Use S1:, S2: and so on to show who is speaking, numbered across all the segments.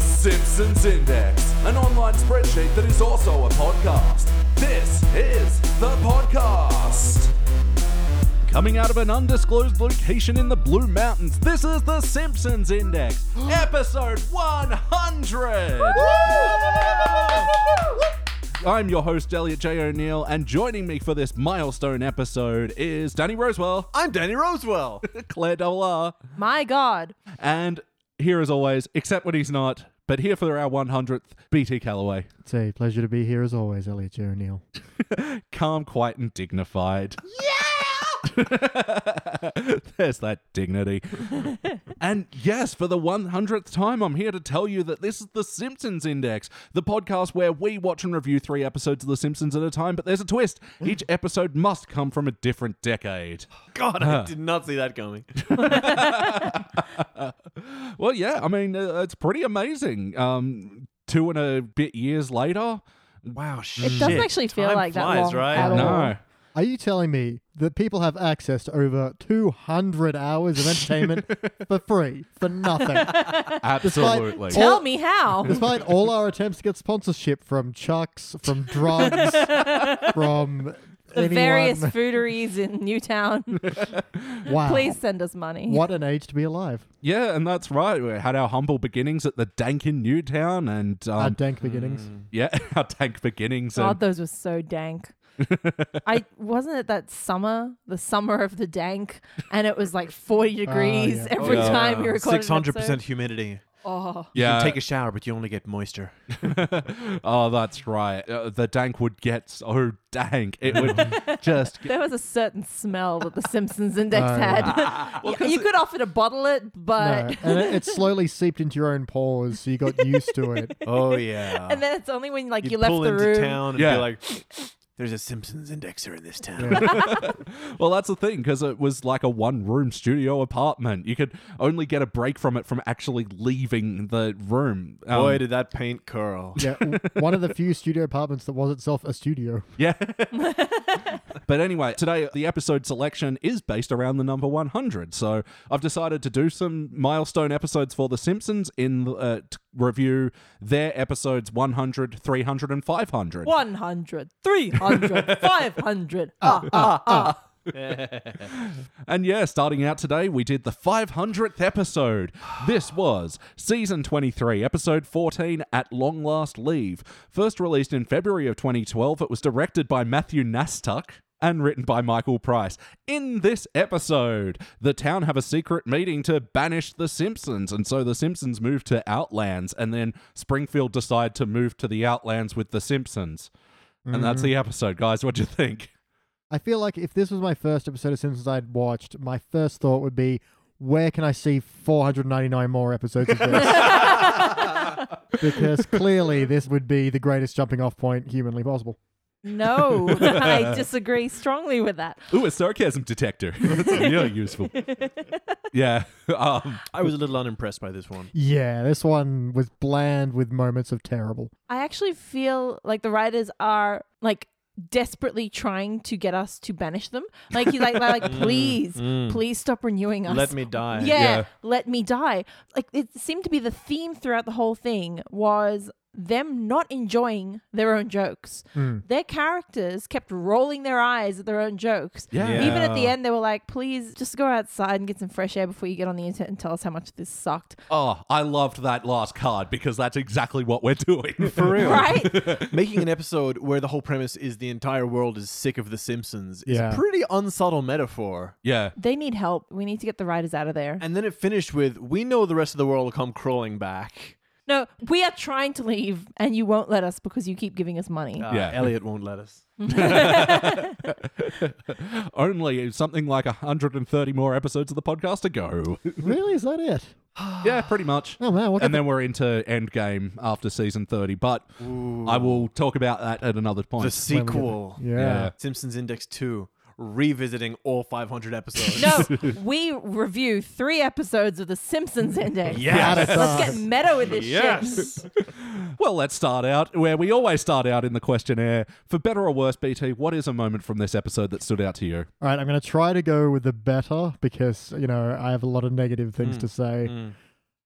S1: Simpsons Index, an online spreadsheet that is also a podcast. This is the podcast. Coming out of an undisclosed location in the Blue Mountains, this is the Simpsons Index, episode 100. I'm your host, Elliot J. O'Neill, and joining me for this milestone episode is Danny Rosewell,
S2: I'm Danny Rosewell.
S1: Claire Double R,
S3: My God.
S1: and here as always, except when he's not, but here for our 100th, BT Calloway.
S4: It's a pleasure to be here as always, Elliot J. O'Neill.
S1: calm, quiet, and dignified. Yeah! There's that dignity. and yes, for the 100th time, I'm here to tell you that this is the Simpsons Index, the podcast where we watch and review three episodes of The Simpsons at a time, but there's a twist. Each episode must come from a different decade.
S2: God, I did not see that coming.
S1: Well, yeah, I mean, uh, it's pretty amazing. Um, two and a bit years later.
S2: Wow, shit.
S3: It doesn't actually feel
S2: Time
S3: like that
S2: flies,
S3: long
S2: right?
S3: at all.
S1: No.
S4: Are you telling me that people have access to over 200 hours of entertainment for free, for nothing?
S1: Absolutely.
S3: Tell me how.
S4: Despite all our attempts to get sponsorship from Chucks, from drugs, from
S3: The
S4: anyone.
S3: various fooderies in Newtown.
S4: wow.
S3: Please send us money.
S4: What an age to be alive.
S1: Yeah, and that's right. We had our humble beginnings at the Dank in Newtown, and
S4: Our
S1: um,
S4: dank beginnings.
S1: yeah, our dank beginnings.
S3: God,
S1: And,
S3: those were so dank. I wasn't it that summer, the summer of the dank, and it was like 40 degrees
S4: Oh, yeah.
S2: Oh,
S3: every
S1: Yeah.
S3: time we recorded.
S2: Six hundred percent
S3: An
S2: humidity.
S3: episode. oh,
S1: yeah,
S2: You can take a shower, but you only get moisture.
S1: oh, that's right. Uh, the dank would get so dank. It would just. Get,
S3: there was a certain smell that the Simpsons Index
S4: Oh,
S3: had.
S4: yeah.
S3: you, you could offer to bottle it, but
S4: No. And it, it slowly seeped into your own pores, so you got used to it.
S2: Oh yeah.
S3: and then it's only when like
S2: you
S3: you left
S2: pull
S3: the
S2: into
S3: room.
S2: town and
S1: Yeah.
S2: be like, "There's a Simpsons indexer in this town."
S4: Yeah.
S1: well, that's the thing because it was like a one-room studio apartment. You could only get a break from it from actually leaving the room. Um,
S2: Boy, did that paint curl.
S4: Yeah, w- one of the few studio apartments that was itself a studio.
S1: Yeah. but anyway, today the episode selection is based around the number 100. So I've decided to do some milestone episodes for The Simpsons in uh, to review their episodes 100, 300, and 500.
S3: 100, 300, 500. Ah,
S1: And yeah, starting out today, we did the 500th episode. This was season 23, episode 14, At Long Last Leave. First released in February of 2012, it was directed by Matthew Nastuck and written by Michael Price. In this episode, the town have a secret meeting to banish the Simpsons, and so the Simpsons move to Outlands, and then Springfield decide to move to the Outlands with the Simpsons. And that's the episode, guys. What do you think?
S4: I feel like if this was my first episode of Simpsons I'd watched, my first thought would be, where can I see 499 more episodes of this? because clearly this would be the greatest jumping off point humanly possible.
S3: no, I disagree strongly with that.
S1: Ooh, a sarcasm detector. That's really useful. Yeah. Um,
S2: I was a little unimpressed by this one.
S4: Yeah, this one was bland with moments of terrible.
S3: I actually feel like the writers are like desperately trying to get us to banish them. Like he's like, like please, please stop renewing us.
S2: Mm, Let me die.
S3: Yeah,
S1: Yeah.
S3: let me die. Like it seemed to be the theme throughout the whole thing was them not enjoying their own jokes.
S2: Hmm.
S3: Their characters kept rolling their eyes at their own jokes.
S1: Yeah.
S3: Even at the
S2: Yeah.
S3: end, they were like, please just go outside and get some fresh air before you get on the internet and tell us how much this sucked.
S1: oh, I loved that last card because that's exactly what we're doing.
S2: For real.
S3: Right?
S2: Making an episode where the whole premise is the entire world is sick of the Simpsons is
S4: Yeah.
S2: a pretty unsubtle metaphor.
S1: yeah.
S3: they need help. We need to get the writers out of there.
S2: And then it finished with, "We know the rest of the world will come crawling back."
S3: No, we are trying to leave and you won't let us because you keep giving us money.
S2: Uh,
S1: Yeah.
S2: Elliot won't let us.
S1: Only something like 130 more episodes of the podcast to go.
S4: really? Is that it?
S1: yeah, pretty much.
S4: Oh, man. What
S1: And
S4: the
S1: then we're into Endgame after season 30, but I will talk about that at another
S2: The
S1: point.
S2: sequel,
S4: yeah.
S1: Yeah.
S2: Simpsons Index Two, revisiting all 500 episodes.
S3: No, we review three episodes of The Simpsons Index.
S2: Yes.
S3: Let's get meta with this shit.
S2: Yes.
S1: Well, let's start out where we always start out in the questionnaire. For better or worse, BT, what is a moment from this episode that stood out to you?
S4: All right, I'm
S1: Mm.
S2: Mm.
S4: going to try to go with the better because, you know, I have a lot of negative things to say.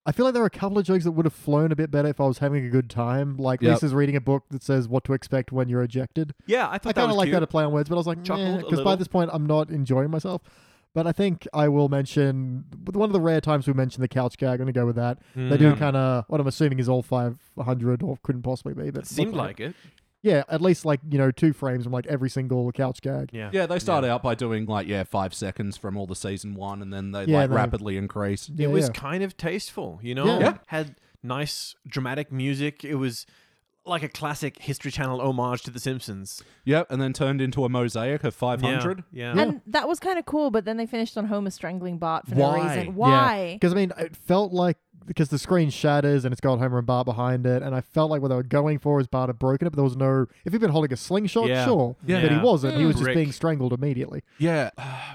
S4: I feel like there are a couple of jokes that would have flown a bit better if I was having a good time. Like
S1: Yep.
S4: Lisa's reading a book that says what to expect when you're ejected.
S5: Yeah, I
S4: I
S5: thought
S4: kind
S5: that
S4: of
S5: was
S4: like
S5: cute.
S4: that to play on words, but I was
S2: Mm,
S4: like,
S5: Chuckled a
S4: because by
S5: little.
S4: this point I'm not enjoying myself. But I think I will mention one of the rare times we mentioned the couch gag. I'm gonna go with uh, that.
S2: Mm.
S4: They do kind of what I'm assuming is all 500 or couldn't possibly be, but
S2: It seemed like it.
S4: yeah, at least like you know two frames from like every single couch gag.
S2: Yeah.
S1: Yeah, they start out by doing like yeah five seconds from all the season one, and then they
S4: Yeah,
S1: like
S4: they-
S1: rapidly increase.
S4: Yeah,
S2: it was
S4: yeah.
S2: kind of tasteful, you know.
S4: Yeah. Yeah.
S2: Had nice dramatic music. It was like a classic History Channel homage to The Simpsons.
S1: Yep, and then turned into a mosaic of five hundred.
S2: Yeah. yeah.
S3: And that was kind of cool, but then they finished on Homer strangling Bart for no
S1: Why?
S3: reason. Why?
S4: Because I mean, it felt like because the screen shatters and it's got Homer and Bart behind it, and I felt like what they were going for is Bart had broken it, but there was no. If he'd been holding a slingshot,
S2: Yeah.
S4: sure,
S2: Yeah.
S4: but he wasn't. He was just
S2: Brick.
S4: being strangled immediately.
S1: Yeah,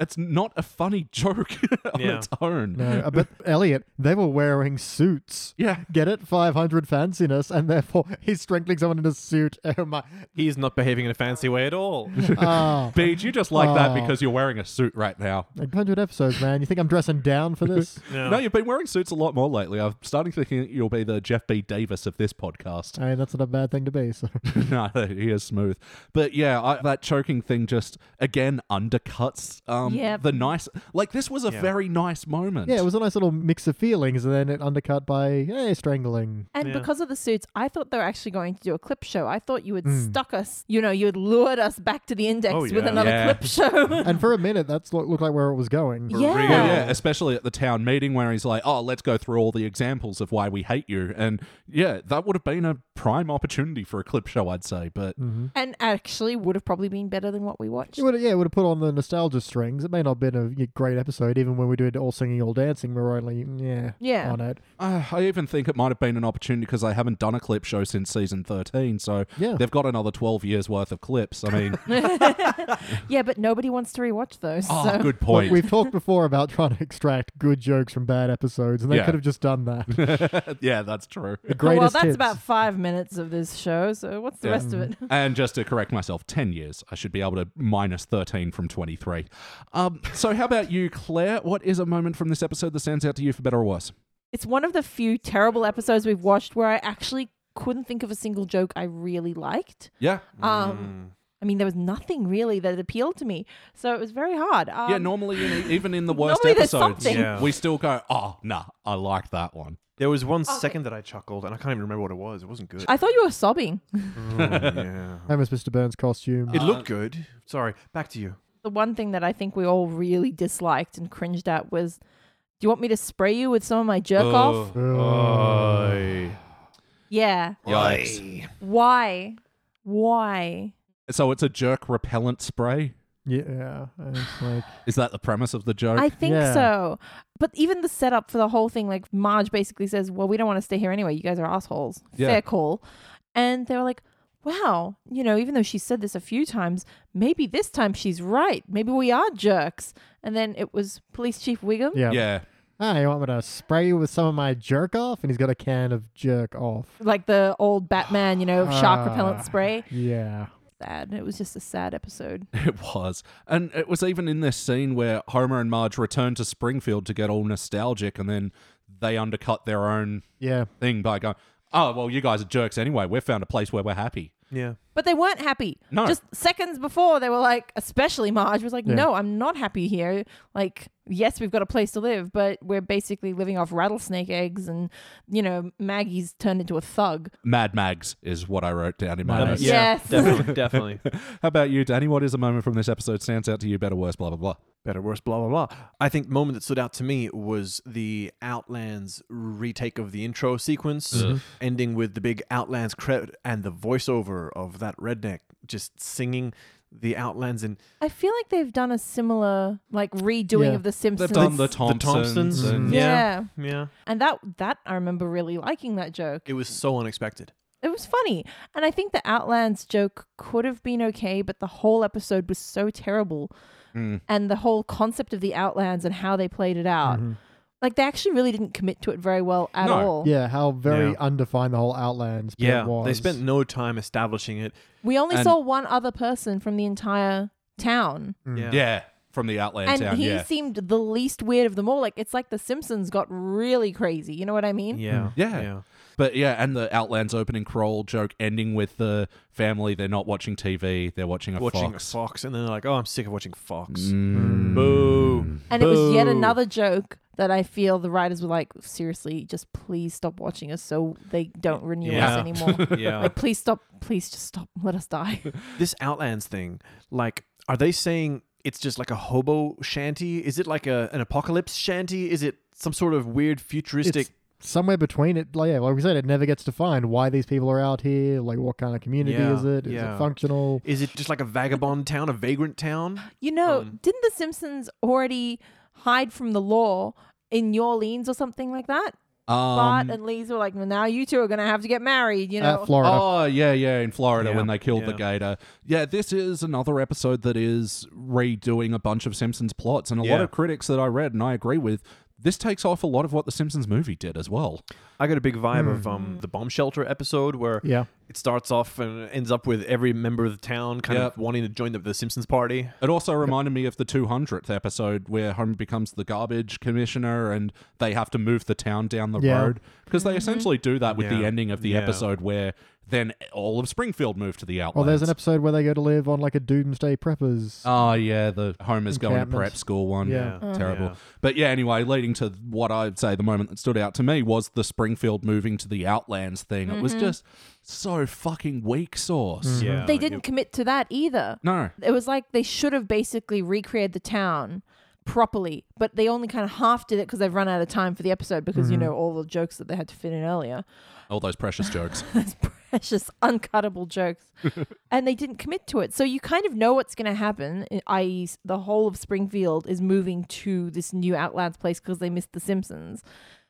S1: it's not a funny joke on
S2: Yeah.
S1: its own.
S4: No, but Elliot, they were wearing suits.
S1: Yeah,
S4: Get it? Five hundred fanciness, and therefore he's strangling someone in a suit. Oh my!
S2: He's not behaving in a fancy way at all.
S4: Oh,
S1: Beej, you just like that
S4: Aw.
S1: because you're wearing a suit right now.
S4: like hundred episodes, man. You think I'm dressing down for this?
S2: No.
S1: No, you've been wearing suits a lot more lately. I'm starting thinking that you'll be the Jeff B. Davis of this podcast.
S4: I mean, that's not a bad thing to be. So.
S1: no, he is smooth. But yeah, I, that choking thing just again undercuts um
S3: Yep.
S1: the nice. Like this was a
S2: Yeah.
S1: very nice moment.
S4: Yeah, it was a nice little mix of feelings, and then it undercut by hey, strangling.
S3: And
S2: Yeah.
S3: because of the suits, I thought they were actually going to do a clip show. I thought you had
S4: Mm.
S3: stuck us, you know, you had lured us back to the index
S2: Hmm. Oh,
S3: with
S2: yeah.
S3: another
S1: Yeah.
S3: clip show.
S4: And for a minute, that's what looked like where it was going.
S3: yeah.
S1: Well, yeah, especially at the town meeting where he's like, "Oh, let's go through all the examples of why we hate you," and yeah, that would have been a prime opportunity for a clip show, I'd say. But
S3: And actually would have probably been better than what we watched.
S4: It would, yeah, it would have put on the nostalgia strings. It may not have been a great episode, even when we did all singing, all dancing. We were only yeah,
S3: Yeah.
S4: on it.
S1: uh, I even think it might have been an opportunity because they haven't done a clip show since season thirteen, so
S4: Yeah.
S1: they've got another twelve years worth of clips. I mean,
S3: yeah, but nobody wants to rewatch those.
S1: oh,
S3: so.
S1: good
S4: Like,
S1: point.
S4: we've talked before about trying to extract good jokes from bad episodes, and they
S1: Yeah.
S4: could have just done that. The
S1: yeah, that's true.
S4: greatest
S3: well, that's
S4: hits.
S3: about five minutes of this show. So what's the
S1: Yeah.
S3: rest of it?
S1: And just to correct myself, 10 years. I should be able to minus 13 from 23. Um, so, how about you, Claire? What is a moment from this episode that stands out to you for better or worse?
S3: It's one of the few terrible episodes we've watched where I actually couldn't think of a single joke I really liked.
S1: Yeah.
S2: Mm.
S3: Um, I mean, there was nothing really that appealed to me, so it was very hard. Um,
S1: yeah, normally, in, even in the worst
S3: Normally there's
S1: episodes,
S3: something.
S2: Yeah.
S1: we still go, oh, nah, I like that one.
S2: There was one second
S3: Okay.
S2: that I chuckled, and I can't even remember what it was. It wasn't good.
S3: I thought you were sobbing.
S2: yeah.
S4: Homer's Mr. Burns costume.
S2: It looked good. Sorry. Back to you.
S3: The one thing that I think we all really disliked and cringed at was, "Do you want me to spray you with some of my jerk off?" Yeah.
S1: Yikes.
S3: Why? Why?
S1: So, it's a jerk repellent spray?
S4: yeah, and it's like
S1: Is that the premise of the joke?
S3: I think
S4: Yeah.
S3: so. But even the setup for the whole thing, like Marge basically says, Well, we don't want to stay here anyway. You guys are assholes.
S1: Yeah.
S3: Fair call. And they were like, Wow, you know, even though she said this a few times, maybe this time she's right. Maybe we are jerks. And then it was Police Chief Wiggum.
S4: yeah.
S1: yeah.
S4: Ah, you want me to spray you with some of my jerk off? And he's got a can of jerk off.
S3: Like the old Batman, you know, shark repellent
S4: Ah.
S3: spray.
S4: Yeah.
S3: Sad. It was just a sad episode.
S1: It was. And it was even in this scene where Homer and Marge return to Springfield to get all nostalgic and then they undercut their own
S4: Yeah.
S1: thing by going, oh, well, you guys are jerks anyway. We've found a place where we're happy.
S2: Yeah.
S3: But they weren't happy.
S1: No.
S3: Just seconds before, they were like, especially Marge was like,
S4: Yeah.
S3: no, I'm not happy here. Like, yes, we've got a place to live, but we're basically living off rattlesnake eggs and, you know, Maggie's turned into a thug.
S1: Mad Mags is what I wrote down in my
S4: Mad
S1: notes.
S3: Mags. Yes.
S2: Definitely. definitely.
S1: How about you, Danny? What is a moment from this episode stands out to you better, worse, blah, blah, blah?
S2: Better, worse, blah, blah, blah. I think the moment that stood out to me was the Outlands retake of the intro sequence,
S4: Mm-hmm.
S2: ending with the big Outlands credit and the voiceover of that redneck just singing the Outlands and
S3: I feel like they've done a similar, like, redoing
S4: Yeah.
S3: of The Simpsons.
S1: They've done the
S2: the
S1: Thompsons.
S2: Thompsons.
S1: and-
S4: Mm.
S3: yeah.
S2: yeah,
S3: And that, that I remember really liking that joke.
S2: it was so unexpected.
S3: It was funny. And I think the Outlands joke could have been okay, but the whole episode was so terrible.
S1: Mm.
S3: and the whole concept of the Outlands and how they played it out. Like they actually really didn't commit to it very well at
S1: No.
S3: all.
S4: Mm-hmm. Yeah, how very
S2: Yeah.
S4: undefined the whole Outlands bit was.
S2: they spent no time establishing it.
S3: We only
S1: And-
S4: Mm.
S3: saw one other person from the entire town.
S1: Yeah. from the Outland
S3: and
S1: town.
S3: he
S1: yeah,
S3: seemed the least weird of them all. Like it's like the Simpsons got really crazy. You know what I mean?
S2: Yeah.
S1: Yeah. But yeah, and the Outlands opening crawl joke ending with the family, they're not watching TV, they're watching a
S2: Watching
S1: fox.
S2: Fox. and then they're like, oh, I'm sick of watching Fox.
S1: Mm.
S2: Boo.
S3: And it was yet
S2: Boo.
S3: another joke that I feel the writers were like, seriously, just please stop watching us so they don't renew
S2: Yeah.
S3: us anymore.
S2: Yeah.
S3: like, please stop. Please just stop. Let us die.
S2: this Outlands thing, like, are they saying it's just like a hobo shanty? Is it like a, an apocalypse shanty? Is it some sort of weird futuristic?
S4: It's somewhere between it. Like, yeah, like we said, it never gets defined why these people are out here. Like, what kind of community
S2: Yeah,
S4: is it? Is
S2: yeah.
S4: it functional?
S2: Is it just like a vagabond town, a vagrant town?
S3: You know,
S2: Um,
S3: didn't The Simpsons already hide from the law in your leans or something like that?
S1: Um,
S3: Bart and Lisa were like, well, now you two are going to have to get married, you know?
S4: At Florida.
S1: Oh yeah, yeah, in Florida
S2: Yeah.
S1: when they killed the
S2: Yeah.
S1: gator. Yeah, this is another episode that is redoing a bunch of Simpsons plots, and a lot
S2: Yeah.
S1: of critics that I read and I agree with. This takes off a lot of what the Simpsons movie did as well.
S2: I got a big vibe of um, the bomb shelter episode where
S4: Hmm. Yeah.
S2: it starts off and ends up with every member of the town kind
S1: Yep.
S2: of wanting to join the, the Simpsons party.
S1: It also reminded me of the 200th episode where Homer becomes the garbage commissioner and they have to move the town down the road. 'Cause
S4: Yeah.
S1: road because
S2: Mm-hmm.
S1: they essentially do that with the
S2: Yeah.
S1: ending of the
S2: Yeah.
S1: episode where then all of Springfield moved to the
S4: Well,
S1: outlands.
S4: Oh, there's an episode where they go to live on like a doomsday preppers.
S1: Oh yeah, the Homer's going to
S4: Encampment.
S1: prep school one.
S4: Yeah.
S1: terrible.
S2: Yeah.
S1: But yeah, anyway, leading to what I'd say the moment that stood out to me was the Springfield moving to the Outlands thing. It was just so fucking weak sauce.
S2: Mm-hmm.
S4: Mm-hmm.
S2: Yeah,
S3: they didn't commit to that either.
S1: No,
S3: It was like they should have basically recreated the town properly, but they only kind of half did it because they've run out of time for the episode because, you know, all the jokes that they had to fit in earlier.
S1: all those precious jokes.
S3: Those precious, uncuttable jokes. and they didn't commit to it. So you kind of know what's going to happen, i- i.e., s- the whole of Springfield is moving to this new Outlands place because they missed The Simpsons.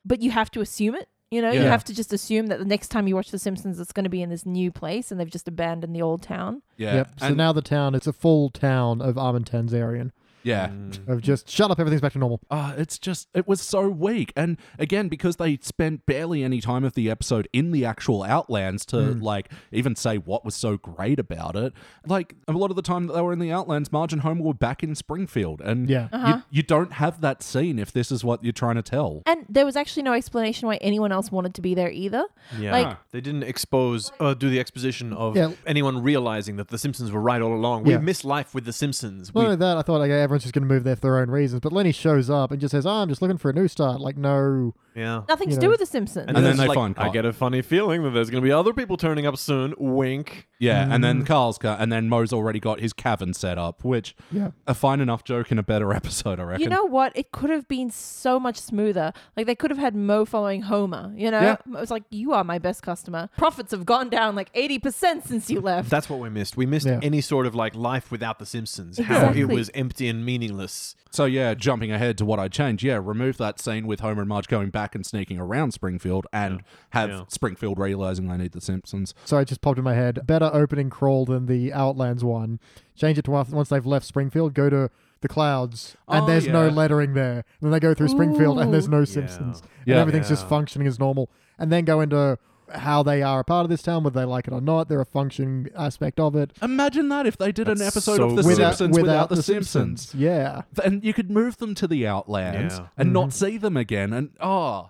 S3: But you have to assume it. You know, you
S1: Yeah.
S3: have to just assume that the next time you watch The Simpsons, it's going to be in this new place and they've just abandoned the old town.
S1: Yeah,
S4: Yep. So
S1: And-
S4: now the town, it's a full town of Armin Tanzarian.
S1: yeah.
S4: Of just shut up, everything's back to normal.
S1: Uh, it's just it was so weak, and again because they spent barely any time of the episode in the actual Outlands to like even say what was so great about it. Like a lot of the time that they were in the Outlands, Marge and Homer were back in Springfield, and
S4: Yeah.
S1: you, you don't have that scene if this is what you're trying to tell.
S3: And there was actually no explanation why anyone else wanted to be there either.
S2: Yeah.
S3: Like-
S2: they didn't expose, uh, do the exposition of
S4: Yeah.
S2: anyone realizing that the Simpsons were right all along. We
S4: Yeah.
S2: miss life with the Simpsons.
S4: Not
S2: We-
S4: only that, I thought like, everyone's just going to move there for their own reasons. But Lenny shows up and just says, oh, I'm just looking for a new start. Like, no.
S2: yeah.
S3: Nothing
S4: You
S3: to
S4: know.
S3: do with The Simpsons.
S1: And then
S2: it's
S1: they
S2: like,
S1: find
S2: I
S1: Carl.
S2: get a funny feeling that there's going to be other people turning up soon. Wink.
S1: Yeah, and then Carl's ca- and then Moe's already got his cavern set up, which
S4: Yeah.
S1: a fine enough joke in a better episode, I reckon.
S3: You know what? It could have been so much smoother. Like they could have had Mo following Homer. You know,
S1: Yeah.
S3: it was like you are my best customer. Profits have gone down like eighty percent since you left.
S2: That's what we missed. We missed
S4: Yeah.
S2: any sort of like life without the Simpsons. How
S3: Exactly.
S2: it was empty and meaningless.
S1: so yeah, jumping ahead to what I changed, yeah, remove that scene with Homer and Marge going back and sneaking around Springfield, and have
S2: Yeah.
S1: Springfield realizing they need the Simpsons.
S4: So it just popped in my head. Better opening crawl than the Outlands one. Change it to once once they've left Springfield, go to the clouds, and
S1: Oh,
S4: there's no
S1: yeah.
S4: lettering there. And then they go through Springfield, and there's no Simpsons.
S1: Yeah.
S4: And everything's just
S2: Yeah.
S4: functioning as normal. And then go into how they are a part of this town, whether they like it or not. They're a function aspect of it.
S1: Imagine that if they did an
S2: That's
S1: episode
S2: so
S1: of The
S2: good.
S1: Simpsons without, the, Simpsons.
S4: Yeah.
S1: And you could move them to the Outlands
S2: Yeah.
S1: and not see them again. And oh,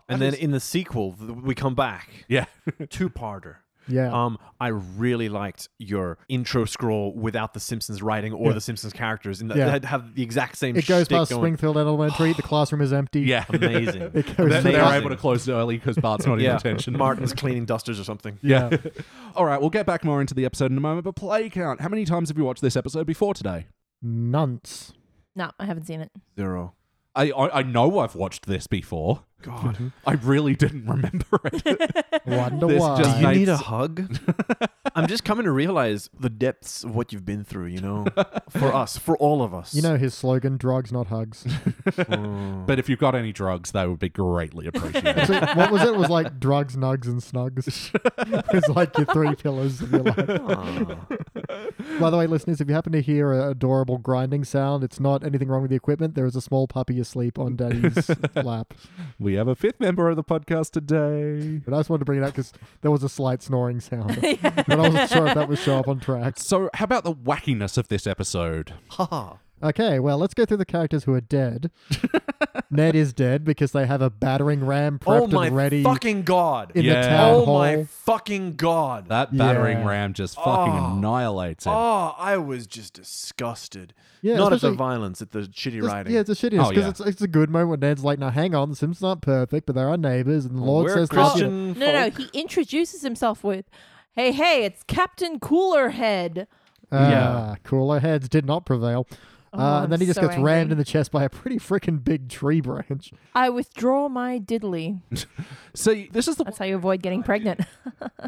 S2: Mm-hmm. And
S1: that
S2: then
S1: is-
S2: in the sequel, th- we come back.
S1: yeah,
S2: Two parter.
S4: Yeah.
S2: Um, I really liked your intro scroll without the Simpsons writing or the Simpsons characters, and
S4: Yeah.
S2: they have the exact same.
S4: it goes
S2: shtick
S4: past
S2: going.
S4: Springfield Elementary. the classroom is empty.
S1: yeah.
S2: Amazing.
S4: It
S1: They-
S4: goes
S1: They're
S2: Amazing.
S1: able to close early because Bart's not in
S2: yeah.
S1: attention.
S2: Martin's cleaning dusters or something.
S1: Yeah. All right, we'll get back more into the episode in a moment, but play count. How many times have you watched this episode before today?
S4: Nunts.
S3: no, I haven't seen it.
S2: Zero.
S1: I, I, I know I've watched this before.
S2: God.
S1: I really didn't remember it.
S4: Wonder
S1: This
S4: why.
S1: just
S2: Do you
S1: Mate.
S2: need a hug? I'm just coming to realize the depths of what you've been through, you know? For us, for all of us. Ah.
S4: You know his slogan, drugs, not hugs.
S1: but if you've got any drugs, they would be greatly appreciated.
S4: So what was it? It was like drugs, nugs, and snugs. it's like your three pillars of your life.
S2: Ah.
S4: By the way, listeners, if you happen to hear an adorable grinding sound, it's not anything wrong with the equipment. There is a small puppy asleep on Daddy's lap.
S1: we have a fifth member of the podcast today.
S4: But I just wanted to bring it up because there was a slight snoring sound. But I wasn't sure if that would show up on track.
S1: So, how about the wackiness of this episode?
S2: Ha.
S4: Okay, well, let's go through the characters who are dead. Ned is dead because they have a battering ram
S2: Oh
S4: prepped
S2: my
S4: and ready
S2: fucking god!
S4: in
S1: Yeah.
S4: the town
S2: oh
S4: hall.
S2: my fucking god!
S1: That battering
S4: Yeah.
S1: ram just fucking
S2: Oh.
S1: annihilates it.
S2: oh, I was just disgusted.
S4: Yeah,
S2: Not at the
S4: especially-
S2: violence, at the shitty
S4: Just-
S2: writing.
S4: Yeah, it's a shittiness
S1: Oh,
S4: because
S1: yeah.
S4: it's, it's a good moment when Ned's like, now hang on, the Simpsons aren't perfect, but they're our neighbors, and the Lord
S2: We're
S4: says, to us, you know,
S2: Christian.
S3: Oh, No, no,
S2: folk.
S3: he introduces himself with, "Hey, hey, it's Captain Cooler Head."
S1: Oh. Yeah.
S4: Ah, cooler heads did not prevail.
S3: Oh,
S4: uh,
S3: I'm
S4: and then he just
S3: so
S4: gets rammed
S3: angry.
S4: in the chest by a pretty freaking big tree branch.
S3: I withdraw my diddly.
S1: See, this is the
S3: That's how you avoid getting pregnant.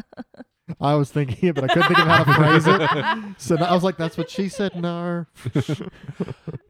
S4: I was thinking it, but I couldn't think of how to phrase it. So I was like, that's what she said, no.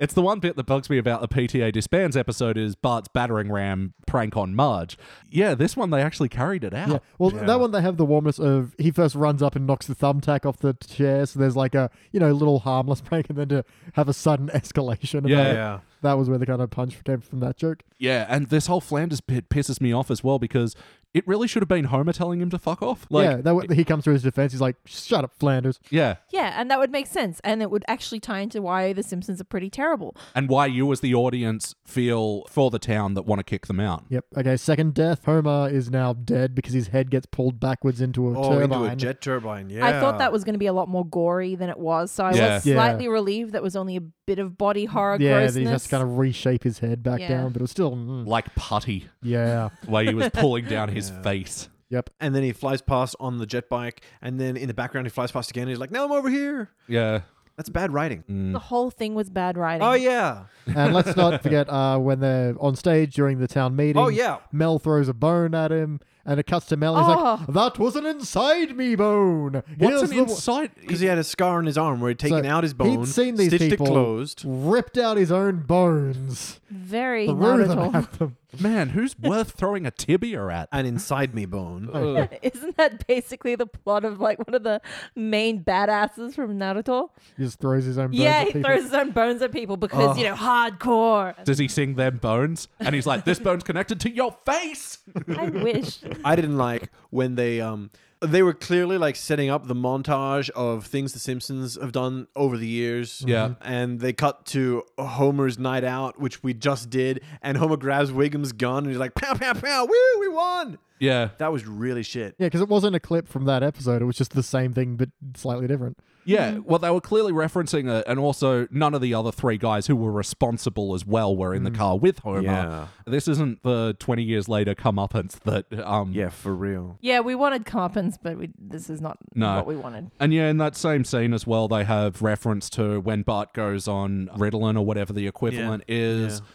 S1: It's the one bit that bugs me about the PTA disbands episode is Bart's battering ram prank on Marge. Yeah, this one they actually carried it out.
S4: Yeah. Well,
S2: Yeah.
S4: that one they have the warmness of he first runs up and knocks the thumbtack off the chair, so there's like a you know little harmless break, and then to have a sudden escalation. about
S1: Yeah.
S4: it.
S2: Yeah.
S4: that was where the kind of punch came from that joke.
S1: Yeah, and this whole Flanders bit pisses me off as well because it really should have been Homer telling him to fuck off. Like,
S4: yeah, that w- he comes to his defense. He's like, "Shut up, Flanders."
S1: yeah,
S3: Yeah, and that would make sense, and it would actually tie into why the Simpsons are pretty terrible.
S1: and why you as the audience feel for the town that want to kick them out.
S4: Yep. Okay. Second death. Homer is now dead because his head gets pulled backwards into a
S2: Oh,
S4: turbine.
S2: into a jet turbine. Yeah.
S3: I thought that was going to be a lot more gory than it was, so I
S1: Yeah.
S3: was
S4: Yeah.
S3: slightly relieved that was only a bit of body horror
S4: yeah, that
S3: grossness.
S4: he has to kind of reshape his head back
S3: Yeah.
S4: down, but it was still mm,
S1: Like putty,
S4: yeah.
S1: where he was pulling down his
S2: Yeah.
S1: face.
S4: Yep.
S2: And then he flies past on the jet bike, and then in the background he flies past again. And he's like, "Now I'm over here."
S1: Yeah. Mm.
S2: That's bad writing.
S4: Mm.
S3: the whole thing was bad writing.
S2: Oh yeah.
S4: And let's not forget uh, when they're on stage during the town meeting.
S2: Oh yeah.
S4: Mel throws a bone at him, and it cuts to Mel. And he's
S3: Oh.
S4: like, "That was an inside me bone."
S1: What's
S4: Here's
S1: an
S4: the wo-"
S1: insight?
S2: Because he had a scar on his arm where he'd
S4: So
S2: taken out his bone,
S4: He'd seen these
S2: stitched
S4: people
S2: it closed.
S4: ripped out his own bones,
S3: Very not
S4: threw
S3: at
S4: them
S3: all.
S4: at them.
S1: Man, who's worth throwing a tibia at?
S2: An inside me bone.
S1: Ugh.
S3: Isn't that basically the plot of like one of the main badasses from Naruto?
S4: He just throws his own bones.
S3: yeah,
S4: at
S3: he
S4: people. Oh.
S3: throws his own bones at people because you know hardcore.
S1: Does he sing them bones? And he's like, this bone's connected to your face.
S3: I wish.
S2: I didn't like when they um they were clearly like setting up the montage of things the Simpsons have done over the years.
S1: Yeah. Mhm.
S2: And they cut to Homer's night out, which we just did, and Homer grabs Wiggum's gun and he's like, pow, pow, pow, woo, we won.
S1: Yeah.
S2: That was really shit.
S4: Yeah, because it wasn't a clip from that episode. It was just the same thing, but slightly different.
S2: Mm.
S1: Yeah, well, they were clearly referencing it, and also none of the other three guys who were responsible as well were in the car with Homer.
S2: Mm. Yeah.
S1: This isn't the 20 years later comeuppance that. Um,
S2: for real.
S3: Yeah, we wanted comeuppance, but we, this is not
S1: No.
S3: what we wanted.
S1: And yeah, in that same scene as well, they have reference to when Bart goes on Ritalin or whatever the equivalent is.
S2: Yeah.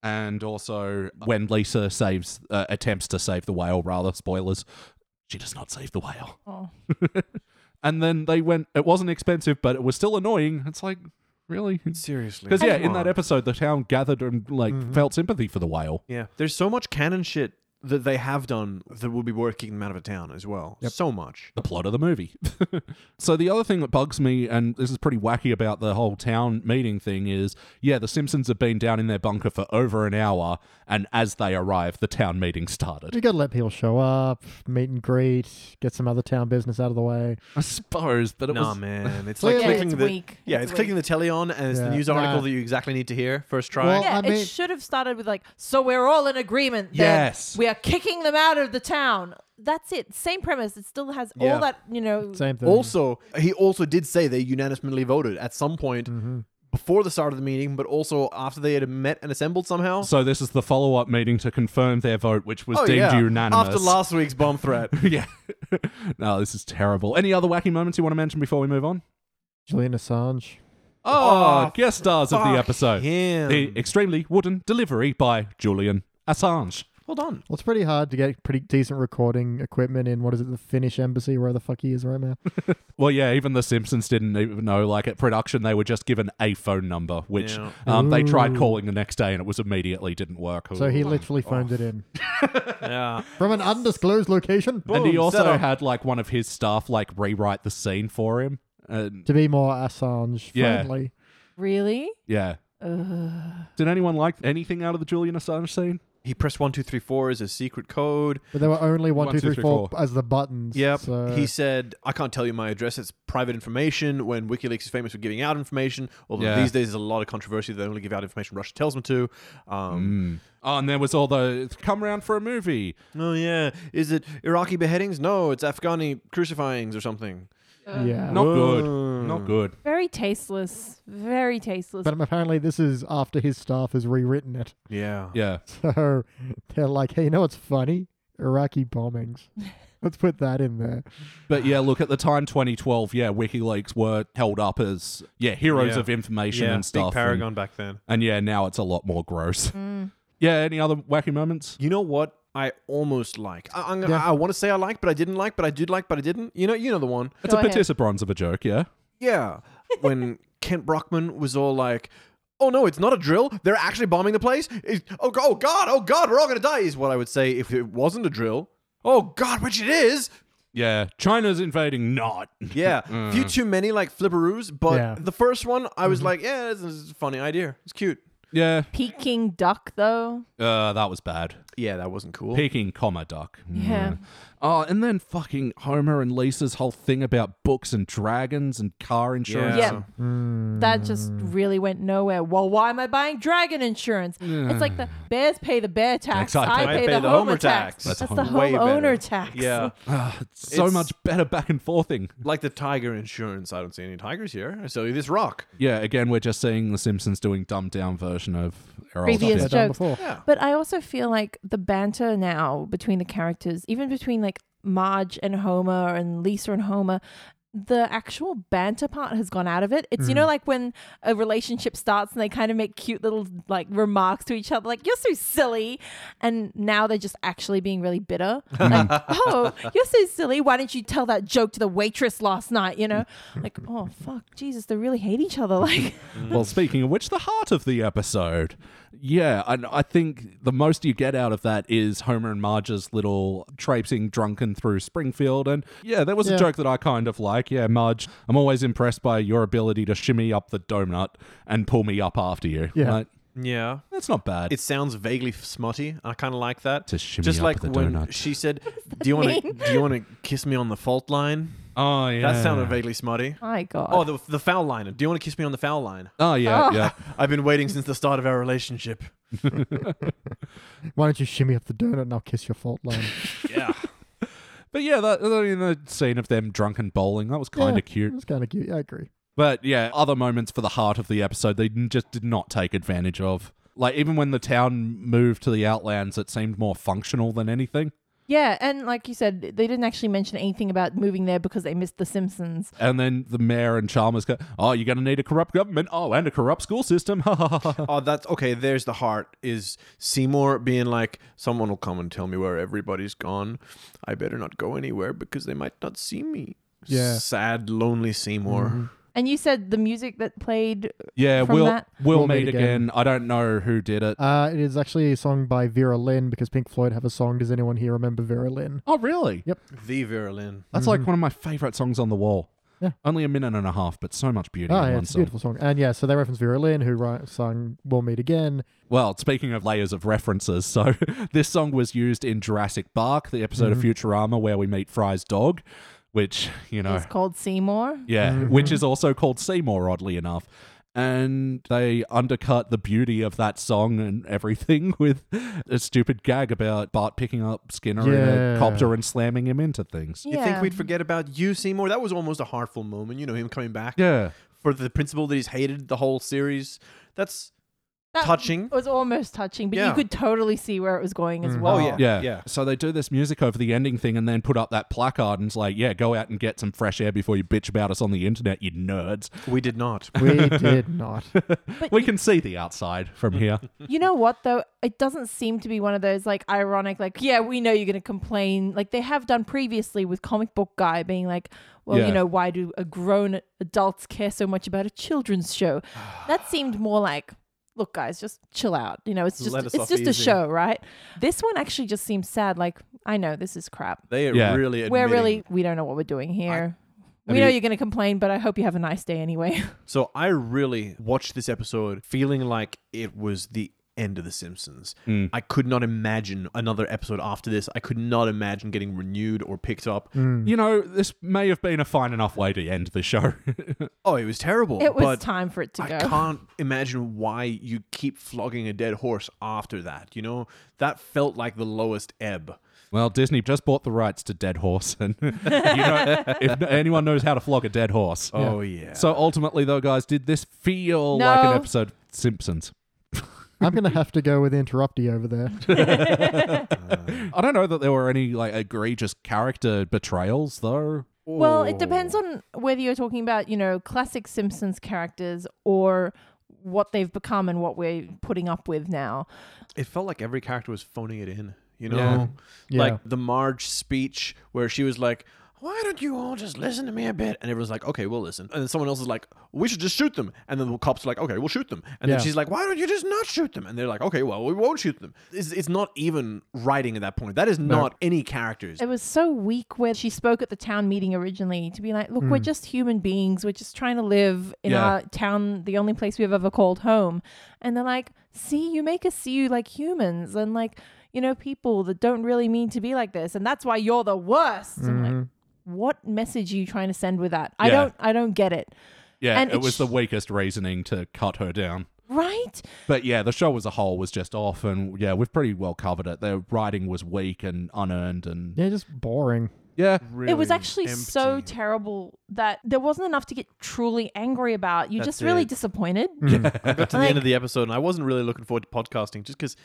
S1: And also when Lisa saves, uh, attempts to save the whale, rather, spoilers, she does not save the whale.
S3: Oh.
S1: And then they went, it wasn't expensive, but it was still annoying. It's like, really?
S2: Seriously.
S1: Because yeah,
S2: Come
S1: in that
S2: on. Mm-hmm.
S1: episode, the town gathered and like felt sympathy for the whale.
S2: Yeah. There's so much canon shit that they have done that would be worth kicking them out of a town as well. So much.
S1: The plot of the movie. so the other thing that bugs me, and this is pretty wacky about the whole town meeting thing, is yeah, the Simpsons have been down in their bunker for over an hour, and as they arrive, the town meeting started.
S4: You got to let people show up, meet and greet, get some other town business out of the way.
S1: I suppose, but it
S2: Nah,
S1: was
S2: man. It's
S4: Well,
S2: like
S4: yeah,
S2: clicking
S3: it's
S2: the
S3: weak.
S2: yeah,
S3: It's
S2: it's, clicking the telly on, and it's the
S4: Yeah.
S2: news article
S4: Nah.
S2: that you exactly need to hear first try.
S4: Well,
S3: Yeah,
S4: I mean-
S3: it should have started with like, so we're all in agreement. then.
S1: Yes.
S3: we are kicking them out of the town. That's it. Same premise. It still has
S2: Yeah.
S3: all that you know.
S4: Same thing.
S2: Also, he also did say they unanimously voted at some point
S1: Mm-hmm.
S2: before the start of the meeting, but also after they had met and assembled somehow. Oh,
S1: so this is the follow-up meeting to confirm their vote, which was deemed unanimous.
S2: After last week's bomb threat.
S1: yeah. no, this is terrible. Any other wacky moments you want to mention before we move on?
S4: Julian Assange.
S1: Oh,
S2: Oh,
S1: guest stars of the
S2: Fuck
S1: episode.
S2: Him.
S1: The extremely wooden delivery by Julian Assange.
S2: Hold on.
S4: Well, it's pretty hard to get pretty decent recording equipment in what is it, the Finnish embassy, where the fuck he is right now.
S1: Well, yeah, even the Simpsons didn't even know. Like at production, they were just given a phone number, which
S2: Yeah.
S1: um, they tried
S4: Ooh.
S1: calling the next day, and it was immediately didn't work.
S4: So he
S1: Ooh.
S4: literally phoned it in
S2: Yeah.
S4: from an undisclosed location
S1: and he
S2: Boom,
S1: also
S2: set up.
S1: had like one of his staff like rewrite the scene for him. And
S4: to be more Assange
S1: Yeah.
S4: friendly.
S3: Really?
S1: yeah, did anyone like anything out of the Julian Assange scene?
S2: he pressed one two three four as his secret code.
S4: But there were only one, two, three, four
S1: four.
S4: as the buttons.
S2: Yep.
S4: So
S2: He said, "I can't tell you my address. It's private information." When WikiLeaks is famous for giving out information, although
S1: Yeah.
S2: these days there's a lot of controversy. They only give out information Russia tells them to. Um,
S1: Oh, and there was all the come round for a movie.
S2: Oh yeah, is it Iraqi beheadings? No, it's Afghani crucifyings or something.
S4: yeah.
S1: Not
S2: Whoa.
S1: good. Not good.
S3: Very tasteless. Very tasteless.
S4: But apparently, this is after his staff has rewritten it.
S2: Yeah.
S1: Yeah.
S4: So they're like, hey, you know what's funny? Iraqi bombings. Let's put that in there.
S1: But yeah, look, at the time, 2012, yeah, WikiLeaks were held up as, yeah, heroes
S2: Yeah.
S1: of information and stuff.
S2: Big
S1: and-
S2: Paragon back then.
S1: And, yeah, now it's a lot more gross.
S3: Mm.
S1: Yeah, any other wacky moments?
S2: You know what? I almost like. I, I'm,
S4: Yeah.
S2: I want to say I like, but I didn't like, but I did like, but I didn't. You know, you know the one.
S1: It's
S3: Go
S1: a
S3: ahead.
S1: participants of a joke, yeah?
S2: Yeah. When Kent Brockman was all like, "Oh no, it's not a drill. They're actually bombing the place. It's, oh, go- oh god, oh god, we're all gonna die." Is what I would say if it wasn't a drill. Oh god, which it is.
S1: Yeah. China's invading, not.
S2: Yeah, few too many like flipperoos, but
S4: Yeah.
S2: the first one I was like, "Yeah, this is a funny idea. It's cute."
S1: Yeah.
S3: Peking duck, though.
S1: Uh, that was bad.
S2: Yeah, that wasn't cool.
S1: Peking, comma, duck.
S3: Yeah.
S1: Oh, and then fucking Homer and Lisa's whole thing about books and dragons and car insurance.
S2: Yeah.
S3: Yeah. That just really went nowhere. Well, why am I buying dragon insurance? It's like the bears pay the bear tax.
S1: Tax, I
S3: I,
S1: pay-
S3: pay, the, homer tax.
S1: That's
S3: That's,
S1: home-
S3: the
S2: Way better.
S3: homeowner tax.
S2: Yeah,
S1: Ah, it's so
S2: It's-
S1: much better back and forthing.
S2: like the tiger insurance. I don't see any tigers here. I sell you this rock.
S1: Yeah, again, we're just seeing The Simpsons doing dumbed down version of our old
S3: Previous
S1: shit.
S4: They've done
S3: jokes.
S4: before.
S2: Yeah.
S3: But I also feel like the banter now between the characters, even between like Marge and Homer and Lisa and Homer, the actual banter part has gone out of it. It's you know like when a relationship starts and they kind of make cute little like remarks to each other, like "You're so silly," and now they're just actually being really bitter. like, "Oh, you're so silly. Why didn't you tell that joke to the waitress last night?" You know, like, "Oh fuck, Jesus, they really hate each other." Like,
S1: Well, speaking of which, the heart of the episode. Yeah, and I think the most you get out of that is Homer and Marge's little traipsing drunken through Springfield. And yeah, that was a
S4: Yeah.
S1: joke that I kind of like. Yeah, Marge, I'm always impressed by your ability to shimmy up the donut and pull me up after you.
S4: Yeah.
S1: Like,
S2: Yeah.
S1: that's not bad.
S2: It sounds vaguely f- smutty. I kind of like that.
S1: To shimmy
S2: Just
S1: up
S2: like
S1: the
S2: when
S1: donut.
S2: she said, "Do you want to? Do you want to kiss me on the fault line?"
S1: oh, yeah.
S2: That sounded vaguely smutty.
S3: my God.
S2: Oh, the, the foul line. Do you want to kiss me on the foul line?
S1: Oh,
S4: Ah.
S1: yeah, yeah.
S2: I've been waiting since the start of our relationship.
S4: Why don't you shimmy up the donut and I'll kiss your fault line?
S2: Yeah.
S1: But yeah, that, I mean, the scene of them drunken bowling, that was kind of
S4: Yeah,
S1: cute.
S4: It's kind of cute. Yeah, I agree.
S1: But yeah, other moments for the heart of the episode they n- just did not take advantage of. Like even when the town moved to the outlands, it seemed more functional than anything.
S3: Yeah, and like you said, they didn't actually mention anything about moving there because they missed The Simpsons.
S1: And then the mayor and Chalmers go, "Oh, you're gonna need a corrupt government. Oh, and a corrupt school system." Ha, ha, ha, ha.
S2: oh, that's okay. There's the heart. Is Seymour being like, someone will come and tell me where everybody's gone. I better not go anywhere because they might not see me.
S4: Yeah.
S2: Sad, lonely Seymour.
S1: Mm-hmm.
S3: And you said the music that played.
S1: yeah,
S3: From
S1: we'll
S3: that-
S1: we'll, meet, again. I don't know who did it.
S4: Uh, it is actually a song by Vera Lynn because Pink Floyd have a song. Does anyone here remember Vera Lynn?
S1: oh, really?
S4: Yep.
S2: The Vera Lynn.
S1: That's like one of my favorite songs on the wall.
S4: Yeah.
S1: Only a minute and a half, but so much beauty
S4: Oh,
S1: in
S4: yeah,
S1: one
S4: it's a
S1: song.
S4: beautiful song. And yeah, so they reference Vera Lynn, who ri- sung We'll Meet Again.
S1: Well, speaking of layers of references, so this song was used in Jurassic Bark, the episode of Futurama where we meet Fry's dog, which, you know,
S3: It's called Seymour.
S1: yeah, which is also called Seymour, oddly enough. And they undercut the beauty of that song and everything with a stupid gag about Bart picking up Skinner in a
S4: Yeah.
S1: copter and slamming him into things.
S3: Yeah.
S2: You think we'd forget about you, Seymour? That was almost a heartful moment. You know, him coming back
S1: Yeah.
S2: for the principal that he's hated the whole series. That's
S3: That
S2: touching.
S3: was almost touching, but
S2: Yeah.
S3: you could totally see where it was going as well.
S2: Oh, yeah.
S1: Yeah.
S2: Yeah.
S1: So they do this music over the ending thing and then put up that placard and it's like, yeah, go out and get some fresh air before you bitch about us on the internet, you nerds.
S2: We did not.
S4: We did not.
S1: we can see the outside from
S2: Hmm.
S1: here.
S3: You know what though? It doesn't seem to be one of those like ironic, like yeah, we know you're going to complain. Like they have done previously with comic book guy being like, well,
S1: Yeah.
S3: you know, why do a grown adults care so much about a children's show? that seemed more like, look, guys, just chill out. You know, it's just
S2: Let us
S3: it's
S2: off
S3: just a
S2: easy.
S3: show, right? This one actually just seems sad. Like I know this is crap.
S2: They are
S1: Yeah.
S2: really. Admitting.
S3: We're really we don't know what we're doing here. we
S1: mean-
S3: know you're going to complain, but I hope you have a nice day anyway.
S2: So I really watched this episode feeling like it was the end of The Simpsons. I could not imagine another episode after this. I could not imagine getting renewed or picked up.
S3: Hmm.
S1: You know, this may have been a fine enough way to end the show.
S2: Oh, it was terrible.
S3: It was
S2: but
S3: time for it to
S2: I
S3: go.
S2: can't imagine why you keep flogging a dead horse after that. You know, that felt like the lowest ebb.
S1: well, Disney just bought the rights to Dead Horse, and you know, if anyone knows how to flog a dead horse.
S2: Oh yeah.
S1: So ultimately, though, guys, did this feel
S3: No.
S1: like an episode of Simpsons?
S4: I'm going to have to go with Interrupty over there.
S1: I don't know that there were any like egregious character betrayals, though.
S3: Well, it depends on whether you're talking about, you know, classic Simpsons characters or what they've become and what we're putting up with now.
S2: it felt like every character was phoning it in. You know,
S1: Yeah.
S4: Yeah.
S2: like the Marge speech where she was like, "Why don't you all just listen to me a bit?" And everyone's like, "Okay, we'll listen." And then someone else is like, "We should just shoot them." And then the cops are like, "Okay, we'll shoot them." And
S4: Yeah.
S2: then she's like, "Why don't you just not shoot them?" And they're like, "Okay, well, we won't shoot them." It's, it's not even writing at that point. That is not any characters.
S3: It was so weak where she spoke at the town meeting originally to be like, look, we're just human beings. We're just trying to live in
S1: Hmm. Yeah.
S3: our town, the only place we've ever called home. And they're like, see, you make us see you like humans and like, you know, people that don't really mean to be like this. And that's why you're the worst. I'm like, what message are you trying to send with that?
S1: Mm-hmm.
S3: I
S1: Yeah.
S3: don't I don't get it.
S1: Yeah,
S3: And
S1: it
S3: it
S1: was
S3: sh-
S1: the weakest reasoning to cut her down.
S3: Right?
S1: But yeah, the show as a whole was just off, and yeah, we've pretty well covered it. Their writing was weak and unearned, and
S4: yeah, just boring.
S1: yeah,
S3: it was actually so
S2: empty.
S3: terrible that there wasn't enough to get truly angry about. You're
S2: That's
S3: just really
S2: it. Mm.
S3: disappointed.
S2: I got to the
S3: Like-
S2: end of the episode and I wasn't really looking forward to podcasting just because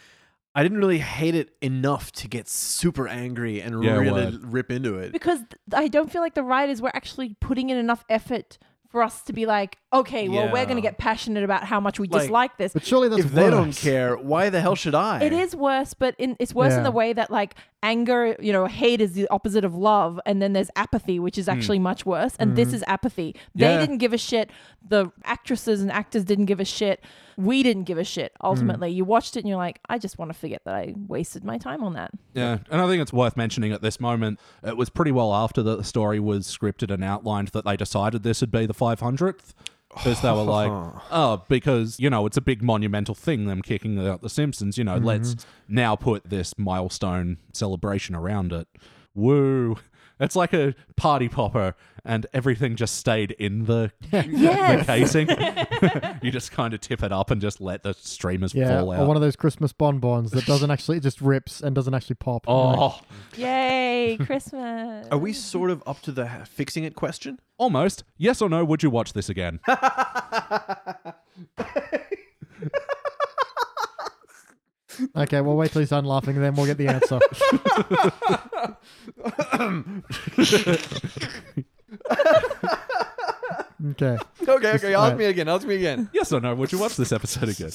S2: I didn't really hate it enough to get super angry and
S1: Yeah,
S2: really
S1: word.
S2: rip into it.
S3: because th- I don't feel like the writers were actually putting in enough effort for us to be like, okay, well, we're
S2: Yeah.
S3: going to get passionate about how much we
S2: Like-
S3: dislike this.
S4: But surely that's
S2: if they don't
S4: worse.
S2: care, why the hell should I?
S3: It is worse, but in, it's worse in
S4: Yeah.
S3: the way that like anger, you know, hate is the opposite of love, and then there's apathy, which is actually much worse. And this is apathy. They
S1: Yeah.
S3: didn't give a shit. The actresses and actors didn't give a shit. We didn't give a shit. Ultimately, you watched it and you're like, I just want to forget that I wasted my time on that.
S1: Yeah, and I think it's worth mentioning at this moment, it was pretty well after the story was scripted and outlined that they decided this would be the 500th. Because they were like, oh, because, you know, it's a big monumental thing, them kicking out The Simpsons. You know, let's now put this milestone celebration around it. Woo. It's like a party popper, and everything just stayed in the, the
S3: Yes.
S1: casing. you just kind of tip it up and just let the streamers
S4: Yeah,
S1: fall
S4: or
S1: out.
S4: one of those Christmas bonbons that doesn't actually, it just rips and doesn't actually pop.
S1: oh,
S3: Yay, Christmas!
S2: Are we sort of up to the ha- fixing it question?
S1: almost. Yes or no, would you watch this again?
S4: Okay, well, wait till he's done laughing and then we'll get the answer. okay.
S2: Okay, okay, ask
S4: right.
S2: me again, ask me again.
S1: Yes or no? Would you watch this episode again?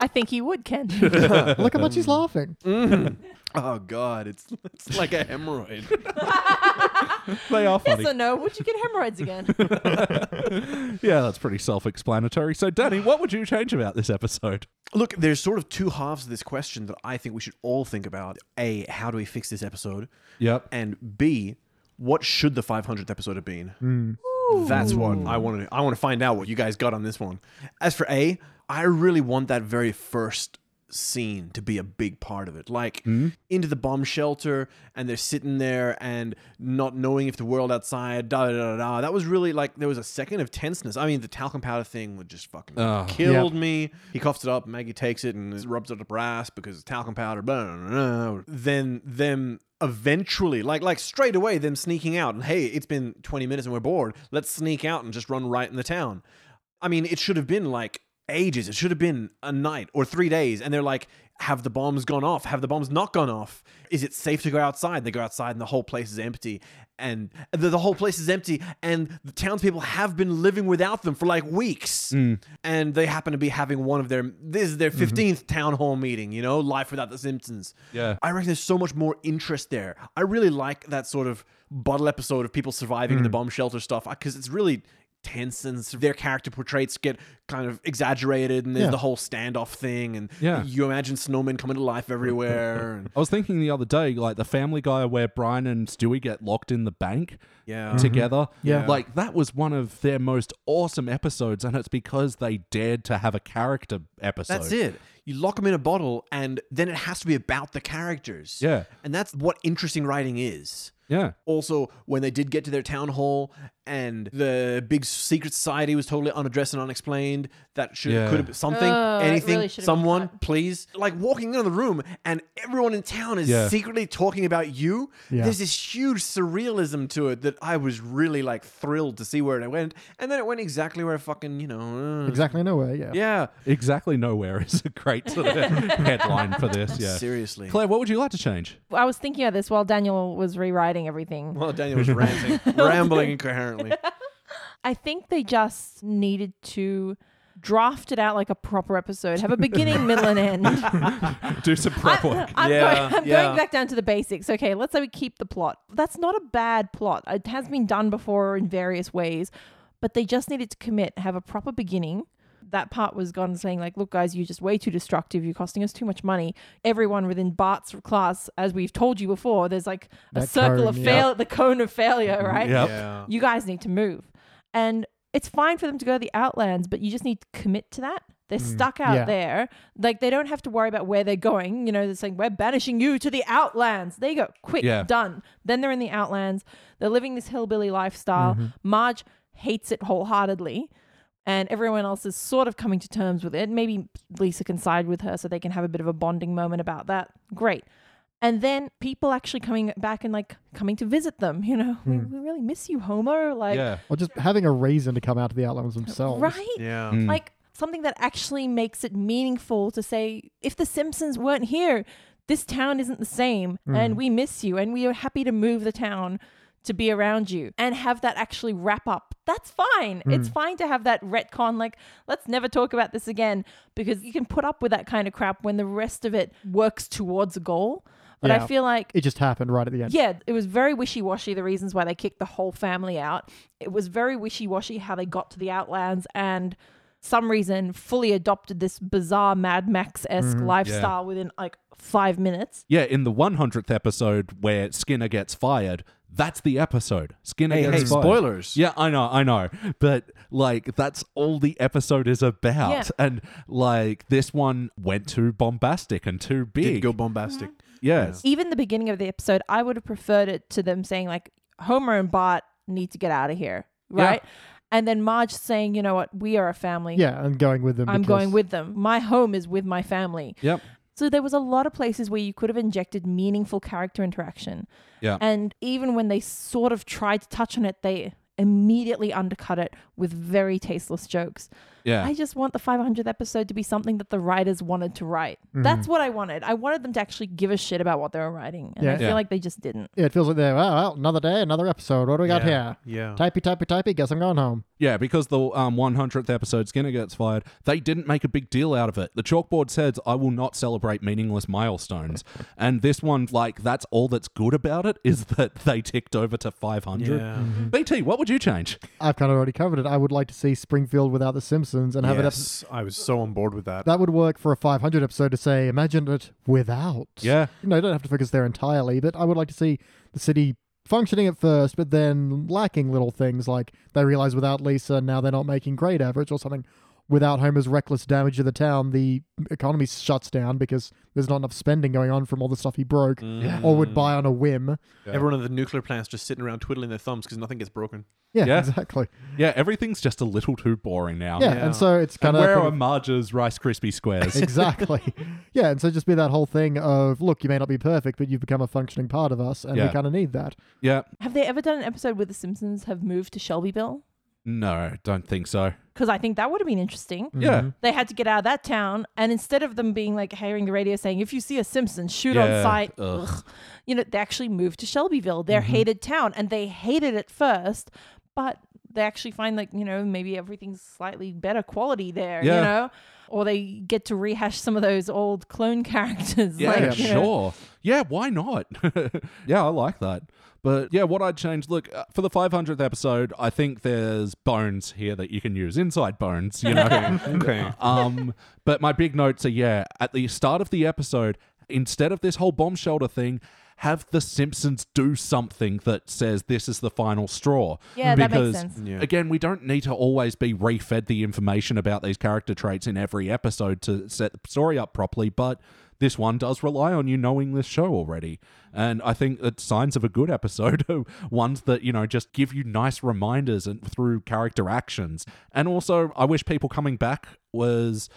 S3: I think you would, Ken.
S4: Look how much he's laughing.
S1: Mm.
S2: Oh god, it's it's like a hemorrhoid.
S1: They are funny.
S3: yes or no? Would you get hemorrhoids again?
S1: yeah, that's pretty self-explanatory. So, Danny, what would you change about this episode?
S2: Look, there's sort of two halves of this question that I think we should all think about. A, how do we fix this episode?
S1: Yep.
S2: And B, what should the 500th episode have been?
S1: Mm.
S2: That's what I want to. I want to find out what you guys got on this one. As for A, I really want that very first scene to be a big part of it. Like
S1: Hmm?
S2: into the bomb shelter, and they're sitting there and not knowing if the world outside. Da da da da. That was really like there was a second of tenseness. I mean, the talcum powder thing would just fucking
S1: Ugh.
S2: killed me. He coughs it up. Maggie takes it and rubs it up her ass because it's talcum powder. Blah, blah, blah, blah. Then them eventually, like like straight away, them sneaking out and hey, it's been 20 minutes and we're bored. Let's sneak out and just run right in the town. I mean, it should have been like ages. It should have been a night or three days. And they're like, have the bombs gone off? Have the bombs not gone off? Is it safe to go outside? They go outside and the whole place is empty. And the, the whole place is empty. And the townspeople have been living without them for like weeks. And they happen to be having one of their, this is their 15th town hall meeting, you know, Life Without the Simpsons.
S1: Yeah.
S2: I reckon there's so much more interest there. I really like that sort of bottle
S1: Hmm.
S2: uh, episode of people surviving in the bomb shelter stuff because it's really tense and s- their character portraits get kind of exaggerated, and there's
S4: Yeah.
S2: the whole standoff thing, and
S1: Yeah.
S2: you imagine snowmen coming to life everywhere, and
S1: I was thinking the other day, like the Family Guy where Brian and Stewie get locked in the bank Mm-hmm.
S2: yeah,
S1: together.
S4: Yeah.
S1: Like that was one of their most awesome episodes, and it's because they dared to have a character episode.
S2: That's it. You lock them in a bottle, and then it has to be about the characters.
S1: Yeah.
S2: And that's what interesting writing is.
S1: Yeah.
S2: Also, when they did get to their town hall and the big secret society was totally unaddressed and unexplained, that should
S1: Yeah.
S2: could have been something,
S3: Oh, it
S2: anything,
S3: really should have been
S2: someone,
S3: cut.
S2: please. Like walking into the room and everyone in town is
S1: Yeah.
S2: secretly talking about you.
S4: Yeah.
S2: There's this huge surrealism to it that I was really like thrilled to see where it went. And then it went exactly where fucking, you know. uh,
S4: Exactly nowhere. Yeah.
S2: Yeah.
S1: Exactly nowhere is a great sort of headline for this. Yeah.
S2: Seriously.
S1: Claire, what would you like to change?
S3: I was thinking of this while Daniel was rewriting everything.
S2: Well, Daniel was ranting, rambling incoherently.
S3: I think they just needed to draft it out like a proper episode, have a beginning, middle, and end.
S1: Do some prep work.
S3: I'm,
S2: Yeah,
S3: going, I'm
S2: yeah.
S3: going back down to the basics. Okay, let's say we keep the plot. That's not a bad plot. It has been done before in various ways, but they just needed to commit, have a proper beginning. That part was gone saying, like, look, guys, you're just way too destructive. You're costing us too much money. Everyone within Bart's class, as we've told you before, there's like a
S4: That
S3: circle
S4: cone, Mm-hmm.
S3: of
S4: yeah.
S3: fail, the cone of failure, right?
S1: Yep.
S2: Yeah.
S3: you guys need to move. And it's fine for them to go to the outlands, but you just need to commit to that. They're stuck out
S4: Yeah.
S3: there. Like they don't have to worry about where they're going. You know, they're saying, We're banishing you to the outlands. There you go. Quick,
S1: Yeah.
S3: done. Then they're in the outlands. They're living this hillbilly
S4: Mm-hmm.
S3: lifestyle. Marge hates it wholeheartedly. And everyone else is sort of coming to terms with it. Maybe Lisa can side with her so they can have a bit of a bonding moment about that. Great and then people actually coming back and like coming to visit them you know we, we really miss you homer like
S1: yeah.
S4: Or just having a reason to come out to the Outlands themselves.
S3: right
S2: Yeah.
S1: Mm.
S3: like something that actually makes it meaningful to say if the simpsons weren't here this town isn't the same and we miss you and we are happy to move the town to be around you and have that actually wrap up that's fine it's fine to have that retcon like let's never talk about this again because you can put up with that kind of crap when the rest of it works towards a goal but i
S4: Yeah.
S3: feel like
S4: It just happened right at the end.
S3: yeah, it was very wishy washy the reasons why they kicked the whole family out. It was very wishy washy how they got to the Outlands and some reason fully adopted this bizarre Mad Max
S4: Mm-hmm,
S3: esque lifestyle within like five minutes.
S1: Yeah, in the 100th episode where Skinner gets fired, that's the episode. Skinner
S2: Hey,
S1: gets
S2: hey,
S1: fired.
S2: spoilers.
S1: Yeah, I know, I know. But like that's all the episode is about.
S3: Yeah.
S1: And like this one went too bombastic and too big.
S2: Did go bombastic.
S1: yes.
S3: Even the beginning of the episode, I would have preferred it to them saying like Homer and Bart need to get out of here,
S1: Yeah.
S3: right? And then Marge saying, you know what, we are a family.
S4: Yeah, I'm going with them.
S3: I'm
S4: because-
S3: going with them. My home is with my family.
S1: Yep.
S3: So there was a lot of places where you could have injected meaningful character interaction.
S1: Yeah.
S3: And even when they sort of tried to touch on it, they immediately undercut it with very tasteless jokes.
S1: Yeah.
S3: I just want the 500th episode to be something that the writers wanted to write. That's what I wanted. I wanted them to actually give a shit about what they were writing. And I
S4: Yeah.
S3: feel
S1: Yeah.
S3: like they just didn't.
S4: Yeah, it feels like they're, oh, well, another day, another episode. What do we got here?
S2: Yeah.
S4: Typey, typey, typey. Guess I'm going home.
S1: Yeah, because the um, 100th episode, Skinner gets fired, they didn't make a big deal out of it. The chalkboard says, I will not celebrate meaningless milestones. And this one, like, that's all that's good about it is that they ticked over to 500.
S2: Yeah.
S1: BT, what would you change?
S4: I've kind of already covered it. I would like to see Springfield without the Simpsons and have it. Episode-
S2: I was so on board with
S4: that would work for a 500 episode to say, imagine it without.
S1: Yeah.
S4: You know, you don't have to focus there entirely, but I would like to see the city functioning at first, but then lacking little things like they realize without Lisa, now they're not making great average or something. Without Homer's reckless damage to the town, the economy shuts down because there's not enough spending going on from all the stuff he broke
S1: Mm.
S4: or would buy on a whim.
S2: Everyone at the nuclear plant's just sitting around twiddling their thumbs because nothing gets broken.
S4: Yeah,
S1: Yeah.
S4: exactly.
S1: Yeah, everything's just a little too boring now.
S4: Yeah,
S2: Yeah.
S4: and so it's
S1: And
S4: kind
S1: where
S4: of
S1: are Marge's Rice Krispie Squares?
S4: exactly. yeah, and so just be that whole thing of look, you may not be perfect, but you've become a functioning part of us, and
S1: Yeah.
S4: we kind of need that.
S1: yeah.
S3: Have they ever done an episode where the Simpsons have moved to Shelbyville?
S1: No, don't think so.
S3: Because I think that would have been interesting.
S4: Mm-hmm.
S1: Yeah.
S3: They had to get out of that town, and instead of them being like hearing the radio saying, "If you see a Simpson, shoot
S1: Yeah,
S3: on sight,"
S1: ugh. Mm-hmm.
S3: ugh, you know, they actually moved to Shelbyville, their hated town, and they hated it first, but they actually find like you know maybe everything's slightly better quality there,
S1: Yeah.
S3: you know, or they get to rehash some of those old clone characters.
S1: Yeah,
S3: like, you know.
S1: sure. Yeah, why not? yeah, I like that. But yeah, what I'd change look, uh, for the 500th episode, I think there's bones here that you can use, inside bones, you know.
S2: Okay.
S1: um, but my big notes are yeah, at the start of the episode, instead of this whole bomb shelter thing, have the Simpsons do something that says this is the final straw.
S3: Yeah, that makes
S1: because,
S3: sense.
S2: Yeah.
S1: Again, we don't need to always be refed the information about these character traits in every episode to set the story up properly, but this one does rely on you knowing this show already. And I think that signs of a good episode are ones that, you know, just give you nice reminders and through character actions. And also, I wish people coming back was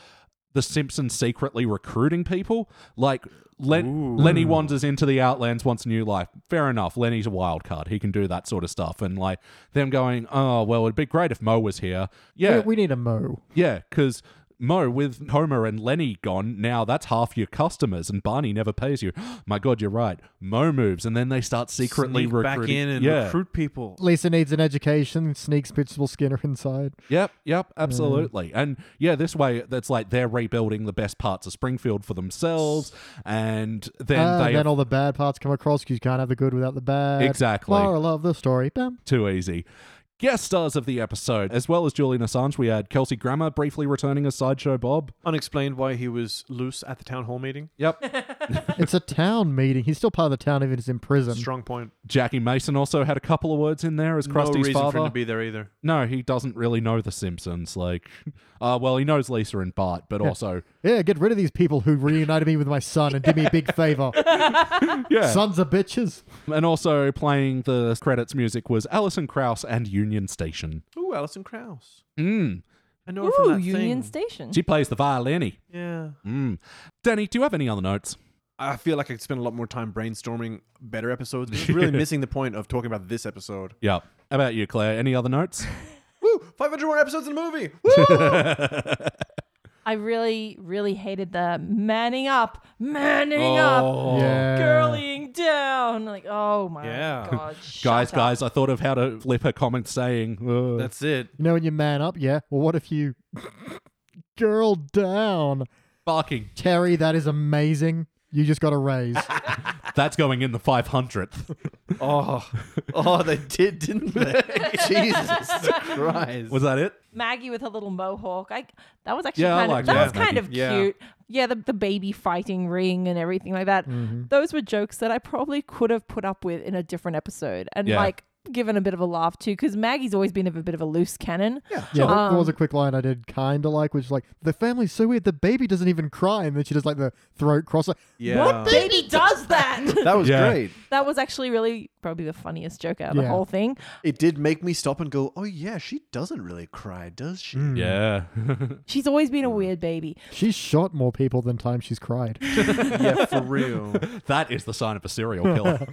S1: the Simpsons secretly recruiting people. Like Len- Lenny wanders into the Outlands, wants a new life. Fair enough. Lenny's a wild card. He can do that sort of stuff. And like them going, oh well, it'd be great if Mo was here. Yeah,
S4: We, we need a mo.
S1: yeah, because. Mo, with Homer and Lenny gone, now that's half your customers, and Barney never pays you. My God, you're right. Mo moves, and then they start secretly
S2: Sneak
S1: recruiting.
S2: back in and
S1: yeah.
S2: recruit people.
S4: Lisa needs an education. Sneaks Pitchable Skinner inside.
S1: Yep, yep,
S4: Mm-hmm.
S1: absolutely. And yeah, this way that's like they're rebuilding the best parts of Springfield for themselves and then
S4: Ah,
S1: they
S4: then all the bad parts come across 'cause you can't have the good without the bad.
S1: Exactly.
S4: Laura, love the story. Bam.
S1: too easy. Guest stars of the episode, as well as Julian Assange, we had Kelsey Grammer briefly returning as Sideshow Bob.
S2: Unexplained why he was loose at the town hall meeting.
S1: Yep.
S4: It's a town meeting. He's still part of the town, even if he's in prison.
S2: Strong point.
S1: Jackie Mason also had a couple of words in there as
S2: no
S1: Krusty's
S2: reason for
S1: father.
S2: him to be there either.
S1: no, he doesn't really know The Simpsons. Like, uh, well, he knows Lisa and Bart, but also,
S4: Yeah, get rid of these people who reunited me with my son and did me a big favor.
S1: yeah.
S4: Sons of bitches.
S1: and also playing the credits music was Alison Krauss and Union Station.
S2: Ooh, Alison Krauss.
S1: Mm.
S2: I know her from
S3: Ooh,
S2: that
S3: Union
S2: thing.
S3: Station.
S1: She plays the violini.
S2: Yeah.
S1: Mm. Danny, do you have any other notes?
S2: I feel like I could spend a lot more time brainstorming better episodes. But it's really missing the point of talking about this episode.
S1: Yeah. How about you, Claire? Any other notes?
S2: Woo! 500 more episodes in the movie. Woo!
S3: I really, really hated the manning up, manning
S1: Oh,
S3: up,
S4: yeah.
S3: girlying down. Like, oh my
S2: Yeah.
S3: god, shut
S1: guys,
S3: up.
S1: guys, I thought of how to flip a comment saying, uh,
S2: That's it.
S4: You know when you man up, yeah. Well, what if you girl down?
S1: barking.
S4: Terry, that is amazing. You just got a raise.
S1: That's going in the 500th.
S2: Oh, oh, they did, didn't they? Jesus Christ!
S1: Was that it?
S3: Maggie with her little mohawk. I that was actually
S1: Yeah, I
S3: kind
S1: liked
S3: of that
S1: that,
S3: was kind
S2: Maggie.
S3: of
S2: Yeah.
S3: cute. Yeah, the, the baby fighting ring and everything like that.
S1: Mm-hmm.
S3: Those were jokes that I probably could have put up with in a different episode and
S1: Yeah.
S3: like given a bit of a laugh too, because Maggie's always been a bit of a loose cannon. Yeah.
S4: yeah, there, there was a quick line I did kind of like, which is like, the family's so weird, the baby doesn't even cry. And then she does like the throat crosser.
S2: yeah.
S3: What baby does that?
S2: That was
S1: Yeah.
S2: great.
S3: that was actually really probably the funniest joke out of the
S4: Yeah.
S3: whole thing.
S2: It did make me stop and go, "Oh yeah, she doesn't really cry, does she?"
S1: Mm. Yeah.
S3: She's always
S1: Mm.
S3: been a weird baby.
S4: She's shot more people than times she's cried.
S2: yeah, for real.
S1: that is the sign of a serial killer.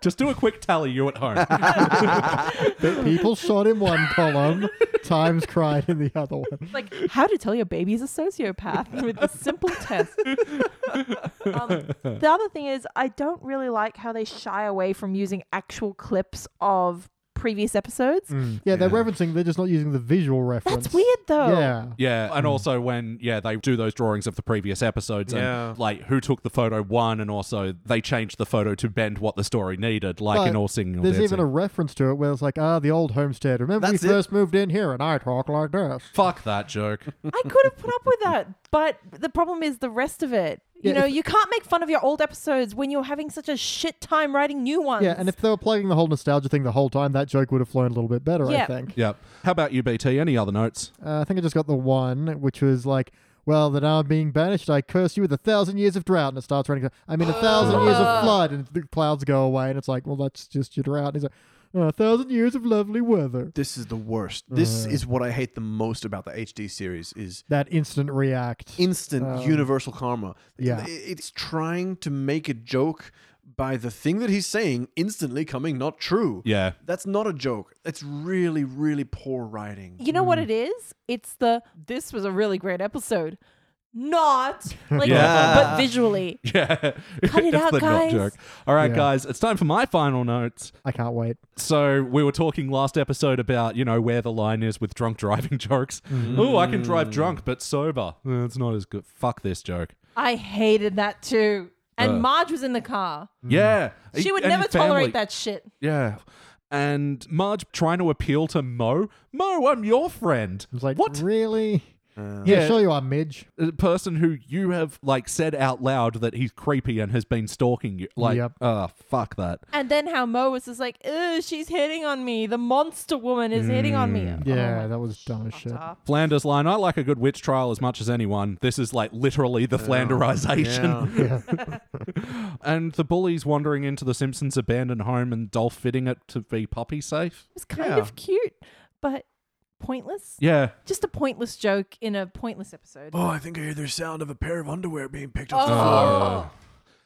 S1: Just do a quick tally, you at home.
S4: But people shot in one column, times cried in the other one. Mm,
S3: like how to tell your baby's a sociopath with a simple test. um, the other thing is, I don't really like how they shy away from using actual clips of previous episodes.
S1: Mm,
S4: Yeah, they're referencing, they're just not using the visual reference.
S3: That's weird, though.
S4: Yeah.
S1: Yeah, and also when yeah they do those drawings of the previous episodes and
S2: Yeah.
S1: like who took the photo one, and also they changed the photo to bend what the story needed, like
S4: But
S1: in all singing. All
S4: There's
S1: Dancing.
S4: even a reference to it where it's like, ah, the old homestead. Remember
S2: That's it.
S4: we first moved in here and I talk like this.
S1: fuck that joke.
S3: I could have put up with that, but the problem is the rest of it. You
S4: Yeah,
S3: know,
S4: if-
S3: you can't make fun of your old episodes when you're having such a shit time writing new ones.
S4: Yeah, and if they were plugging the whole nostalgia thing the whole time, that joke would have flown a little bit better, I
S3: Yeah.
S4: think.
S1: yep. How about you, BT? Any other notes?
S4: Uh, I think I just got the one, which was like, well, that I'm being banished, I curse you with a thousand years of drought. And it starts raining. I mean, a thousand years of flood. And the clouds go away. And it's like, well, that's just your drought. And he's like, "Oh, a thousand years of lovely weather.
S2: This is the worst. This is what I hate the most about the HD series is
S4: That instant react.
S2: instant universal karma.
S4: yeah.
S2: I- It's trying to make a joke by the thing that he's saying instantly coming not true.
S1: Yeah.
S2: That's not a joke. That's really, really poor writing.
S3: You know
S4: Mm.
S3: what it is? It's the this was a really great episode. Not like
S1: Yeah.
S3: but visually.
S1: Yeah.
S3: it
S1: It's
S3: out,
S1: the not
S3: guys.
S1: joke. All right,
S4: Yeah.
S1: guys, it's time for my final notes.
S4: I can't wait.
S1: So we were talking last episode about, you know, where the line is with drunk driving jokes. Oh, I can drive drunk but sober. Eh, It's not as good. Fuck this joke.
S3: I hated that too. And
S1: Uh.
S3: Marge was in the car.
S1: Yeah. E,
S3: She would
S1: And
S3: never
S1: family.
S3: tolerate that shit.
S1: Yeah. And Marge trying to appeal to Mo. Mo, I'm your friend.
S4: It's like,
S1: what?
S4: Really?
S2: Uh,
S4: Yeah,
S1: Yeah.
S4: sure you are, Midge.
S1: A person who you have like said out loud that he's creepy and has been stalking you. Like,
S4: Yep.
S1: oh, fuck that.
S3: And then how Mo was just like, Ugh, she's hitting on me. The monster woman is hitting on me.
S4: Yeah,
S3: Oh my
S4: that was dumb as shit.
S3: God.
S1: Flanders line, I like a good witch trial as much as anyone. This is like literally the Flanderization.
S4: Yeah.
S1: And the bullies wandering into the Simpsons' abandoned home and Dolph fitting it to be puppy safe.
S3: It was kind
S2: Yeah.
S3: of cute, but pointless.
S1: Yeah.
S3: Just a pointless joke in a pointless episode.
S2: Oh, I think I hear the sound of a pair of underwear being picked
S3: Oh.
S2: up.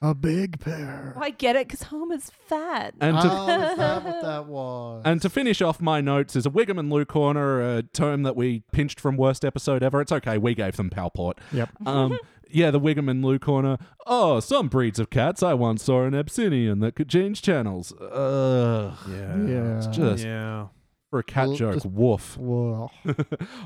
S4: A big pair.
S3: I get it because Homer's fat.
S1: And to,
S4: Oh, is that what that was?
S1: and to finish off my notes is a Wiggum and Lou corner, a term that we pinched from worst episode ever. It's okay, we gave them Palport.
S4: Yep.
S1: Um, yeah, the Wiggum and Lou corner. Oh, some breeds of cats. I once saw an Abyssinian that could change channels. Ugh.
S2: Yeah.
S4: Yeah.
S1: uh, It's just
S2: Yeah.
S1: for a cat
S4: Well,
S1: joke.
S4: just-
S1: Woof.
S4: Whoa.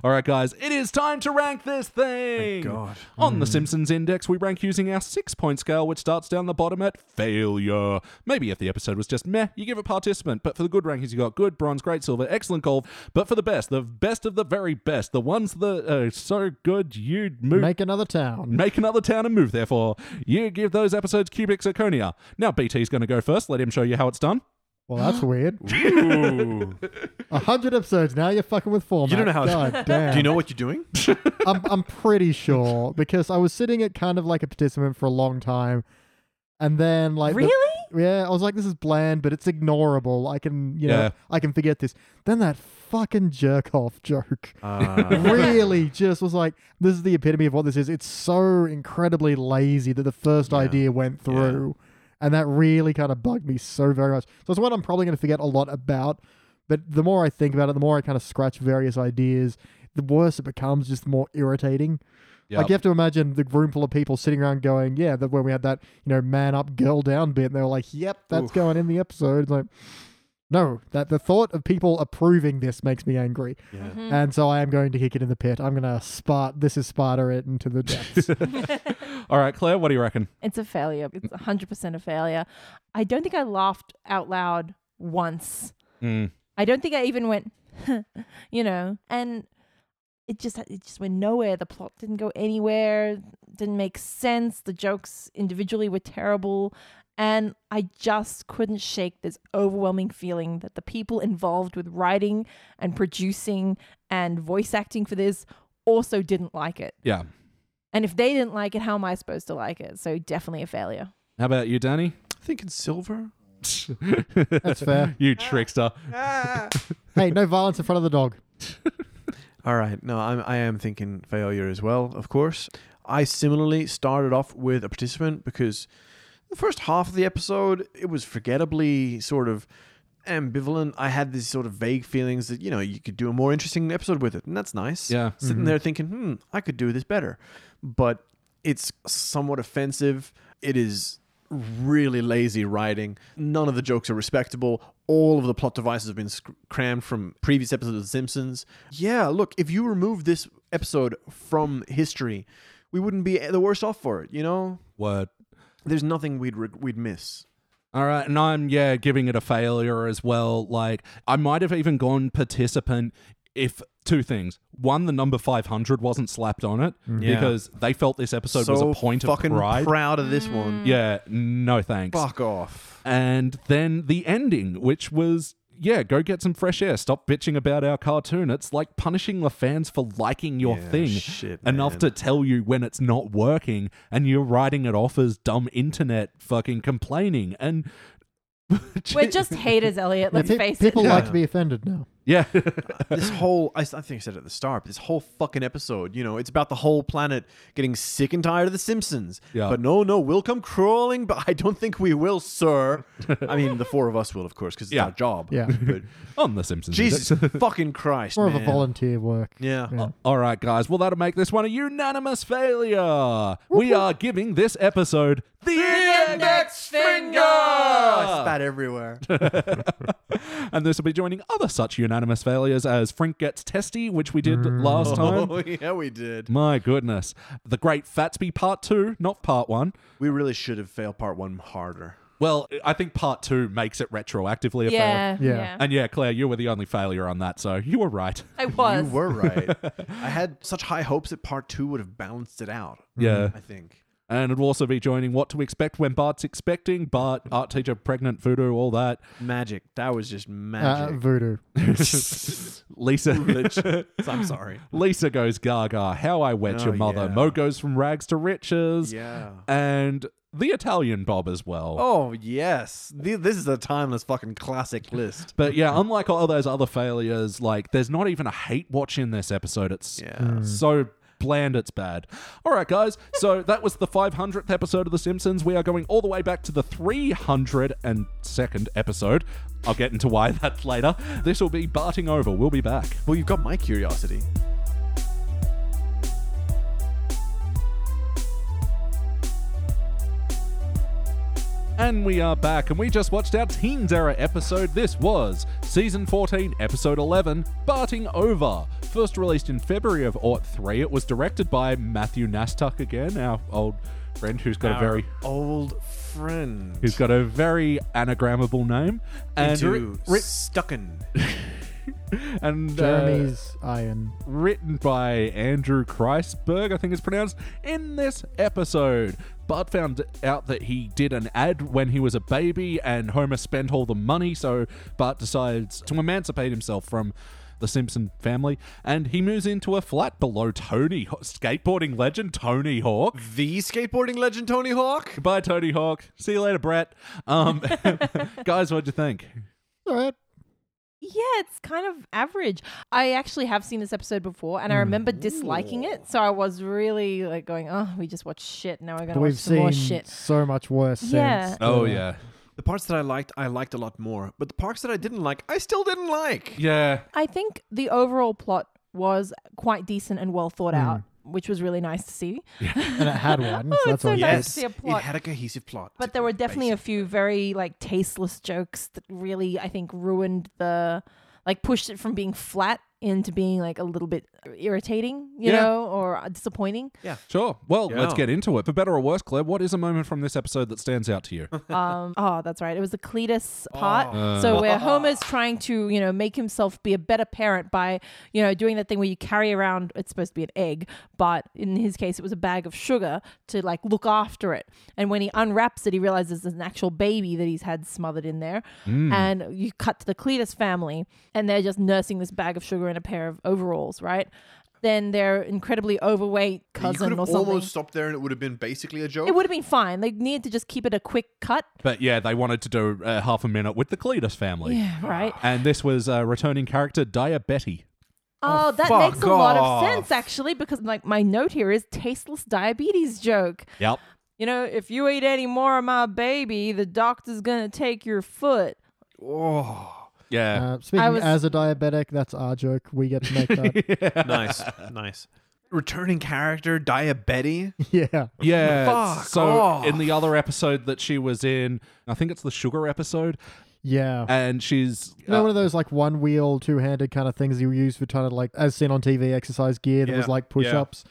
S1: All right, guys, it is time to rank this thing.
S2: God.
S1: On the Simpsons Index, we rank using our six point scale, which starts down the bottom at failure. Maybe if the episode was just meh, you give it participant. But for the good rankings, you got good, bronze, great, silver, excellent, gold. But for the best, the best of the very best, the ones that are so good you'd move.
S4: Make another town.
S1: Make another town and move, therefore. You give those episodes cubic zirconia. Now, BT's going to go first. Let him show you how it's done.
S4: Well, that's weird.
S2: Ooh.
S4: A hundred episodes. Now you're fucking with format.
S2: You don't know how it's-
S4: God damn.
S2: Do you know what you're doing?
S4: I'm, I'm pretty sure because I was sitting at kind of like a participant for a long time, and then like the-
S3: really?
S4: yeah, I was like, this is bland, but it's ignorable. I can you know
S1: Yeah.
S4: I can forget this. Then that fucking jerk off joke
S2: Uh,
S4: really just was like, this is the epitome of what this is. It's so incredibly lazy that the first
S2: Yeah.
S4: idea went through, and that really kind of bugged me so very much. So it's one I'm probably going to forget a lot about. But the more I think about it, the more I kind of scratch various ideas. The worse it becomes, just the more irritating. Like you have to imagine the room full of people sitting around going, "Yeah, that when we had that, you know, man up, girl down bit," and they were like, "Yep, that's
S2: Oof.
S4: going in the episode." It's like, no, that the thought of people approving this makes me angry,
S2: yeah.
S3: Hmm.
S4: and so I am going to kick it in the pit. I'm going to Sparta. This is Sparta it into the depths.
S1: All right, Claire, what do you reckon?
S3: It's a failure. It's 100% a failure. I don't think I laughed out loud once.
S1: Mm.
S3: I don't think I even went, you know, and it just it just went nowhere. The plot didn't go anywhere. Didn't make sense. The jokes individually were terrible, and I just couldn't shake this overwhelming feeling that the people involved with writing and producing and voice acting for this also didn't like it.
S1: Yeah.
S3: And if they didn't like it, how am I supposed to like it? So definitely a failure.
S1: How about you, Danny?
S2: Thinking silver.
S4: That's fair.
S1: You trickster.
S4: hey, no violence in front of the dog.
S2: All right. No, I'm, I am thinking failure as well, of course. I similarly started off with a participant because the first half of the episode, it was forgettably sort of ambivalent. I had these sort of vague feelings that, you know, you could do a more interesting episode with it, and that's nice.
S1: Yeah.
S2: Sitting there thinking, hmm, I could do this better. But it's somewhat offensive. It is really lazy writing. None of the jokes are respectable. All of the plot devices have been sc- crammed from previous episodes of The Simpsons. Yeah, look, if you remove this episode from history, we wouldn't be the worse off for it, you know?
S1: Word.
S2: There's nothing we'd re- we'd miss.
S1: All right, and I'm yeah giving it a failure as well. Like I might have even gone participant if two things: one, the number five hundred wasn't slapped on it
S2: Mm-hmm. Yeah.
S1: because they felt this episode was a point of
S2: fucking
S1: pride.
S2: proud of this one.
S1: yeah, no thanks.
S2: Fuck off.
S1: And then the ending, which was yeah, go get some fresh air. Stop bitching about our cartoon. It's like punishing the fans for liking your
S2: Yeah,
S1: thing
S2: shit,
S1: enough
S2: man.
S1: to tell you when it's not working, and you're writing it off as dumb internet fucking complaining and.
S3: We're just haters, Elliot.
S4: Yeah,
S3: Let's
S4: pe-
S3: face
S4: people
S3: it.
S4: like
S2: Yeah.
S4: to be offended now.
S1: Yeah.
S2: this whole I, s- I think I said it at the start, but this whole fucking episode, you know, it's about the whole planet getting sick and tired of the Simpsons.
S1: Yeah.
S2: But no, no, we'll come crawling, but I don't think we will, sir. I mean, the four of us will, of course, because it's
S1: Yeah.
S2: our job.
S4: Yeah.
S2: But
S1: on The Simpsons.
S2: Jesus fucking Christ,
S4: More of
S2: man.
S4: a volunteer work.
S2: Yeah.
S3: Oh,
S4: Yeah. Uh,
S1: All right, guys. Well, that'll make this one a unanimous failure. We are giving this episode the index
S3: finger!
S2: Spat everywhere.
S1: and this will be joining other such unanimous failures as Frink Gets Testy, which we did last time.
S2: oh, yeah, we did.
S1: My goodness. The Great Fatsby Part 2, not Part 1.
S2: We really should have failed part one harder.
S1: Well, I think Part 2 makes it retroactively a failure.
S3: Yeah,
S4: Yeah.
S3: yeah.
S1: And yeah, Claire, you were the only failure on that, so you were right.
S3: I was.
S2: You were right. I had such high hopes that part two would have balanced it out.
S1: Yeah.
S2: I think.
S1: And it'll also be joining What to Expect When Bart's Expecting, Bart, Art Teacher, Pregnant, Voodoo, all that.
S2: Magic. That was just
S4: Uh,
S2: magic.
S4: voodoo.
S1: Lisa.
S2: Legit. I'm sorry.
S1: Lisa goes gaga, how I wet
S2: Oh,
S1: your mother.
S2: yeah.
S1: Mo goes from rags to riches.
S2: Yeah.
S1: And the Italian Bob as well.
S2: Oh yes, Th- this is a timeless fucking classic list.
S1: But yeah, unlike all those other failures, like there's not even a hate watch in this episode. It's
S2: Yeah.
S1: so bland it's bad. All right, guys. So that was the 500th episode of The Simpsons. We are going all the way back to the 302nd episode. I'll get into why that's later. This will be Barting Over. We'll be back.
S2: Well, you've got my curiosity.
S1: And we are back, and we just watched our Teens Era episode. This was Season 14, Episode 11, Barting Over. First released in February of Aught 3, it was directed by Matthew Nastuck again, our old friend who's got a very.
S2: old friend
S1: Who's got a very anagrammable name, and
S2: into
S1: writ-
S2: Stucken.
S1: and uh,
S4: Jeremy's iron.
S1: written by Andrew Kreisberg, I think it's pronounced, in this episode. Bart found out that he did an ad when he was a baby and Homer spent all the money, so Bart decides to emancipate himself from the Simpson family and he moves into a flat below Tony, Haw- skateboarding legend Tony Hawk.
S2: The skateboarding legend Tony Hawk.
S1: Goodbye, Tony Hawk. See you later, Brett. Um, guys, what'd you think?
S4: All right.
S3: Yeah, it's kind of average. I actually have seen this episode before, and I remember disliking it. So I was really like going, "Oh, we just watched shit. Now we're
S4: But
S3: gonna watch
S4: we've
S3: some more
S4: seen
S3: shit."
S4: so much worse
S3: Yeah.
S4: since. Uh,
S1: Oh, yeah.
S2: The parts that I liked, I liked a lot more. But the parts that I didn't like, I still didn't like.
S1: Yeah.
S3: I think the overall plot was quite decent and well thought out, which was really nice to see.
S4: And it had one.
S3: Oh,
S4: so
S3: it's
S4: that's
S3: so
S4: all.
S3: nice.
S4: good.
S3: to see a plot.
S2: it had a cohesive plot.
S3: But there were definitely a few very like tasteless jokes that really I think ruined the like pushed it from being flat into being like a little bit irritating, you
S1: Yeah.
S3: know, or disappointing.
S1: Sure. Well,
S2: Yeah.
S1: let's get into it. For better or worse, Claire, what is a moment from this episode that stands out to you?
S3: um, oh, that's right. It was the Cletus part.
S1: Uh,
S3: So
S2: uh,
S3: where Homer's trying to, you know, make himself be a better parent by, you know, doing that thing where you carry around. It's supposed to be an egg, but in his case, it was a bag of sugar to like look after it. And when he unwraps it, he realizes there's an actual baby that he's had smothered in there.
S2: Hmm.
S3: And you cut to the Cletus family, and they're just nursing this bag of sugar in a pair of overalls, right? Then their incredibly overweight
S2: You could
S3: cousin
S2: have
S3: or
S2: almost
S3: something.
S2: stopped there, and it would have been basically a joke.
S3: it would have been fine. They needed to just keep it a quick cut.
S1: But yeah, they wanted to do uh, half a minute with the Cletus family.
S3: Yeah, right.
S1: And this was uh, returning character Diabetti.
S3: Oh, that
S2: fuck
S3: makes a lot
S2: off.
S3: of sense actually, because like my note here is tasteless diabetes joke.
S1: Yep.
S3: You know, if you eat any more of my baby, the doctor's gonna take your foot.
S2: oh,
S1: Yeah.
S4: Uh, speaking
S3: was-
S4: as a diabetic, that's our joke. We get to make that.
S2: nice, nice. Returning character diabetic.
S4: yeah.
S1: yeah.
S2: Fuck
S1: so
S2: off.
S1: in the other episode that she was in, I think it's the sugar episode,
S4: Yeah.
S1: and she's
S4: You know,
S1: uh,
S4: one of those like one wheel, two handed kind of things you use for trying to like, as seen on TV, exercise gear that was
S2: Yeah,
S4: like push ups.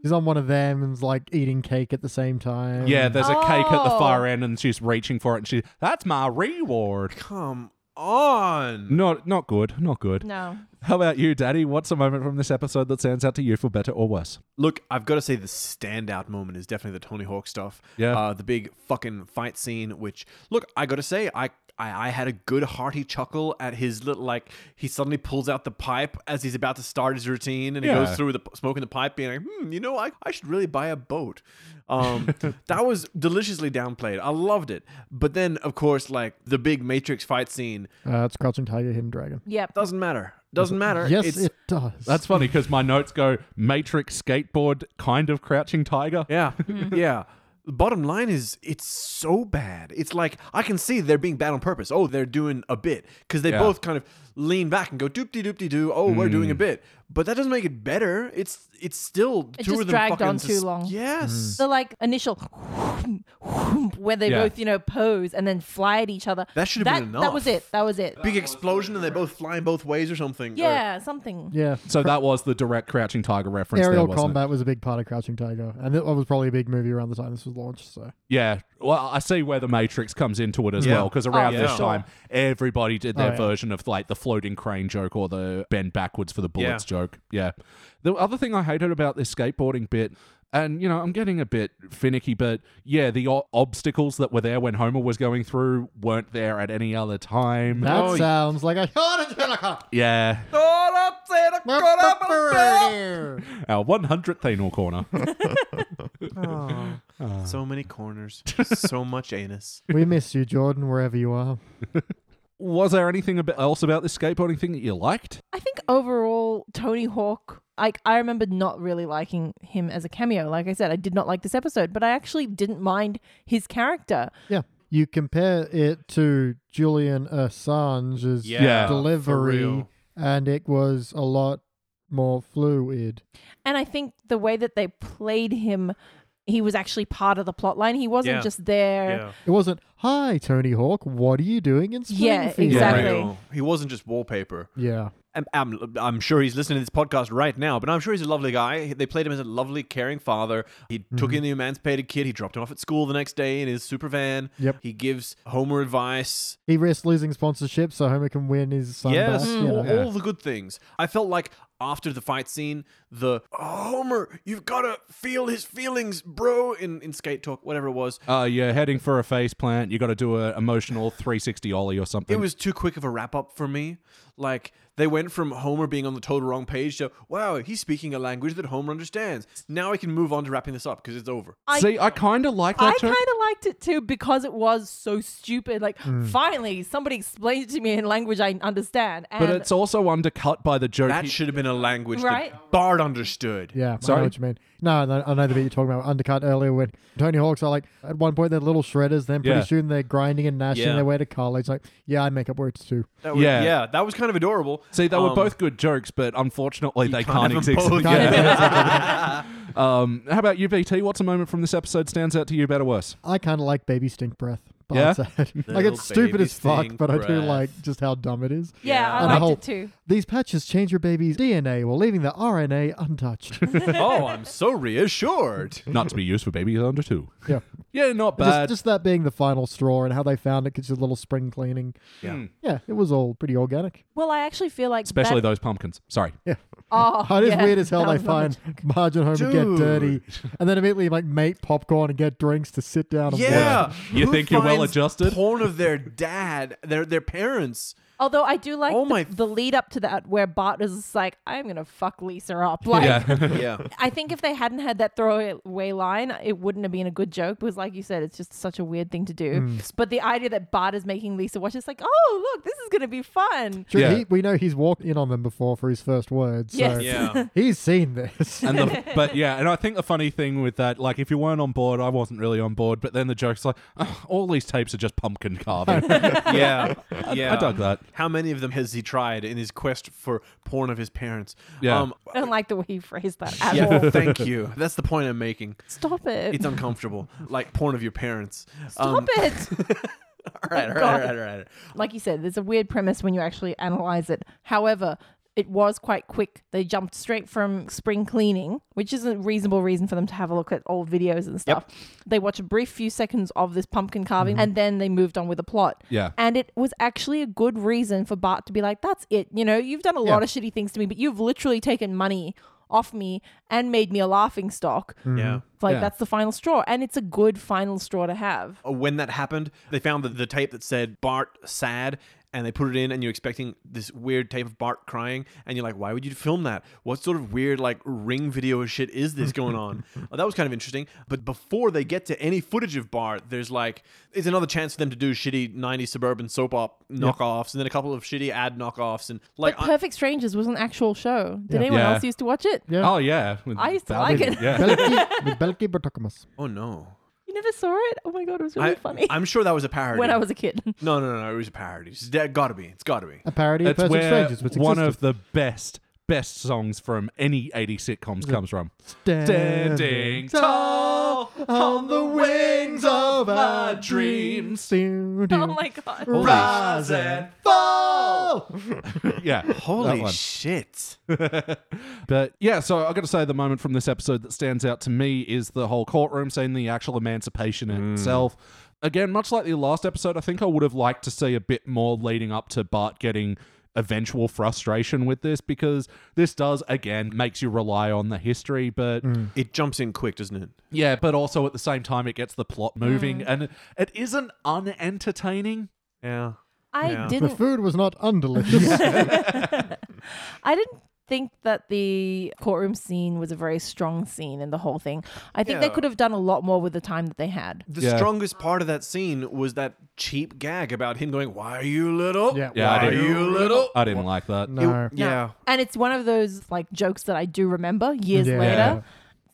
S4: He's on one of them and's like eating cake at the same time.
S1: yeah, there's a cake at the
S3: Oh.
S1: far end, and she's reaching for it, and she that's my reward.
S2: Come on.
S1: Not not good. Not good.
S3: No.
S1: How about you, Daddy? What's a moment from this episode that stands out to you for better or worse?
S2: Look, I've got to say the standout moment is definitely the Tony Hawk stuff.
S1: Yeah.
S2: Uh, the big fucking fight scene, which, look, I got to say, I, I, I had a good hearty chuckle at his little, like, he suddenly pulls out the pipe as he's about to start his routine and
S1: Yeah.
S2: he goes through with the p- smoking the pipe, being like, hmm, you know, I, I should really buy a boat. Um, that was deliciously downplayed. I loved it. But then, of course, like, the big Matrix fight scene
S4: Uh, it's Crouching Tiger, Hidden Dragon.
S3: Yep.
S2: doesn't matter. Doesn't matter.
S4: Yes,
S2: It's-
S4: it does.
S1: That's funny because my notes go Matrix skateboard, kind of crouching tiger.
S2: Yeah.
S3: Mm-hmm.
S2: yeah. The bottom line is it's so bad. It's like I can see they're being bad on purpose. Oh, they're doing a bit because they
S1: Yeah.
S2: both kind of lean back and go doop de doop de doo. Oh, we're doing a bit. But that doesn't make it better. It's it's still
S3: It
S2: two
S3: just
S2: of them
S3: dragged
S2: fucking
S3: on too
S2: sus-
S3: long.
S2: Yes.
S3: The like initial where they
S1: Yeah.
S3: both you know pose and then fly at each other.
S2: That should have
S3: that,
S2: been
S3: That was
S2: enough.
S3: it. That was it.
S2: Big explosion and they both flying both ways or something. or-
S3: Yeah, something.
S4: Yeah.
S1: So that was the direct Crouching Tiger reference there,
S4: Aerial
S1: wasn't it?
S4: combat was a big part of Crouching Tiger, and that was probably a big movie around the time this was launched.
S1: Oh,
S4: So
S1: Yeah. Well, I see where the Matrix comes into it as
S2: Yeah.
S1: well, because around
S2: for
S1: this
S2: sure.
S1: time, everybody did their
S4: Oh, yeah.
S1: version of like the floating crane joke or the bend backwards for the bullets
S2: Yeah.
S1: joke. Yeah. The other thing I hated about this skateboarding bit. And you know I'm getting a bit finicky, but yeah, the o- obstacles that were there when Homer was going through weren't there at any other time.
S4: that
S2: Oh, y-
S4: sounds like a
S1: Yeah, our 100th anal corner.
S2: Aw. So many corners. so much anus.
S4: We miss you, Jordan, wherever you are.
S1: was there anything ab- else about this skateboarding thing that you liked?
S3: I think overall, Tony Hawk. Like I remember not really liking him as a cameo. Like I said, I did not like this episode, but I actually didn't mind his character.
S4: Yeah. You compare it to Julian Assange's
S2: Yeah,
S1: Yeah. for
S4: delivery,
S2: real.
S4: and it was a lot more fluid.
S3: And I think the way that they played him, he was actually part of the plot line. He wasn't
S2: Yeah.
S3: just there.
S4: It wasn't, "Hi, Tony Hawk, what are you doing in
S3: Yeah,
S4: Springfield?"
S3: exactly.
S2: Real. He wasn't just wallpaper.
S4: Yeah,
S2: I'm, I'm, Um, I'm sure he's listening to this podcast right now, but I'm sure he's a lovely guy. They played him as a lovely, caring father. He took in the emancipated kid. He dropped him off at school the next day in his super van.
S4: Yep.
S2: He gives Homer advice.
S4: he risks losing sponsorship so Homer can win his son
S2: Yes,
S4: back.
S2: all,
S4: you know.
S2: all the good things. I felt like after the fight scene, the "Oh, Homer, you've got to feel his feelings, bro, in, in skate talk, whatever it was.
S1: Uh, you're heading for a face plant. You got to do an emotional 360 ollie or something.
S2: It was too quick of a wrap up for me. Like they went from Homer being on the total wrong page to wow, he's speaking a language that Homer understands. Now I can move on to wrapping this up because it's over.
S3: I-
S1: See, I kind of like
S3: I
S1: that
S3: kind
S1: joke.
S3: of liked it too because it was so stupid. Like,
S4: Hmm.
S3: finally, somebody explained it to me in language I understand. And
S1: But it's also undercut by the joke.
S2: That
S1: he-
S2: should have been a language that
S3: Right.
S2: Bart understood.
S4: Yeah, I
S1: Sorry?
S4: know what you mean. No, no, I know the bit you're talking about. Undercut earlier when Tony Hawk's are like, at one point they're little shredders, then pretty
S1: Yeah.
S4: soon they're grinding and gnashing
S2: Yeah.
S4: their way to college. Like, yeah, I make up words too.
S2: That was,
S1: Yeah.
S2: yeah, that was kind of adorable.
S1: See, they were
S2: Um,
S1: both good jokes, but unfortunately, they can't,
S2: have 'em
S1: exist.
S2: both.
S1: Yeah.
S4: Kinda-
S1: Um, how about you, BT? What's a moment from this episode stands out to you, better worse?
S4: I kind of like baby stink breath. But
S1: Yeah?
S4: it's sad. like
S2: Little
S4: it's stupid
S2: baby
S4: as fuck,
S2: stink
S4: but I do
S2: breath.
S4: like just how dumb it is.
S3: yeah,
S2: Yeah.
S3: I
S4: And a
S3: liked
S4: whole-
S3: it too.
S4: These patches change your baby's DNA while leaving the RNA untouched. just,
S2: oh, I'm so reassured.
S1: Not to be used for babies under two.
S4: Yeah.
S1: Yeah, not bad.
S4: just that being the final straw and how they found it because a little spring cleaning.
S2: Yeah.
S4: Yeah, it was all pretty organic.
S3: Well, I actually feel like
S1: Especially
S3: that,
S1: those pumpkins. Sorry.
S3: Oh,
S4: Oh, it is
S3: yeah,
S4: weird as hell
S3: that was
S4: they
S3: rubbish.
S4: find Marge and Homer get
S2: Dude.
S4: dirty and then immediately like make popcorn and get drinks to sit down and watch.
S2: Yeah.
S1: You
S2: Who
S1: think you're
S2: finds
S1: well-adjusted?
S2: Porn of their dad, their their parents.
S3: Although I do like
S2: Oh
S3: the,
S2: my-
S3: the lead up to that where Bart is just like, I'm going to fuck Lisa up. Like,
S1: Yeah.
S2: Yeah.
S3: I think if they hadn't had that throwaway line, it wouldn't have been a good joke because, like you said, it's just such a weird thing to do.
S2: Mm.
S3: But the idea that Bart is making Lisa watch, it's like, oh, look, this is going to be fun.
S4: Sure,
S1: Yeah.
S4: he, we know he's walked in on them before for his first words. So
S3: Yes.
S2: Yeah.
S4: he's seen this.
S1: and the, but yeah, and I think the funny thing with that, like, if you weren't on board, I wasn't really on board. But then the joke's like, "Ugh, all these tapes are just pumpkin carving.
S2: yeah. Yeah.
S1: I dug that.
S2: How many of them has he tried in his quest for porn of his parents? Um,
S1: Yeah.
S3: I don't like the way you phrased that at all.
S2: yeah thank you. That's the point I'm making.
S3: Stop it.
S2: It's uncomfortable. like porn of your parents. Um,
S3: Stop it.
S2: All right, all right, all right, all right, all right.
S3: like you said, there's a weird premise when you actually analyze it. However, it was quite quick. They jumped straight from spring cleaning, which is a reasonable reason for them to have a look at old videos and stuff. They watch a brief few seconds of this pumpkin carving and then they moved on with the plot.
S1: Mm-hmm. Yeah.
S3: And it was actually a good reason for Bart to be like, that's it. You know, you've done a lot of shitty things to me, but you've literally taken money off me and made me a laughing stock.
S2: Yeah.
S3: Like,
S1: Mm. Yeah.
S3: that's the final straw. And it's a good final straw to have.
S2: Uh, When that happened, they found the, the tape that said Bart sad and they put it in and you're expecting this weird tape of Bart crying and you're like, why would you film that? What sort of weird like ring video shit is this going on? Uh, that was kind of interesting. But before they get to any footage of Bart, there's like it's another chance for them to do shitty 90s suburban soap op knockoffs and then a couple of shitty ad knockoffs and like
S3: But Perfect Strangers was an actual show. Did
S4: Yeah.
S3: anyone
S1: Yeah.
S3: else used to watch it?
S4: Yeah.
S1: Oh, yeah. With
S3: I used to
S1: Barbie.
S3: like it.
S1: Yeah.
S4: Belki, with Belki Bertokamas.
S2: oh no.
S3: You never saw it? Oh my god, it was really
S2: I,
S3: funny.
S2: I'm sure that was a parody.
S3: when I was a kid.
S2: No, no, no, no, it was a parody. It's got to be. It's got to be.
S4: A parody
S1: It's
S4: of Perfect
S1: where
S4: Strangers, which
S1: one
S4: existed.
S1: of the best best songs from any 80 sitcoms comes from.
S4: Standing,
S1: Standing tall on the wings of my dreams.
S3: Oh my god.
S4: Holy
S1: Rise and fall. yeah. that
S2: Holy
S1: one.
S2: shit.
S1: But yeah, so I got to say, the moment from this episode that stands out to me is the whole courtroom scene, the actual emancipation in itself. Again, much like the last episode, I think I would have liked to see a bit more leading up to Bart getting eventual frustration with this because this does again makes you rely on the history but
S2: It jumps in quick, doesn't it?
S1: yeah but also at the same time it gets the plot moving and it- it isn't unentertaining
S2: Yeah.
S3: I
S2: Yeah.
S4: The
S3: didn't
S4: food was not undelicious.
S3: I didn't think that the courtroom scene was a very strong scene in the whole thing. I think they
S2: Yeah.
S3: could have done a lot more with the time that they had.
S2: The
S1: Yeah.
S2: strongest part of that scene was that cheap gag about him going, Why are you little?
S4: Yeah.
S1: Yeah, I
S2: Why are
S1: didn't-
S2: you little? Uh,
S1: i didn't like that
S4: No.
S2: Yeah.
S3: And it's one of those like jokes that I do remember years
S4: Yeah.
S3: later.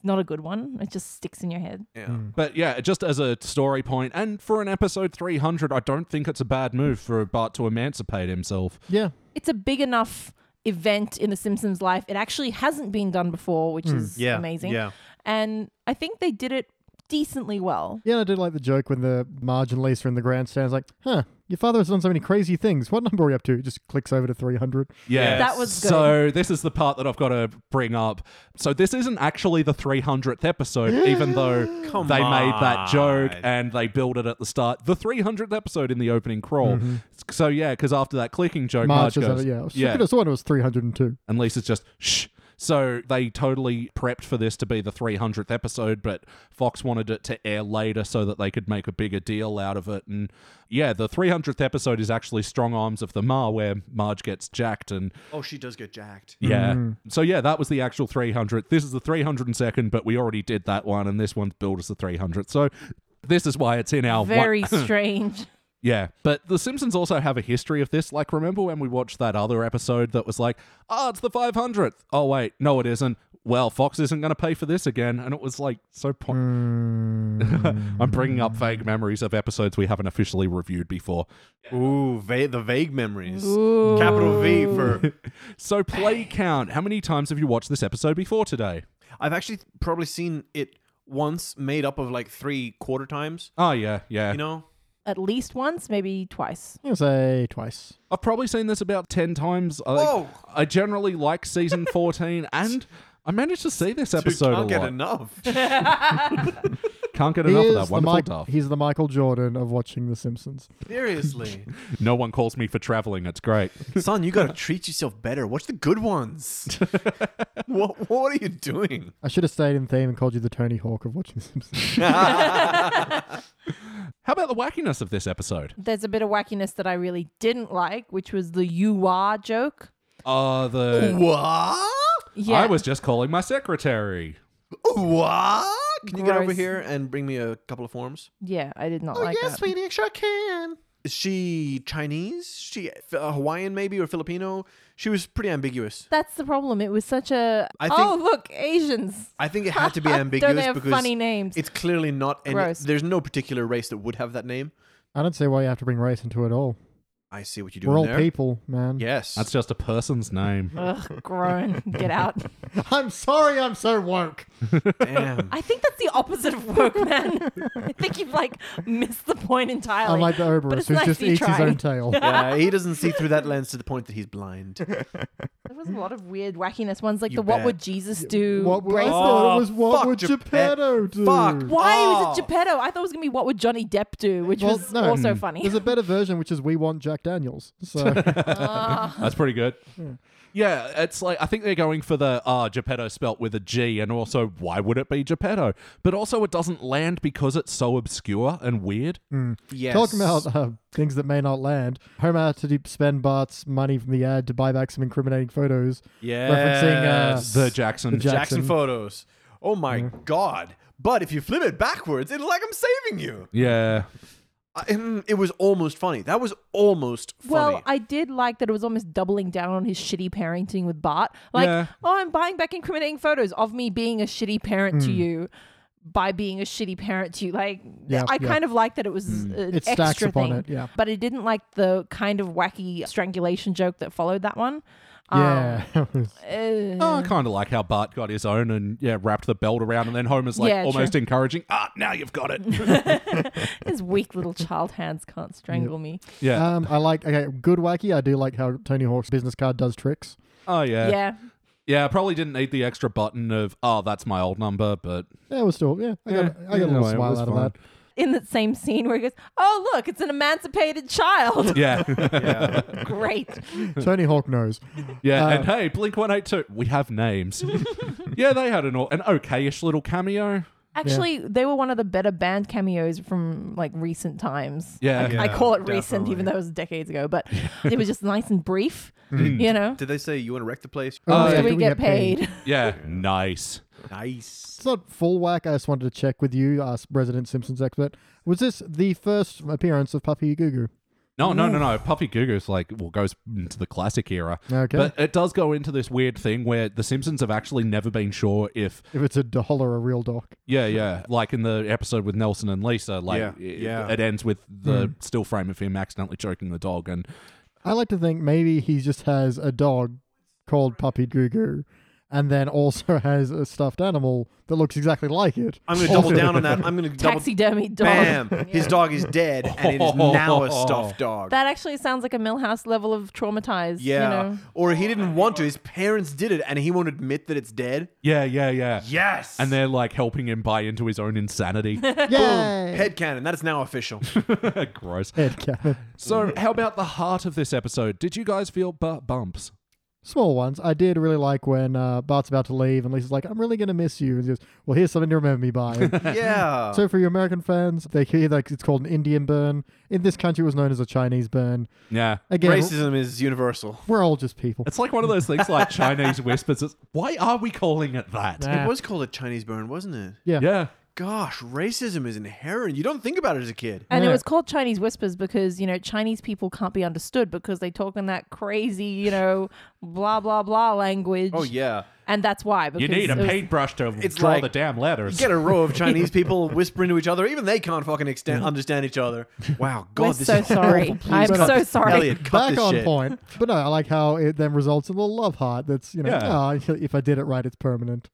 S3: Not a good one. It just sticks in your head.
S2: Yeah.
S1: But yeah, just as a story point, and for an episode 300, I don't think it's a bad move for Bart to emancipate himself.
S4: Yeah.
S3: It's a big enough event in the Simpsons life. It actually hasn't been done before, which is
S2: Yeah.
S3: amazing.
S2: Yeah.
S3: And I think they did it decently well.
S4: Yeah, and I did like the joke when the Marge and Lisa are in the grandstands, like, huh, your father has done so many crazy things. What number are we up to? It just clicks over to 300.
S1: Yeah,
S3: That was good.
S1: So this is the part that I've got to bring up. So this isn't actually the 300th episode, even though
S2: Come
S1: they made that joke
S2: on.
S1: and they build it at the start. The 300th episode in the opening crawl. So yeah, because after that clicking joke, Marge,
S4: Marge Mm-hmm. is
S1: goes,
S4: over, yeah. I was- I could have sworn it was 302.
S1: and Lisa's just shh. So they totally prepped for this to be the 300th episode, but Fox wanted it to air later so that they could make a bigger deal out of it. And yeah, the 300th episode is actually Strong Arms of the Ma, where Marge gets jacked. And
S2: Oh, she does get jacked.
S1: yeah, so yeah, that was the actual 300th. This is the 302nd, but we already did that one, and this one's billed as the 300th. So this is why it's in
S2: Uh,
S1: our one-
S3: Very strange.
S1: yeah, but The Simpsons also have a history of this. Like, remember when we watched that other episode that was like, oh, it's the 500th. Oh, wait, no, it isn't. Well, Fox isn't going to pay for this again. And it was like, so point. I'm bringing up vague memories of episodes we haven't officially reviewed before.
S2: Ooh, va- the vague memories. Capital V for.
S1: So, play count. How many times have you watched this episode before today?
S2: I've actually probably seen it once made up of like three quarter times,
S1: Oh, yeah, yeah.
S2: you know?
S3: At least once, maybe twice.
S4: I'm going to say twice.
S1: I've probably seen this about 10 times. I,
S2: Whoa.
S1: I generally like season 14, and I managed to see this
S2: Dude,
S1: episode
S2: can't
S1: a
S2: get
S1: lot.
S2: enough.
S1: can't get enough of
S4: He is
S1: that
S4: the
S1: wonderful
S4: Mike-
S1: stuff.
S4: He's the Michael Jordan of watching The Simpsons.
S2: Seriously.
S1: No one calls me for traveling. It's great.
S2: Son, you gotta treat yourself better. Watch the good ones. what what are you doing?
S4: I should have stayed in theme and called you the Tony Hawk of watching The Simpsons.
S1: How about the wackiness of this episode?
S3: There's a bit of wackiness that I really didn't like, which was the you are joke.
S1: Uh, the
S2: What?
S3: Yeah.
S1: I was just calling my secretary.
S2: What? Can you get over
S3: Gross.
S2: here and bring me a couple of forms?
S3: Yeah, I did
S2: Oh,
S3: not like that.
S2: sweetie, sure can. Is she Chinese? She uh, Hawaiian maybe or Filipino? She was pretty ambiguous.
S3: That's the problem. It was such a
S2: I
S3: oh
S2: think-
S3: look Asians.
S2: I think it had to be
S3: Don't they
S2: ambiguous
S3: have
S2: because
S3: funny names?
S2: it's clearly not any
S3: Gross.
S2: there's no particular race that would have that name.
S4: I don't see why you have to bring race into it all.
S2: I see what you're doing
S4: We're all
S2: there.
S4: people, man.
S2: Yes.
S1: That's just a person's name.
S3: Ugh, groan. Get out.
S4: I'm sorry I'm so woke.
S2: damn.
S3: I think that's the opposite of woke man. I think you've like missed the point entirely.
S4: I'm like the
S3: it's
S4: Oberus who
S3: nice
S4: just
S3: that you
S4: eats his
S3: tried.
S4: own tail.
S2: yeah, he doesn't see through that lens to the point that he's blind.
S3: there was a lot of weird wackiness ones, like
S2: You
S3: the what
S2: bet.
S3: would Jesus do?
S4: What would, I
S3: bracelet.
S4: thought
S2: Oh,
S4: it was what
S2: fuck
S4: would
S2: Geppet-
S4: Geppetto do?
S2: Fuck.
S3: Why was it
S2: Oh.
S3: Geppetto? I thought it was gonna be what would Johnny Depp do, which
S4: Well,
S3: was
S4: no. mm,
S3: also funny.
S4: There's a better version, which is we want Jack Daniels. So
S1: That's pretty good.
S3: Hmm.
S1: Yeah, it's like I think they're going for the ah Geppetto spelt with a G, and also why would it be Geppetto? But also it doesn't land because it's so obscure and weird.
S2: Yes.
S4: talking about uh, things that may not land, Homer had to spend Bart's money from the ad to buy back some incriminating photos. referencing, uh,
S2: Yes.
S1: The Jackson.
S4: The Jack-
S2: Jackson
S4: Jackson.
S2: photos. Oh my god. But if you flip it backwards, it's like I'm saving you.
S1: yeah,
S2: I- mm, it was almost funny. That was almost funny.
S3: Well, I did like that it was almost doubling down on his shitty parenting with Bart. Like,
S1: Yeah.
S3: oh, I'm buying back incriminating photos of me being a shitty parent
S4: Hmm.
S3: to you by being a shitty parent to you. Like,
S4: Yeah,
S3: I
S4: yeah. Hmm.
S3: kind of like that it was an
S4: It
S3: extra
S4: stacks upon
S3: thing,
S4: it, yeah.
S3: But I didn't like the kind of wacky strangulation joke that followed that one.
S4: Yeah. It was-
S3: Uh,
S1: Oh, kind of like how Bart got his own and yeah, wrapped the belt around, and then Homer's like
S3: Yeah, true.
S1: almost encouraging. Ah, now you've got it.
S3: His weak little child hands can't strangle me.
S1: yeah.
S4: um, I like okay, good wacky. I do like how Tony Hawk's business card does tricks.
S1: oh yeah. yeah.
S3: Yeah.
S1: I probably didn't need the extra button of oh, that's my old number, but eh,
S4: Yeah, it was still yeah. I
S1: Yeah,
S4: got, I got a
S1: either
S4: little
S1: way, it
S4: smile
S1: was
S4: out of
S1: fine.
S4: that.
S3: In that same scene where he goes, Oh, look, it's an emancipated child.
S1: yeah,
S2: Yeah.
S3: Great.
S4: Tony Hawk knows.
S1: yeah.
S4: Uh,
S1: and hey, Blink One Eight Two, we have names. yeah, they had an au- an okayish little cameo.
S3: Actually, they were one of the better band cameos from like recent times.
S1: Yeah.
S3: I,
S1: Yeah,
S3: I call it recent, even
S2: definitely.
S3: though it was decades ago, but it was just nice and brief, you know?
S2: Mm. Did they say you want to wreck the place?
S1: Oh,
S3: After
S1: yeah,
S3: we,
S4: do
S3: get paid.
S1: Yeah, nice.
S2: Nice.
S4: It's not full whack. I just wanted to check with you, as resident Simpsons expert. Was this the first appearance of Puppy Goo Goo?
S1: No, no, no, no. Puffy Goo Goo's like, well, goes into the classic era.
S4: Okay.
S1: But it does go into this weird thing where the Simpsons have actually never been sure if,
S4: If it's a doll or a real doc.
S1: yeah, yeah, like in the episode with Nelson and Lisa, like
S2: Yeah,
S1: it,
S2: yeah.
S1: it ends with
S4: Hmm.
S1: the still frame of him accidentally choking the dog. And
S4: I like to think maybe he just has a dog called Puppy Goo Goo, and then also has a stuffed animal that looks exactly like it.
S2: I'm going to double down on that. I'm going to double.
S3: Taxidermy dog.
S2: Bam! His dog is dead, and it is now a stuffed dog.
S3: That actually sounds like a Millhouse level of traumatized.
S2: yeah.
S3: You know?
S2: Or he didn't want to. His parents did it, and he won't admit that it's dead.
S1: yeah, yeah, yeah.
S2: Yes.
S1: And they're like helping him buy into his own insanity.
S4: Yay!
S2: head cannon. That is now official.
S1: Gross.
S4: Head cannon.
S1: So, how about the heart of this episode? Did you guys feel bu- bumps?
S4: Small ones. I did really like when uh, Bart's about to leave, and Lisa's like, "I'm really gonna miss you," and she goes, "Well, here's something to remember me by." And
S2: yeah.
S4: So for your American fans, they hear like it's called an Indian burn. In this country, it was known as a Chinese burn.
S1: Yeah.
S4: Again,
S2: Racism is universal.
S4: we're all just people.
S1: It's like one of those things like Chinese whispers. It's, why are we calling it that?
S4: Nah.
S2: It was called a Chinese burn, wasn't it?
S4: yeah.
S1: Yeah.
S2: Gosh, racism is inherent. You don't think about it as a kid.
S3: And
S4: Yeah.
S3: it was called Chinese whispers because, you know, Chinese people can't be understood because they talk in that crazy, you know, blah, blah, blah language.
S2: Oh yeah.
S3: And that's why. Because
S1: You need a
S3: it was-
S1: paintbrush to
S2: It's
S1: draw
S2: like-
S1: the damn letters.
S2: You get a row of Chinese people whispering to each other. Even they can't fucking extend, understand each other. Wow, God,
S3: We're
S2: this
S3: so
S2: is
S3: sorry.
S2: awful.
S3: I'm
S2: Please cut
S3: so
S2: this-
S3: sorry.
S2: Elliot, cut
S4: Back
S2: this
S4: on
S2: shit.
S4: point. But no, I like how it then results in a little love heart that's, you know,
S1: Yeah.
S4: "Oh, if I did it right, it's permanent.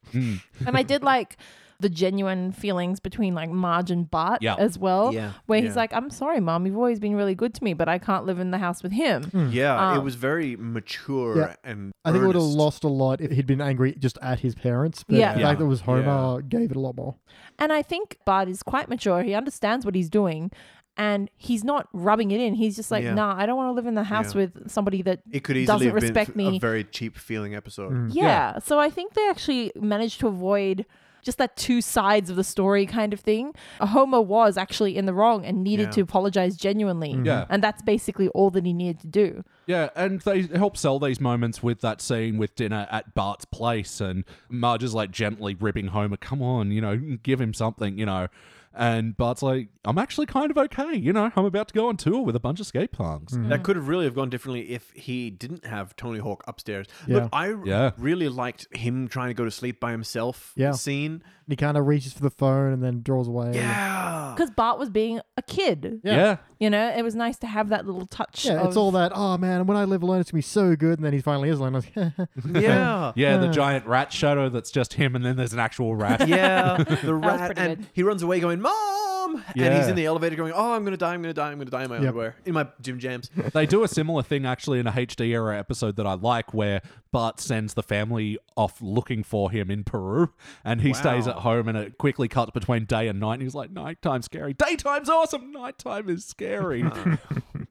S3: and I did like the genuine feelings between like Marge and Bart
S1: Yeah.
S3: as well.
S2: Yeah.
S3: Where
S2: Yeah.
S3: he's like, I'm sorry, Mom, you've always been really good to me, but I can't live in the house with him.
S2: Hmm. Yeah, it
S3: Um,
S2: was very mature
S4: Ah. Yeah.
S2: and.
S4: I think it would have
S2: earnest.
S4: lost a lot if he'd been angry just at his parents. But
S3: Yeah.
S4: the
S1: Yeah.
S4: fact that it was Homer gave it a lot more.
S3: And I think Bart is quite mature. He understands what he's doing and he's not rubbing it in. He's just like,
S2: Yeah.
S3: nah, I don't want to live in the house
S2: Yeah.
S3: with somebody that
S2: It could
S3: doesn't
S2: easily have
S3: respect
S2: been f-
S3: me.
S2: a very cheap feeling episode.
S4: Mm.
S3: Yeah. So I think they actually managed to avoid just that two sides of the story kind of thing. Homer was actually in the wrong and needed
S2: Yeah.
S3: to apologize genuinely.
S2: Mm-hmm.
S1: Yeah.
S3: And that's basically all that he needed to do.
S1: Yeah, and they help sell these moments with that scene with dinner at Bart's place, and Marge is like gently ribbing Homer, come on, you know, give him something, you know. And Bart's like, I'm actually kind of okay, you know, I'm about to go on tour with a bunch of skate punks.
S2: That could have really have gone differently if he didn't have Tony Hawk upstairs.
S4: Yeah.
S2: Look, I r-
S1: Yeah.
S2: really liked him trying to go to sleep by himself
S4: Yeah.
S2: scene.
S4: And he kind of reaches for the phone and then draws away.
S2: Yeah.
S3: Because Bart was being a kid.
S1: Yeah.
S3: You know, it was nice to have that little touch.
S4: Yeah,
S3: of-
S4: it's all that, oh man, when I live alone, it's going to be so good. And then he finally is alone. I was like,
S2: Yeah.
S1: Yeah, the giant rat shadow that's just him, and then there's an actual rat.
S2: Yeah. The rat.
S3: pretty
S2: And
S3: good.
S2: he runs away going, Mom! And
S1: Yeah.
S2: he's in the elevator going, Oh, I'm going to die. I'm going to die. I'm going to die in my
S4: Yep.
S2: underwear, in my gym jams.
S1: they do a similar thing actually in a HD era episode that I like where Bart sends the family off looking for him in Peru and he stays at home and it quickly cuts between day and night and he's like, Nighttime's scary. Daytime's awesome. Nighttime is scary.
S2: Um,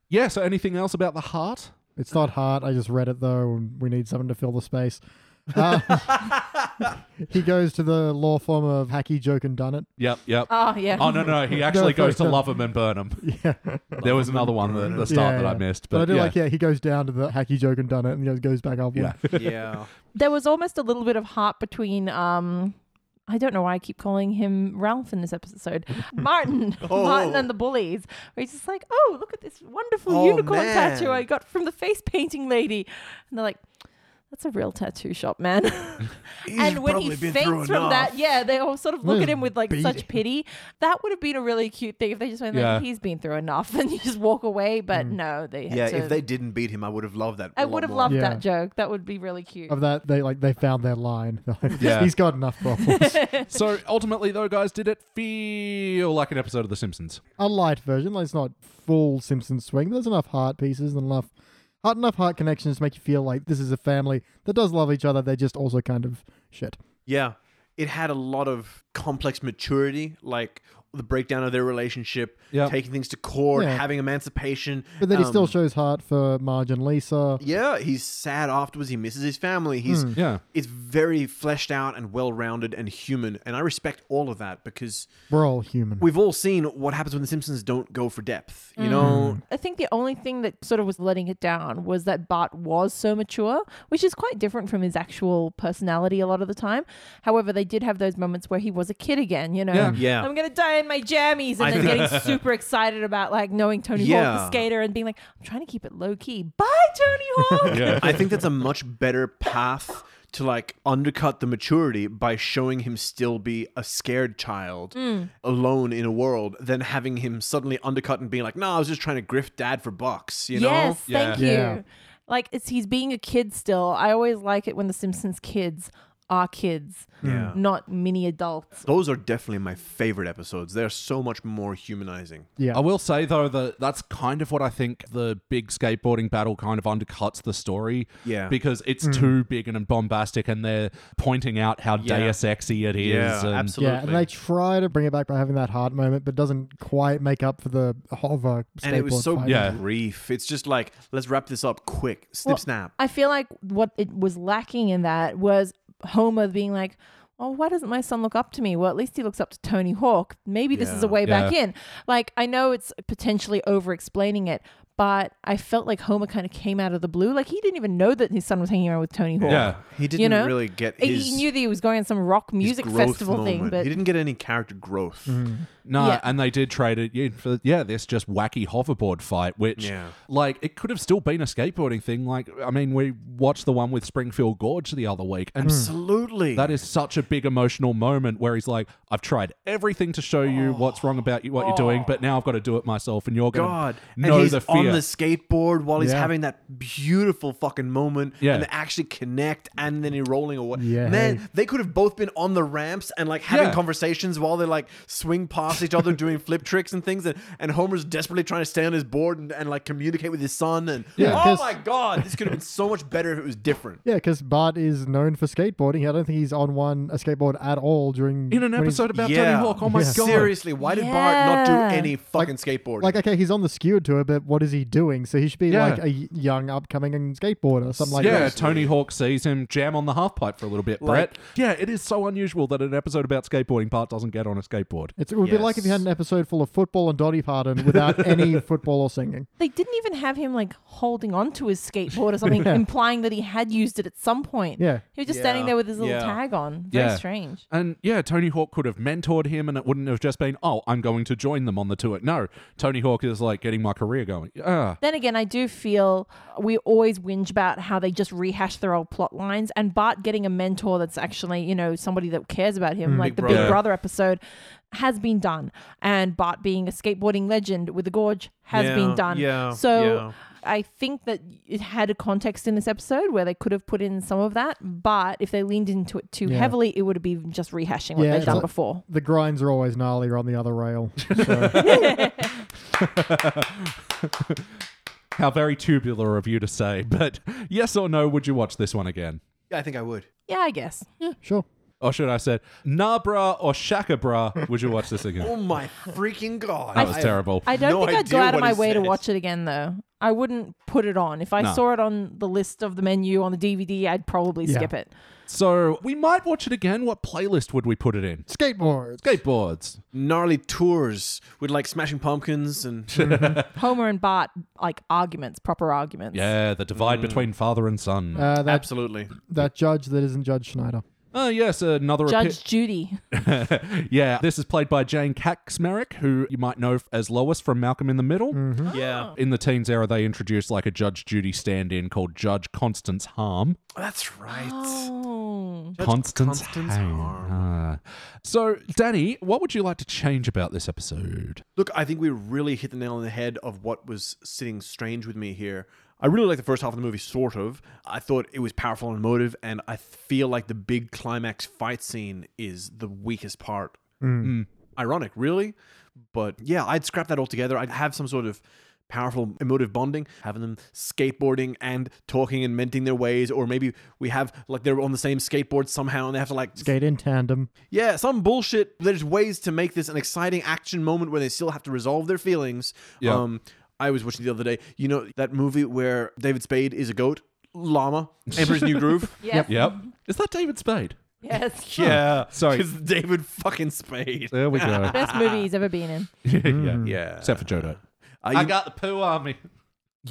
S1: yeah, so anything else about the heart?
S4: It's not hard. I just read it though, and we need something to fill the space. Uh, he goes to the law firm of Hacky Joke and Dunnit.
S1: Yep, yep.
S3: Oh, yeah.
S1: Oh no no! He actually
S4: No,
S1: goes to
S4: no.
S1: love him and burn him. Yeah, there was another one at the start that I missed, but,
S4: I do
S1: yeah.
S4: like. Yeah, he goes down to the Hacky Joke and Dunnit, and he goes back up.
S1: Yeah.
S2: Yeah.
S3: There was almost a little bit of heart between. um I don't know why I keep calling him Ralph in this episode. Martin,
S2: Oh.
S3: Martin and the bullies. Where he's just like, "Oh, look at this wonderful
S2: Oh,
S3: unicorn
S2: man.
S3: tattoo I got from the face painting lady," and they're like, That's a real tattoo shop, man.
S2: He's
S3: and when he
S2: probably been
S3: faints
S2: through
S3: from
S2: enough.
S3: that, yeah, they all sort of look
S4: Let's
S3: at him with like
S4: beat
S3: such
S4: him.
S3: pity. That would have been a really cute thing if they just went like,
S1: Yeah.
S3: "He's been through enough," and you just walk away. But
S2: Mm.
S3: no, they had
S2: Yeah,
S3: to-
S2: if they didn't beat him, I would have loved that.
S3: I
S2: a lot
S3: would have
S2: more.
S3: loved
S4: Yeah.
S3: that joke. That would be really cute.
S4: Of that, they like they found their line.
S1: Yeah.
S4: he's got enough problems.
S1: so ultimately, though, guys, did it feel like an episode of The Simpsons?
S4: a light version. Like it's not full Simpsons swing. There's enough heart pieces and enough heart enough heart connections to make you feel like this is a family that does love each other. They're just also kind of shit.
S2: Yeah. It had a lot of complex maturity, like the breakdown of their relationship,
S1: Yep.
S2: taking things to court,
S4: Yeah.
S2: having emancipation.
S4: But then he still
S2: Um,
S4: shows heart for Marge and Lisa.
S2: Yeah, he's sad afterwards. He misses his family. He's
S1: Yeah.
S2: it's very fleshed out and well rounded and human, and I respect all of that because
S4: We're all human.
S2: we've all seen what happens when the Simpsons don't go for depth. You know,
S3: I think the only thing that sort of was letting it down was that Bart was so mature, which is quite different from his actual personality a lot of the time. However, they did have those moments where he was a kid again, you know?
S1: Yeah.
S2: Yeah.
S3: I'm going to die in my jammies. And
S2: I
S3: then
S2: think-
S3: getting super excited about like knowing Tony Hawk,
S2: Yeah.
S3: the skater, and being like, I'm trying to keep it low key. Bye, Tony Hawk.
S1: Yeah.
S2: I think that's a much better path to like undercut the maturity by showing him still be a scared child
S3: Mm.
S2: alone in a world than having him suddenly undercut and being like, no, I was just trying to grift dad for bucks, you know?
S3: yes, thank
S1: Yeah.
S3: you.
S4: Yeah.
S3: Like it's he's being a kid still. I always like it when the Simpsons kids are kids,
S2: Yeah.
S3: not mini adults.
S2: Those are definitely my favorite episodes. They're so much more humanizing.
S4: yeah.
S1: I will say though that that's kind of what I think the big skateboarding battle kind of undercuts the story.
S2: Yeah.
S1: Because it's too big and bombastic, and they're pointing out how
S2: Yeah.
S1: Deus Exy it is. um, and-
S2: absolutely.
S4: yeah, and they try to bring it back by having that heart moment, but doesn't quite make up for the hover skateboard
S2: and it was so
S4: fight.
S1: Yeah.
S2: brief. It's just like, let's wrap this up quick, snip,
S3: Well,
S2: snap.
S3: I feel like what it was lacking in that was Homer being like, "Oh, why doesn't my son look up to me? Well, at least he looks up to Tony Hawk. Maybe this is a
S2: Yeah.
S3: way back in." Like, I know it's potentially over-explaining it, but I felt like Homer kind of came out of the blue. Like he didn't even know that his son was hanging around with Tony Hawk.
S1: Yeah.
S2: He didn't
S3: know?
S2: really get
S3: He-
S2: his,
S3: he knew that he was going on some rock
S2: his
S3: music
S2: growth
S3: festival thing,
S2: moment.
S3: but
S2: he didn't get any character growth.
S1: Mm. Hmm. No,
S3: Yeah.
S1: and they did trade it in for yeah this just wacky hoverboard fight, which
S2: Yeah.
S1: like it could have still been a skateboarding thing. Like I mean, we watched the one with Springfield Gorge the other week, and
S2: Absolutely.
S1: that is such a big emotional moment where he's like, "I've tried everything to show you what's wrong about you, what you're doing, but now I've got to do it myself, and you're going
S2: God.
S1: to
S2: And
S1: know
S2: he's
S1: the
S2: on
S1: fear."
S2: the skateboard while he's
S4: Yeah.
S2: having that beautiful fucking moment
S1: Yeah.
S2: and they actually connect and then he rolling away.
S4: Yeah.
S2: Man, they could have both been on the ramps and like having
S1: Yeah.
S2: conversations while they like swing past each other doing flip tricks and things and, and Homer's desperately trying to stay on his board and, and like communicate with his son and
S4: Yeah,
S2: oh
S4: 'cause-
S2: my god, this could have been so much better if it was different.
S4: Yeah, because Bart is known for skateboarding. I don't think he's on one a skateboard at all during
S1: in an
S4: when he's-
S1: episode about
S2: Yeah.
S1: Tony Hawk. Oh my
S4: Yeah.
S1: god!
S2: Seriously, why did Bart not do
S3: Yeah.
S2: any fucking skateboarding?
S4: Like, okay, he's on the skewer tour, but what is he doing? So he should be
S1: Yeah.
S4: like a young upcoming skateboarder, something like
S1: yeah,
S4: that.
S1: Tony Hawk sees him jam on the half pipe for a little bit,
S2: Like-
S1: Brett. Yeah, it is so unusual that an episode about skateboarding part doesn't get on a skateboard.
S4: It's, it would be like if you had
S2: Yes.
S4: an episode full of football and Dottie Pardon without any football or singing.
S3: They didn't even have him like holding onto his skateboard or something,
S4: Yeah.
S3: implying that he had used it at some point.
S4: Yeah.
S3: He was just
S2: Yeah.
S3: standing there with his little
S2: Yeah.
S3: tag on. Very
S1: Yeah.
S3: strange.
S1: And yeah, Tony Hawk could have mentored him and it wouldn't have just been, oh, I'm going to join them on the tour. No, Tony Hawk is like getting my career going. Ah.
S3: Then again, I do feel we always whinge about how they just rehash their old plot lines. And Bart getting a mentor that's actually, you know, somebody that cares about him, like the
S2: Mm, Brother.
S3: Big Brother episode, has been done. And Bart being a skateboarding legend with the gorge has
S2: Yeah,
S3: been done.
S2: yeah,
S3: So
S2: yeah.
S3: I think that it had a context in this episode where they could have put in some of that. But if they leaned into it too
S4: Yeah.
S3: heavily, it would have been just rehashing what
S4: Yeah,
S3: they've
S4: it's
S3: done
S4: like-
S3: before.
S4: The grinds are always gnarlier on the other rail.
S1: How very tubular of you to say, but yes or no, would you watch this one again?
S2: yeah, I think I would.
S3: Yeah, I guess.
S4: Sure.
S1: Or should I say, Nabra or Shakabra, would you watch this again?
S2: Oh my freaking god.
S1: That was
S2: I-
S1: terrible.
S3: I don't
S2: no
S3: think I'd go
S2: idea
S3: out of
S2: what
S3: my
S2: it
S3: way to
S2: says.
S3: watch it again, though. I wouldn't put it on. If I
S1: No.
S3: saw it on the list of the menu on the DVD, I'd probably
S4: Yeah.
S3: skip it.
S1: So we might watch it again. What playlist would we put it in?
S4: Skateboards.
S1: Skateboards.
S2: gnarly tours with like smashing pumpkins and
S3: Homer and Bart, like arguments, proper arguments.
S1: Yeah, the divide between father and son.
S4: Uh, that,
S2: absolutely
S4: that judge that isn't Judge Schneider.
S1: Oh, yes, another appe-
S3: Judge Judy.
S1: yeah, this is played by Jane Kaczmarek, who you might know as Lois from Malcolm in the Middle.
S2: Yeah.
S1: In the teens era, they introduced like a Judge Judy stand-in called Judge Constance Harm.
S2: That's right.
S3: Oh.
S2: Judge
S1: Constance,
S2: Constance
S1: Harm.
S2: Harm.
S1: Ah. So, Danny, what would you like to change about this episode?
S2: Look, I think we really hit the nail on the head of what was sitting strange with me here. I really liked the first half of the movie, sort of. I thought it was powerful and emotive, and I feel like the big climax fight scene is the weakest part. Ironic, really. But yeah, I'd scrap that altogether. I'd have some sort of powerful emotive bonding, having them skateboarding and talking and mending their ways, or maybe we have like they're on the same skateboard somehow and they have to like
S4: Skate in tandem.
S2: yeah, some bullshit. There's ways to make this an exciting action moment where they still have to resolve their feelings.
S1: Yeah.
S2: Um, I was watching the other day, you know, that movie where David Spade is a goat, llama, Emperor's New Groove.
S3: Yes.
S1: Yep. Is that David Spade?
S3: Yes.
S2: Yeah.
S1: Sorry.
S2: It's David fucking Spade.
S1: There we go.
S3: Best movie he's ever been in.
S1: yeah.
S2: Yeah.
S1: Mm. Except for Jodo.
S2: Uh, you,
S1: got the poo army.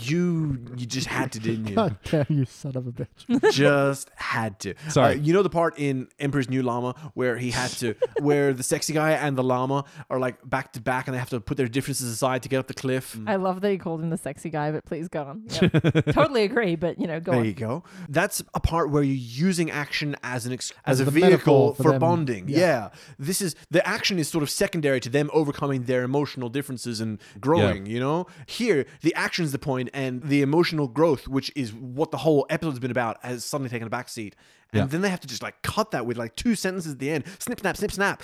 S2: you, you just had to, didn't you?
S4: God damn you, son of a bitch.
S2: just had to.
S1: Sorry.
S2: Uh, you know the part in Emperor's New Llama where he had to, where the sexy guy and the llama are like back to back and they have to put their differences aside to get up the cliff.
S1: Mm.
S3: I love that he called him the sexy guy, but please go on. Yep. totally agree, but you know, go
S2: There
S3: on.
S2: you go. That's a part where you're using action as an ex- as,
S4: As
S2: a
S4: the metaphor
S2: vehicle
S4: for
S2: for,
S4: them.
S2: bonding. Yeah.
S4: Yeah.
S2: this is the action is sort of secondary to them overcoming their emotional differences and growing. You know, here the action's the point, and the emotional growth, which is what the whole episode's been about, has suddenly taken a backseat. And
S1: Yeah.
S2: then they have to just like cut that with like two sentences at the end. Snip, snap, snip, snap,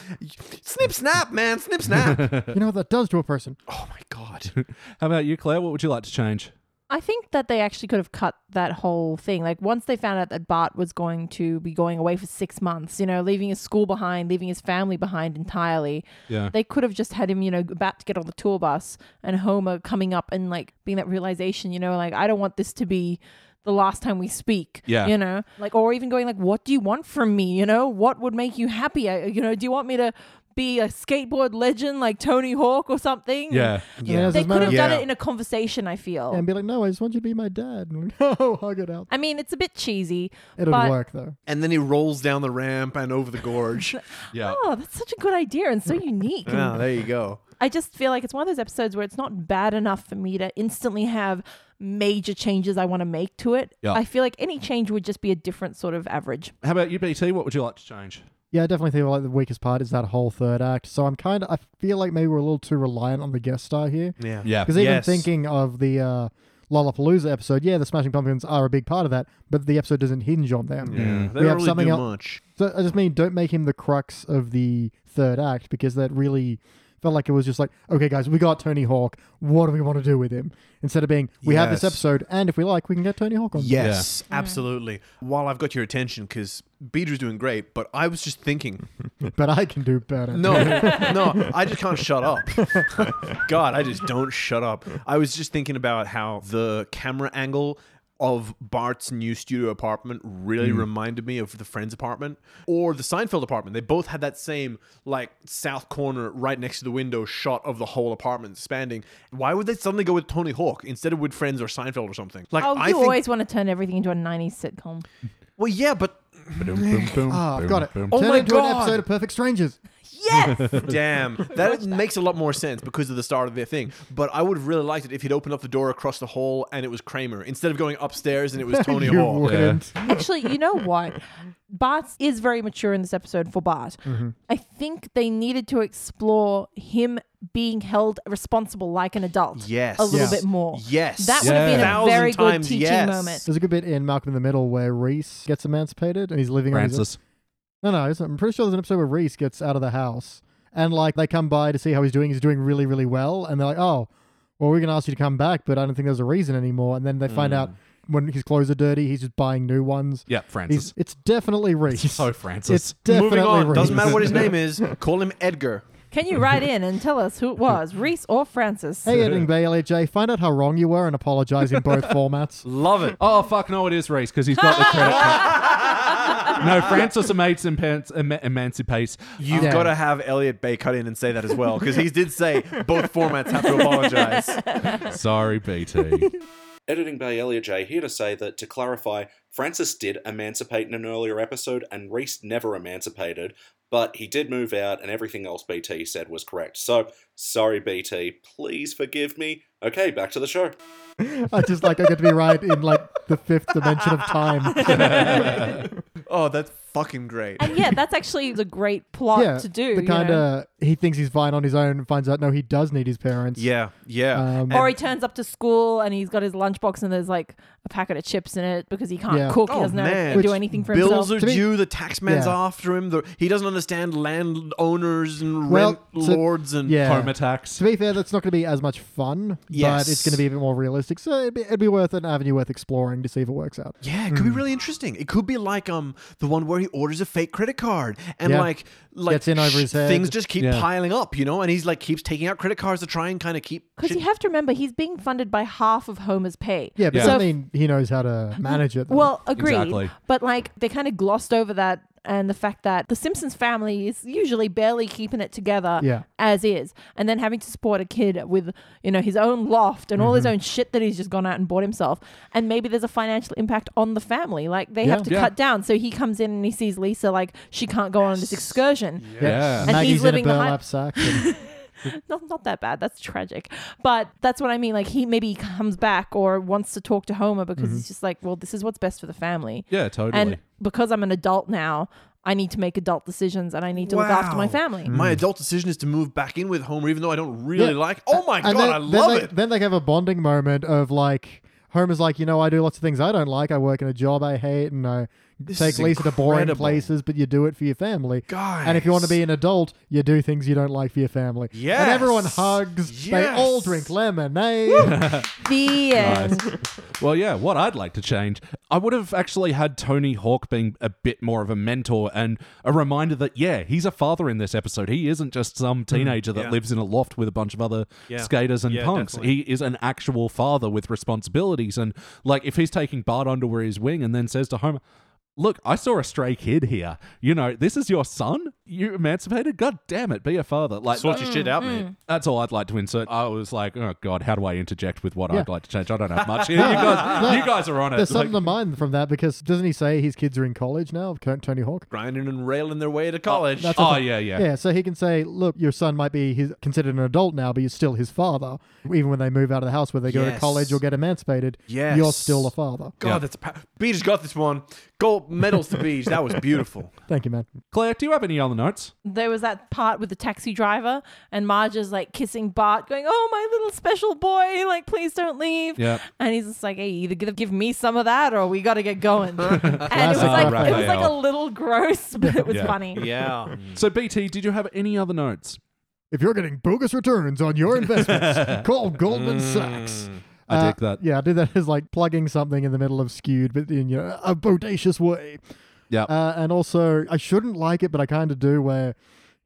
S2: snip, snap, man, snip, snap.
S4: You know what that does to a person?
S2: oh my god.
S1: How about you, Claire? What would you like to change?
S3: I think that they actually could have cut that whole thing. Like once they found out that Bart was going to be going away for six months, you know, leaving his school behind, leaving his family behind entirely.
S1: Yeah.
S3: They could have just had him, you know, about to get on the tour bus and Homer coming up and like being that realization, you know, like I don't want this to be the last time we speak.
S1: Yeah.
S3: You know, like or even going like, what do you want from me? You know, what would make you happy? I, you know, do you want me to be a skateboard legend like Tony Hawk or something?
S1: Yeah.
S2: Yeah.
S4: There's
S3: They
S4: a
S3: could have
S4: moment-
S3: done
S2: Yeah.
S3: it in a conversation, I feel.
S4: And be like, no, I just want you to be my dad. And like, no, hug it out.
S3: I mean, it's a bit cheesy.
S4: It'll
S3: but,
S4: work though.
S2: And then he rolls down the ramp and over the gorge.
S1: Yeah.
S3: Oh, that's such a good idea and so unique. And
S2: Ah, there you go.
S3: I just feel like it's one of those episodes where it's not bad enough for me to instantly have major changes I want to make to it.
S1: Yeah.
S3: I feel like any change would just be a different sort of average.
S1: How about you, BT? What would you like to change?
S4: Yeah, I definitely think like the weakest part is that whole third act. So I'm kind of, I feel like maybe we're a little too reliant on the guest star here.
S2: Yeah.
S1: Yeah.
S4: Because even
S2: Yes.
S4: thinking of the uh, Lollapalooza episode, yeah, the Smashing Pumpkins are a big part of that, but the episode doesn't hinge on them.
S2: Yeah,
S1: Mm.
S4: We
S2: they don't
S4: have
S2: really
S4: something
S2: do
S4: el-
S2: much.
S4: So I just mean, don't make him the crux of the third act because that really felt like it was just like, okay, guys, we got Tony Hawk. What do we want to do with him? Instead of being, we have this
S2: Yes.
S4: episode, and if we like, we can get Tony Hawk on.
S2: Yes, absolutely. While I've got your attention, because Beatrice doing great, but I was just thinking.
S4: But I can do better.
S2: No, no, I just can't shut up. God, I just don't shut up. I was just thinking about how the camera angle of Bart's new studio apartment really reminded me of the Friends apartment or the Seinfeld apartment. They both had that same like south corner right next to the window shot of the whole apartment spanning. Why would they suddenly go with Tony Hawk instead of with Friends or Seinfeld or something? Like
S3: Oh,
S2: I
S3: you
S2: think
S3: always want to turn everything into a 90s sitcom.
S2: Well, yeah, but
S4: Ah, I've got it.
S1: Boom.
S4: Turn
S2: Oh my
S4: it into
S2: God.
S4: an episode of Perfect Strangers.
S3: Yes!
S2: Damn, that makes a lot more sense because of the start of the thing. But I would have really liked it if he'd opened up the door across the hall and it was Kramer instead of going upstairs and it was Tony
S4: you
S2: Hall.
S4: wouldn't.
S3: Actually, you know what? Bart is very mature in this episode for Bart.
S2: Mm-hmm.
S3: I think they needed to explore him being held responsible like an adult.
S2: Yes.
S3: A little
S4: Yes.
S3: bit more.
S2: Yes,
S3: That would have been a
S2: Thousand
S3: very good
S2: times
S3: teaching
S2: yes.
S3: moment.
S4: There's a good bit in Malcolm in the Middle where Reese gets emancipated and he's living on his
S1: Francis.
S4: No, no, it's- I'm pretty sure there's an episode where Reese gets out of the house and like they come by to see how he's doing. He's doing really, really well, and they're like, "Oh, well, we're gonna ask you to come back, but I don't think there's a reason anymore." And then they find out
S2: Hmm.
S4: when his clothes are dirty, he's just buying new ones.
S1: Yeah,
S4: He's,
S1: Francis.
S4: it's definitely Reese.
S1: So
S4: it's
S1: Francis.
S4: definitely
S2: Moving on,
S4: Reese.
S2: doesn't matter what his name is. Call him Edgar.
S3: Can you write in and tell us who it was, Reese or Francis?
S4: Hey, editing Bay LHJ, find out how wrong you were and apologize in both formats.
S2: Love it.
S1: Oh fuck! No, it is Reese because he's got the credit. card. no, Francis emates eman- eman- emancipates.
S2: You've
S4: Yeah.
S2: got to have Elliot Bay cut in and say that as well because he did say both formats have to apologize.
S1: Sorry, BT. Editing Bay Elliot J here to say that, to clarify, Francis did emancipate in an earlier episode, and Reese never emancipated, but he did move out, and everything else BT said was correct. So, sorry, BT, please forgive me. Okay, back to the show.
S4: I just like I get to be right in like the fifth dimension of time.
S2: Oh, that's fucking great.
S3: And yeah, that's actually a great plot
S4: yeah,
S3: to do.
S4: the
S3: you
S4: kind
S3: know?
S4: of he thinks he's fine on his own, finds out no, he does need his parents.
S2: Yeah, yeah.
S4: Um,
S3: Or he turns up to school and he's got his lunchbox and there's like a packet of chips in it because he can't
S4: Yeah.
S3: cook. he
S2: Oh,
S3: doesn't know-
S2: man.
S3: do
S4: Which
S3: anything for
S2: Bills
S3: himself.
S2: are
S4: To me-
S2: due. the taxman's
S4: Yeah.
S2: after him. The, he doesn't understand landowners and
S4: Well,
S2: rent
S4: so-
S2: lords and
S4: yeah.
S1: Home attacks.
S4: To be fair, that's not going to be as much fun,
S2: Yes.
S4: but it's going to be a bit more realistic. So it'd be, it'd be worth an avenue worth exploring to see if it works out.
S2: Yeah, it could be
S4: Hmm.
S2: really interesting. It could be like um the one where he orders a fake credit card and
S4: Yeah.
S2: like like
S4: Gets in over
S2: sh-
S4: his head.
S2: Things just keep
S1: Yeah.
S2: piling up, you know, and he's like keeps taking out credit cards to try and kind of keep.
S3: Because
S2: shit-
S3: you have to remember, he's being funded by half of Homer's pay.
S4: Yeah, but
S1: Yeah.
S4: does that
S3: So-
S4: mean he knows how to manage it. though?
S3: Well, agreed.
S1: Exactly.
S3: But like they kind of glossed over that and the fact that the Simpsons family is usually barely keeping it together
S4: Yeah.
S3: as is. And then having to support a kid with, you know, his own loft and all his own shit that he's just gone out and bought himself. And maybe there's a financial impact on the family. Like they have
S4: Yeah.
S3: to
S1: Yeah.
S3: cut down. So he comes in and he sees Lisa like she can't go on this excursion.
S2: Mm.
S1: Yeah.
S3: And
S4: Maggie's
S3: he's living
S4: in
S3: the
S4: a
S3: hy-
S4: burlap sack. and-
S3: not, not that bad. That's tragic. But that's what I mean. Like he maybe comes back or wants to talk to Homer because he's just like, well, this is what's best for the family.
S1: Yeah, totally.
S3: And because I'm an adult now, I need to make adult decisions and I need to look after my
S2: Wow.
S3: family.
S2: My adult decision is to move back in with Homer, even though I don't really
S4: Hmm. Yeah.
S2: like. Oh my god,
S4: then,
S2: I
S4: then
S2: love
S4: they,
S2: it.
S4: Then they have a bonding moment of like Homer's like, you know, I do lots of things I don't like. I work in a job I hate, and I
S2: This
S4: take
S2: is
S4: Lisa to boring
S2: incredible.
S4: places, but you do it for your family.
S2: Guys.
S4: And if you want to be an adult, you do things you don't like for your family. And everyone
S2: Yes.
S4: hugs. They all
S2: Yes.
S4: drink lemonade.
S3: The end.
S1: Well, yeah, what I'd like to change, I would have actually had Tony Hawk being a bit more of a mentor and a reminder that, yeah, he's a father in this episode. He isn't just some teenager that
S2: Mm, yeah.
S1: lives in a loft with a bunch of other
S2: Yeah.
S1: skaters and
S2: Yeah,
S1: punks.
S2: definitely.
S1: He is an actual father with responsibilities. And, like, if he's taking Bart under his wing and then says to Homer, Look, I saw a stray kid here. You know, this is your son. You emancipated. God damn it, be a father. Like mm. that-
S2: your shit out,
S3: Mm-hmm.
S2: mate.
S1: that's all I'd like to insert. I was like, oh god, how do I interject with what
S4: Yeah.
S1: I'd like to change? I don't have much here. You guys, you guys are on it.
S4: There's something to mind from that because doesn't he say his kids are in college now? T- Tony Hawk.
S2: Grinding and railing their way to college.
S1: Like, oh yeah, yeah,
S4: Yeah, so he can say, "Look, your son might be his, considered an adult now, but you're still his father. Even when they move out of the house, where they go
S2: Yes.
S4: to college or get emancipated,
S2: Yes.
S4: you're still a father."
S2: God,
S1: Yeah.
S2: that's a pa- Beach got this one. Gold medals to Beach. That was beautiful.
S4: Thank you, man.
S1: Claire, do you have any other notes?
S3: There was that part with the taxi driver and Marge is like kissing Bart, going, "Oh, my little special boy! Like, please don't leave."
S1: Yeah.
S3: And he's just like, "Hey, either give, give me some of that, or we got to get going." and it was
S4: Classic
S3: like it was
S1: Raphael.
S3: like a little gross, but it was
S1: Yeah.
S3: funny.
S2: Yeah.
S1: So BT, did you have any other notes?
S4: If you're getting bogus returns on your investments, call Goldman Sachs.
S1: Mm. I
S4: Uh,
S1: dig that.
S4: Yeah, I do that as like plugging something in the middle of skewed, but in you know, a bodacious way.
S1: Yeah.
S4: Uh, and also, I shouldn't like it, but I kind of do. Where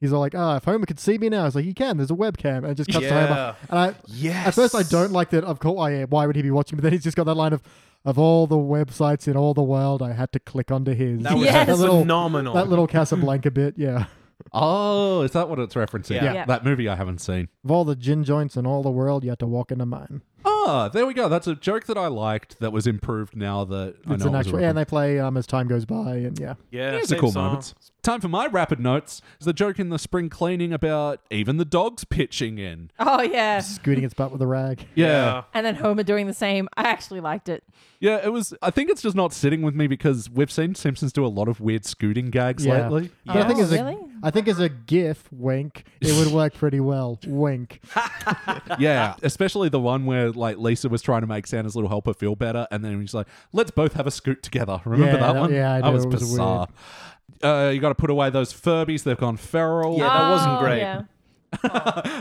S4: he's all like, "Ah, if Homer could see me now," it's like, "He can." There's a webcam, and it just cuts to
S2: Yeah.
S4: Homer. And I,
S2: Yes.
S4: At first, I don't like that. Of course, I, why would he be watching? But then he's just got that line of, of all the websites in all the world, I had to click onto his.
S2: That was
S3: Yes.
S4: that little,
S2: phenomenal.
S4: that little Casablanca bit, yeah.
S1: Oh, is that what it's referencing?
S2: Yeah.
S3: Yeah.
S1: That movie I haven't seen.
S4: Of all the gin joints in all the world, you had to walk into mine.
S1: Ah, there we go. That's a joke that I liked that was improved now that I
S4: It's
S1: know it was
S4: an
S1: a
S4: actual, yeah, and they play um, as time goes by, and yeah.
S2: yeah.
S1: These are
S2: same
S1: cool
S2: song.
S1: moments. Time for my rapid notes. There's a joke in the spring cleaning about even the dogs pitching in.
S3: Oh yeah.
S4: Scooting its butt with a rag.
S1: yeah.
S3: And then Homer doing the same. I actually liked it.
S1: Yeah, it was. I think it's just not sitting with me because we've seen Simpsons do a lot of weird scooting gags
S4: Yeah.
S1: lately.
S4: But I think
S3: Oh,
S4: as a,
S3: really?
S4: I think as a GIF wink, it would work pretty well. Wink.
S1: Yeah, especially the one where like Lisa was trying to make Santa's little helper feel better, and then he's like, "Let's both have a scoot together." Remember
S4: Yeah,
S1: that
S4: that-
S1: one?
S4: yeah, I
S1: that
S4: do.
S1: was
S4: It was
S1: bizarre. Uh, you got to put away those Furbies. They've gone feral.
S2: Yeah, that wasn't
S3: Oh,
S2: great.
S3: yeah.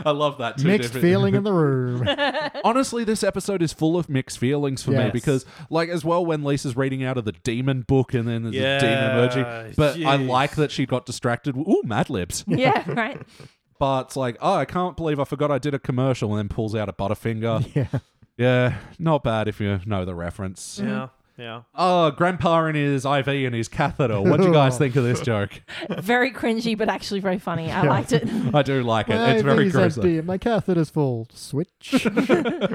S1: I love that. Too,
S4: Mixed
S1: different-
S4: feeling in the room.
S1: Uh, Honestly, this episode is full of mixed feelings for me
S4: Yes.
S1: because, like, as well when Lisa's reading out of the demon book and then there's a demon
S2: Yeah,
S1: emerging. But I
S2: jeez.
S1: like that she got distracted. Ooh, Mad Libs.
S3: Yeah, right.
S1: but it's like, oh, I can't believe I forgot I did a commercial, and then pulls out a Butterfinger.
S4: Yeah.
S1: yeah, not bad if you know the reference.
S2: Yeah. Yeah.
S1: Oh, Grandpa and his IV and his catheter. What do you guys think of this joke?
S3: Very cringy, but actually very funny. I liked it.
S1: I do like it.
S4: My
S1: it's very
S4: IV's
S1: gruesome.
S4: empty and my catheter's full. Switch.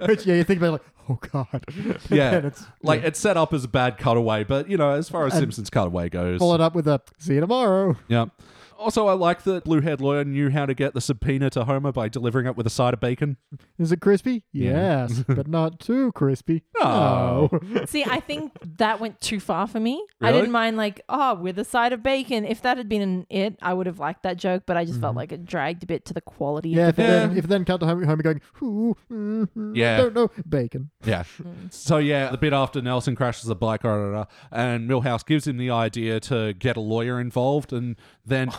S4: Which, yeah, you think about it like, oh god.
S1: Yeah.
S4: and it's
S1: Like it's set up as a bad cutaway, but you know, as far as
S4: And-
S1: Simpsons cutaway goes,
S4: followed up with a see you tomorrow.
S1: yeah. Also, I like that Blue Head Lawyer knew how to get the subpoena to Homer by delivering it with a side of bacon.
S4: Is it crispy?
S1: Yeah.
S4: Yes, but not too crispy.
S1: No.
S3: See, I think that went too far for me. I
S1: Really?
S3: didn't mind like, oh, with a side of bacon. If that had been an it, I would have liked that joke, but I just
S1: Mm-hmm.
S3: felt like it dragged a bit to the quality. of
S4: Yeah, if,
S3: the
S4: it Then,
S1: Yeah.
S4: if it then cut to Homer, Homer going, Ooh, mm, mm,
S1: Yeah.
S4: don't know, bacon.
S1: Yeah. So yeah, the bit after Nelson crashes the bike, rah, rah, rah, and Milhouse gives him the idea to get a lawyer involved, and then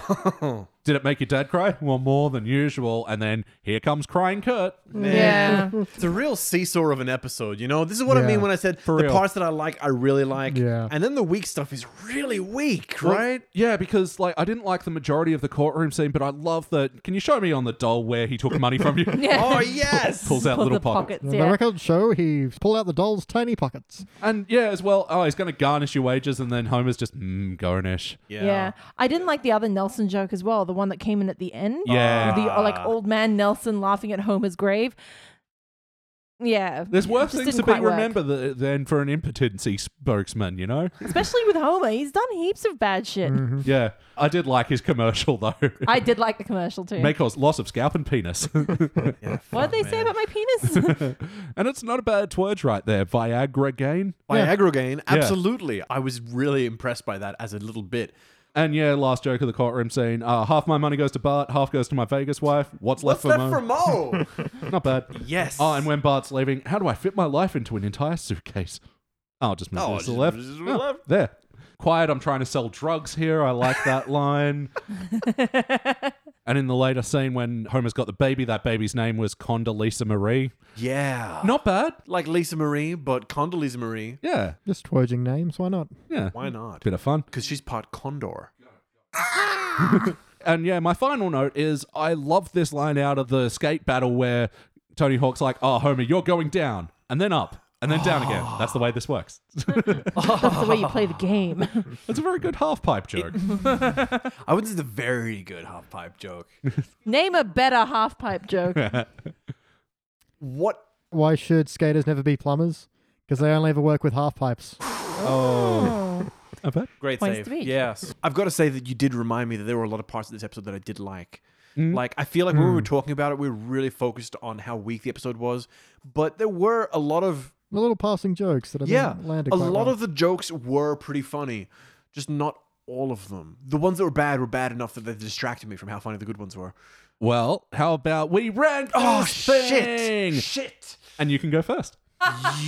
S1: did it make your dad cry? Well, more than usual, and then here comes crying Kurt.
S3: Yeah.
S2: It's a real seesaw of an episode, you know? This is what I
S4: Yeah.
S2: mean when I said
S1: For
S2: the
S1: real.
S2: parts that I like, I really like.
S4: Yeah.
S2: And then the weak stuff is really weak,
S1: Well,
S2: right?
S1: yeah, because like I didn't like the majority of the courtroom scene, but I love that. Can you show me on the doll where he took money from you?
S3: Yeah.
S2: Oh, yes.
S1: Pulls out
S3: Pull
S1: little
S3: the pockets.
S4: And The
S3: yeah.
S4: records show he pulled out the doll's tiny pockets.
S1: And yeah, as well. Oh, he's going to garnish your wages, and then Homer's just mm, garnish.
S3: yeah. I didn't like the other Nelson joke as well, the one that came in at the end.
S1: Yeah.
S3: The uh, like old man Nelson laughing at Homer's grave. Yeah.
S1: There's worse
S3: Just
S1: things to
S3: didn't
S1: be
S3: quite work.
S1: remembered th- than for an impotency spokesman, you know?
S3: Especially with Homer. He's done heaps of bad shit.
S1: yeah. I did like his commercial, though.
S3: I did like the commercial too.
S1: May cause loss of scalp and penis.
S2: Yeah,
S3: what did they
S2: fuck,
S3: say
S2: Oh, man.
S3: about my penis?
S1: and it's not a bad twurge right there. Viagra gain.
S2: Viagra gain? Absolutely. I was really impressed by that as a little bit.
S1: And yeah, last joke of the courtroom scene. Uh, half my money goes to Bart, half goes to my Vegas wife. What's, left
S2: What's left
S1: for
S2: for
S1: Mo?
S2: Mo?
S1: Not bad.
S2: yes.
S1: Oh, and when Bart's leaving, how do I fit my life into an entire suitcase? I'll just move
S2: Oh,
S1: this to
S2: just-
S1: the left.
S2: just move
S1: Oh,
S2: left.
S1: There. Quiet, I'm trying to sell drugs here. I like that line. and in the later scene when Homer's got the baby, that baby's name was Condoleezza Marie.
S2: yeah.
S1: Not bad.
S2: Like Lisa Marie, but Condoleezza Marie.
S1: Yeah.
S4: Just twirging names, why not?
S1: Yeah.
S2: Why not?
S1: Bit of fun.
S2: Because she's part Condor.
S1: And yeah, my final note is I love this line out of the skate battle where Tony Hawk's like, oh, Homer, you're going down and then up and then down again. That's the way this works.
S3: That's the way you play the game.
S1: That's a very good half pipe joke.
S2: I would say it's a very good half pipe joke.
S3: Name a better half pipe joke.
S2: what?
S4: Why should skaters never be plumbers? Because they only ever work with half pipes.
S3: Oh.
S1: I bet.
S2: Great
S3: Points
S2: save.
S3: to each.
S2: Yes. I've got to say that you did remind me that there were a lot of parts of this episode that I did like.
S4: Mm-hmm.
S2: Like, I feel like when we were
S4: Mm.
S2: talking about it, we were really focused on how weak the episode was, but there were a lot of
S4: The little passing jokes that have
S2: yeah,
S4: landed
S2: a
S4: quite
S2: lot
S4: well.
S2: of the jokes were pretty funny, just not all of them. The ones that were bad were bad enough that they distracted me from how funny the good ones were.
S1: Well, how about we rank
S2: Oh
S1: this thing?
S2: shit! Shit!
S1: And you can go first.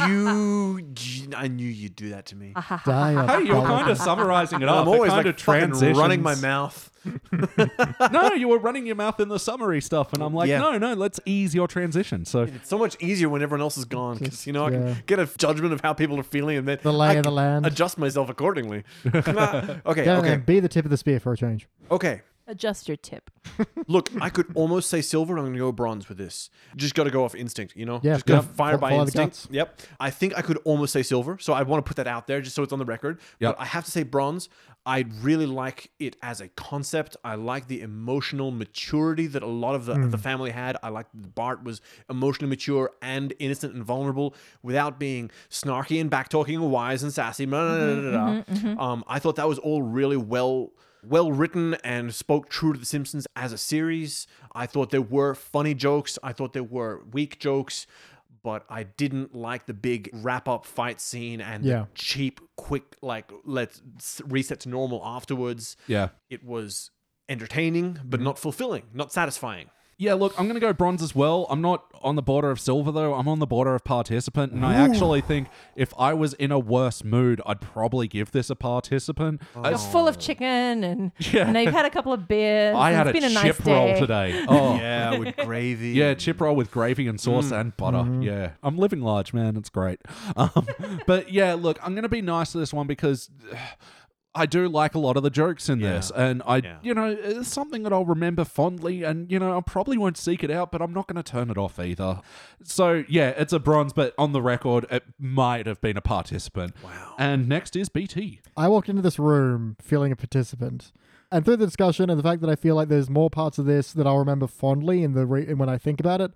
S2: you, I knew you'd do that to me.
S4: Uh-huh.
S1: Hey, you're
S4: Diabolical.
S1: kind of summarizing it up.
S2: I'm always
S1: it kind
S2: like
S1: of
S2: fucking
S1: transitions.
S2: running my mouth.
S1: no, you were running your mouth in the summary stuff, and I'm like,
S2: Yeah.
S1: no, no, let's ease your transition. So
S2: It's so much easier when everyone else is gone because you know I can
S4: yeah.
S2: get a judgment of how people are feeling and then
S4: The lay
S2: I
S4: of the
S2: can
S4: land.
S2: Adjust myself accordingly. okay,
S4: Go
S2: okay,
S4: and be the tip of the spear for a change.
S2: okay.
S3: Adjust your tip.
S2: Look, I could almost say silver. I'm going to go bronze with this. Just got to go off instinct, you know.
S4: Yeah,
S2: just got to
S4: yeah.
S2: fire
S4: Fo-
S2: by
S4: follow the
S2: instinct.
S4: guts.
S2: Yep. I think I could almost say silver, so I want to put that out there just so it's on the record.
S1: Yep.
S2: But I have to say bronze. I really like it as a concept. I like the emotional maturity that a lot of the, the family had. I like that Bart was emotionally mature and innocent and vulnerable without being snarky and back talking and wise and sassy. Blah, blah, blah, blah, blah. Um, I thought that was all really well well written and spoke true to The Simpsons as a series. I thought there were funny jokes. I thought there were weak jokes, but I didn't like the big wrap up fight scene and
S4: Yeah.
S2: the cheap, quick, like, let's s- reset to normal afterwards.
S1: yeah,
S2: It was entertaining, but not fulfilling, not satisfying.
S1: yeah. Look, I'm gonna go bronze as well. I'm not on the border of silver though. I'm on the border of participant, and I actually think if I was in a worse mood, I'd probably give this a participant.
S3: You're
S1: I,
S3: full of chicken and
S1: Yeah.
S3: and now you've had a couple of beers.
S1: I
S3: and
S1: had
S3: it's
S1: a
S3: been a nice
S1: chip
S3: day.
S1: roll today. Oh. yeah.
S2: Yeah, with gravy.
S1: chip roll with gravy and sauce
S2: Mm.
S1: and butter.
S4: Mm-hmm.
S1: Yeah, I'm living large, man. It's great. Um, but yeah, look, I'm gonna be nice to this one because I do like a lot of the jokes in this, and I,
S2: Yeah.
S1: you know, it's something that I'll remember fondly, and you know, I probably won't seek it out, but I'm not going to turn it off either. So yeah, it's a bronze, but on the record, it might have been a participant. Wow. And next is BT.
S4: I walked into this room feeling a participant. And through the discussion and the fact that I feel like there's more parts of this that I'll remember fondly in the re- when I think about it,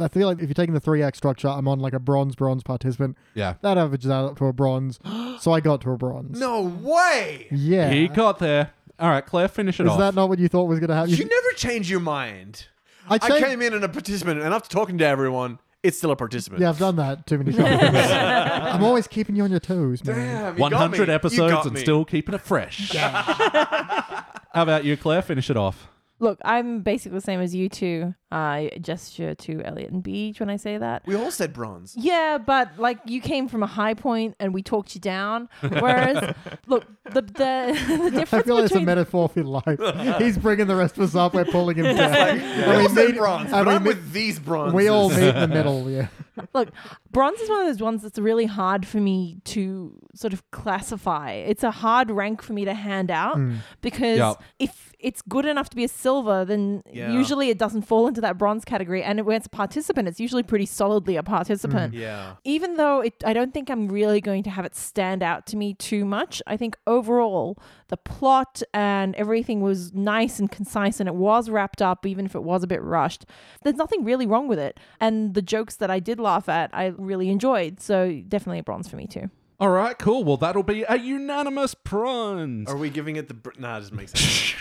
S4: I feel like if you're taking the three act structure, I'm on like a bronze bronze participant.
S1: Yeah.
S4: That averages out up to a bronze, so I got to a bronze.
S2: No way.
S4: Yeah.
S1: He got there. All right, Claire, finish it
S4: Is
S1: off.
S4: that not what you thought was going to happen?
S2: You never change your mind.
S4: I
S2: I
S4: changed-
S2: came in and a participant, and after talking to everyone, it's still a participant.
S4: Yeah, I've done that too many times. I'm always keeping you on your toes, man.
S2: Damn, you got
S1: 100
S2: me. You
S1: episodes
S2: got
S1: and
S2: me.
S1: still keeping it fresh. How about you, Claire? Finish it off.
S3: Look, I'm basically the same as you two. I gesture to Elliot and Beach when I say that.
S2: We all said bronze.
S3: Yeah, but like you came from a high point and we talked you down. Whereas, look, the the, the difference
S4: I feel like it's a
S3: between
S4: metaphor for life. He's bringing the rest of us up. We're pulling him down.
S2: We all
S4: And we
S2: said
S4: meet,
S2: bronze,
S4: and
S2: but
S4: we
S2: I'm
S4: meet-
S2: with these bronzes.
S4: we all meet in the middle. Yeah.
S3: Look, bronze is one of those ones that's really hard for me to sort of classify. It's a hard rank for me to hand out
S4: Mm.
S3: because
S1: Yeah.
S3: if it's good enough to be a silver, then
S2: Yeah.
S3: usually it doesn't fall into that bronze category. And when it's a participant, it's usually pretty solidly a participant.
S2: Yeah.
S3: Even though it, I don't think I'm really going to have it stand out to me too much, I think overall the plot and everything was nice and concise and it was wrapped up, even if it was a bit rushed. There's nothing really wrong with it. And the jokes that I did laugh at, I really enjoyed. So definitely a bronze for me too.
S1: All right, cool. Well, that'll be a unanimous bronze.
S2: Are we giving it the? Br- nah, it doesn't make sense.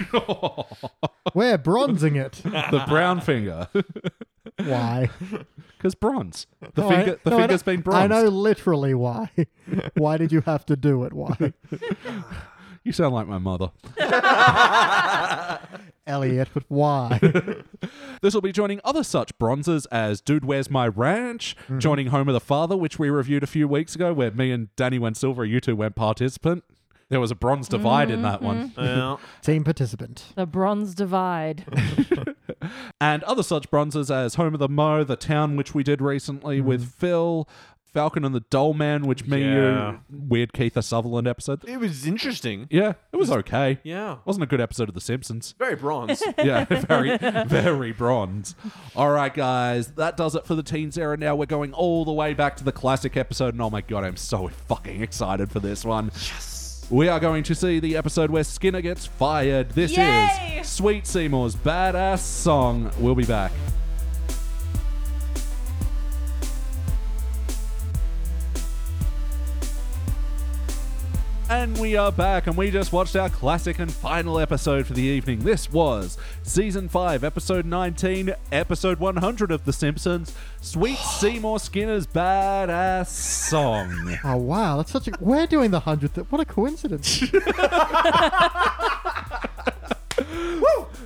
S4: We're bronzing it.
S1: the brown finger.
S4: Why?
S1: Because bronze. The,
S4: No, I-
S1: finger, the
S4: no, I
S1: finger's
S4: know-
S1: been bronzed.
S4: I know literally why. why did you have to do it? Why?
S1: You sound like my mother.
S4: Elliot, but why?
S1: This will be joining other such bronzes as Dude Where's My Ranch, joining Home of the Father, which we reviewed a few weeks ago, where me and Danny went silver, you two went participant. There was a bronze divide in that one.
S2: well,
S4: Team participant.
S3: The bronze divide.
S1: And other such bronzes as Home of the Mo, The Town, which we did recently
S2: Hmm.
S1: with Phil, Falcon and the Doll Man, which me,
S2: Yeah.
S1: you, weird Keith Sutherland episode.
S2: it was interesting.
S1: Yeah, it was okay.
S2: Yeah.
S1: Wasn't a good episode of The Simpsons.
S2: Very bronze.
S1: yeah, very, very bronze. All right, guys, that does it for the Teens Era. Now we're going all the way back to the classic episode, and oh my god, I'm so fucking excited for this one. Yes. We are going to see the episode where Skinner gets fired. This
S3: Yay!
S1: is Sweet Seymour's badass song. We'll be back. And we are back, and we just watched our classic and final episode for the evening. This was season 5, episode 19, episode 100 of The Simpsons Sweet Seymour Skinner's Badass Song.
S4: Oh wow, that's such a. We're doing the hundredth. What a coincidence!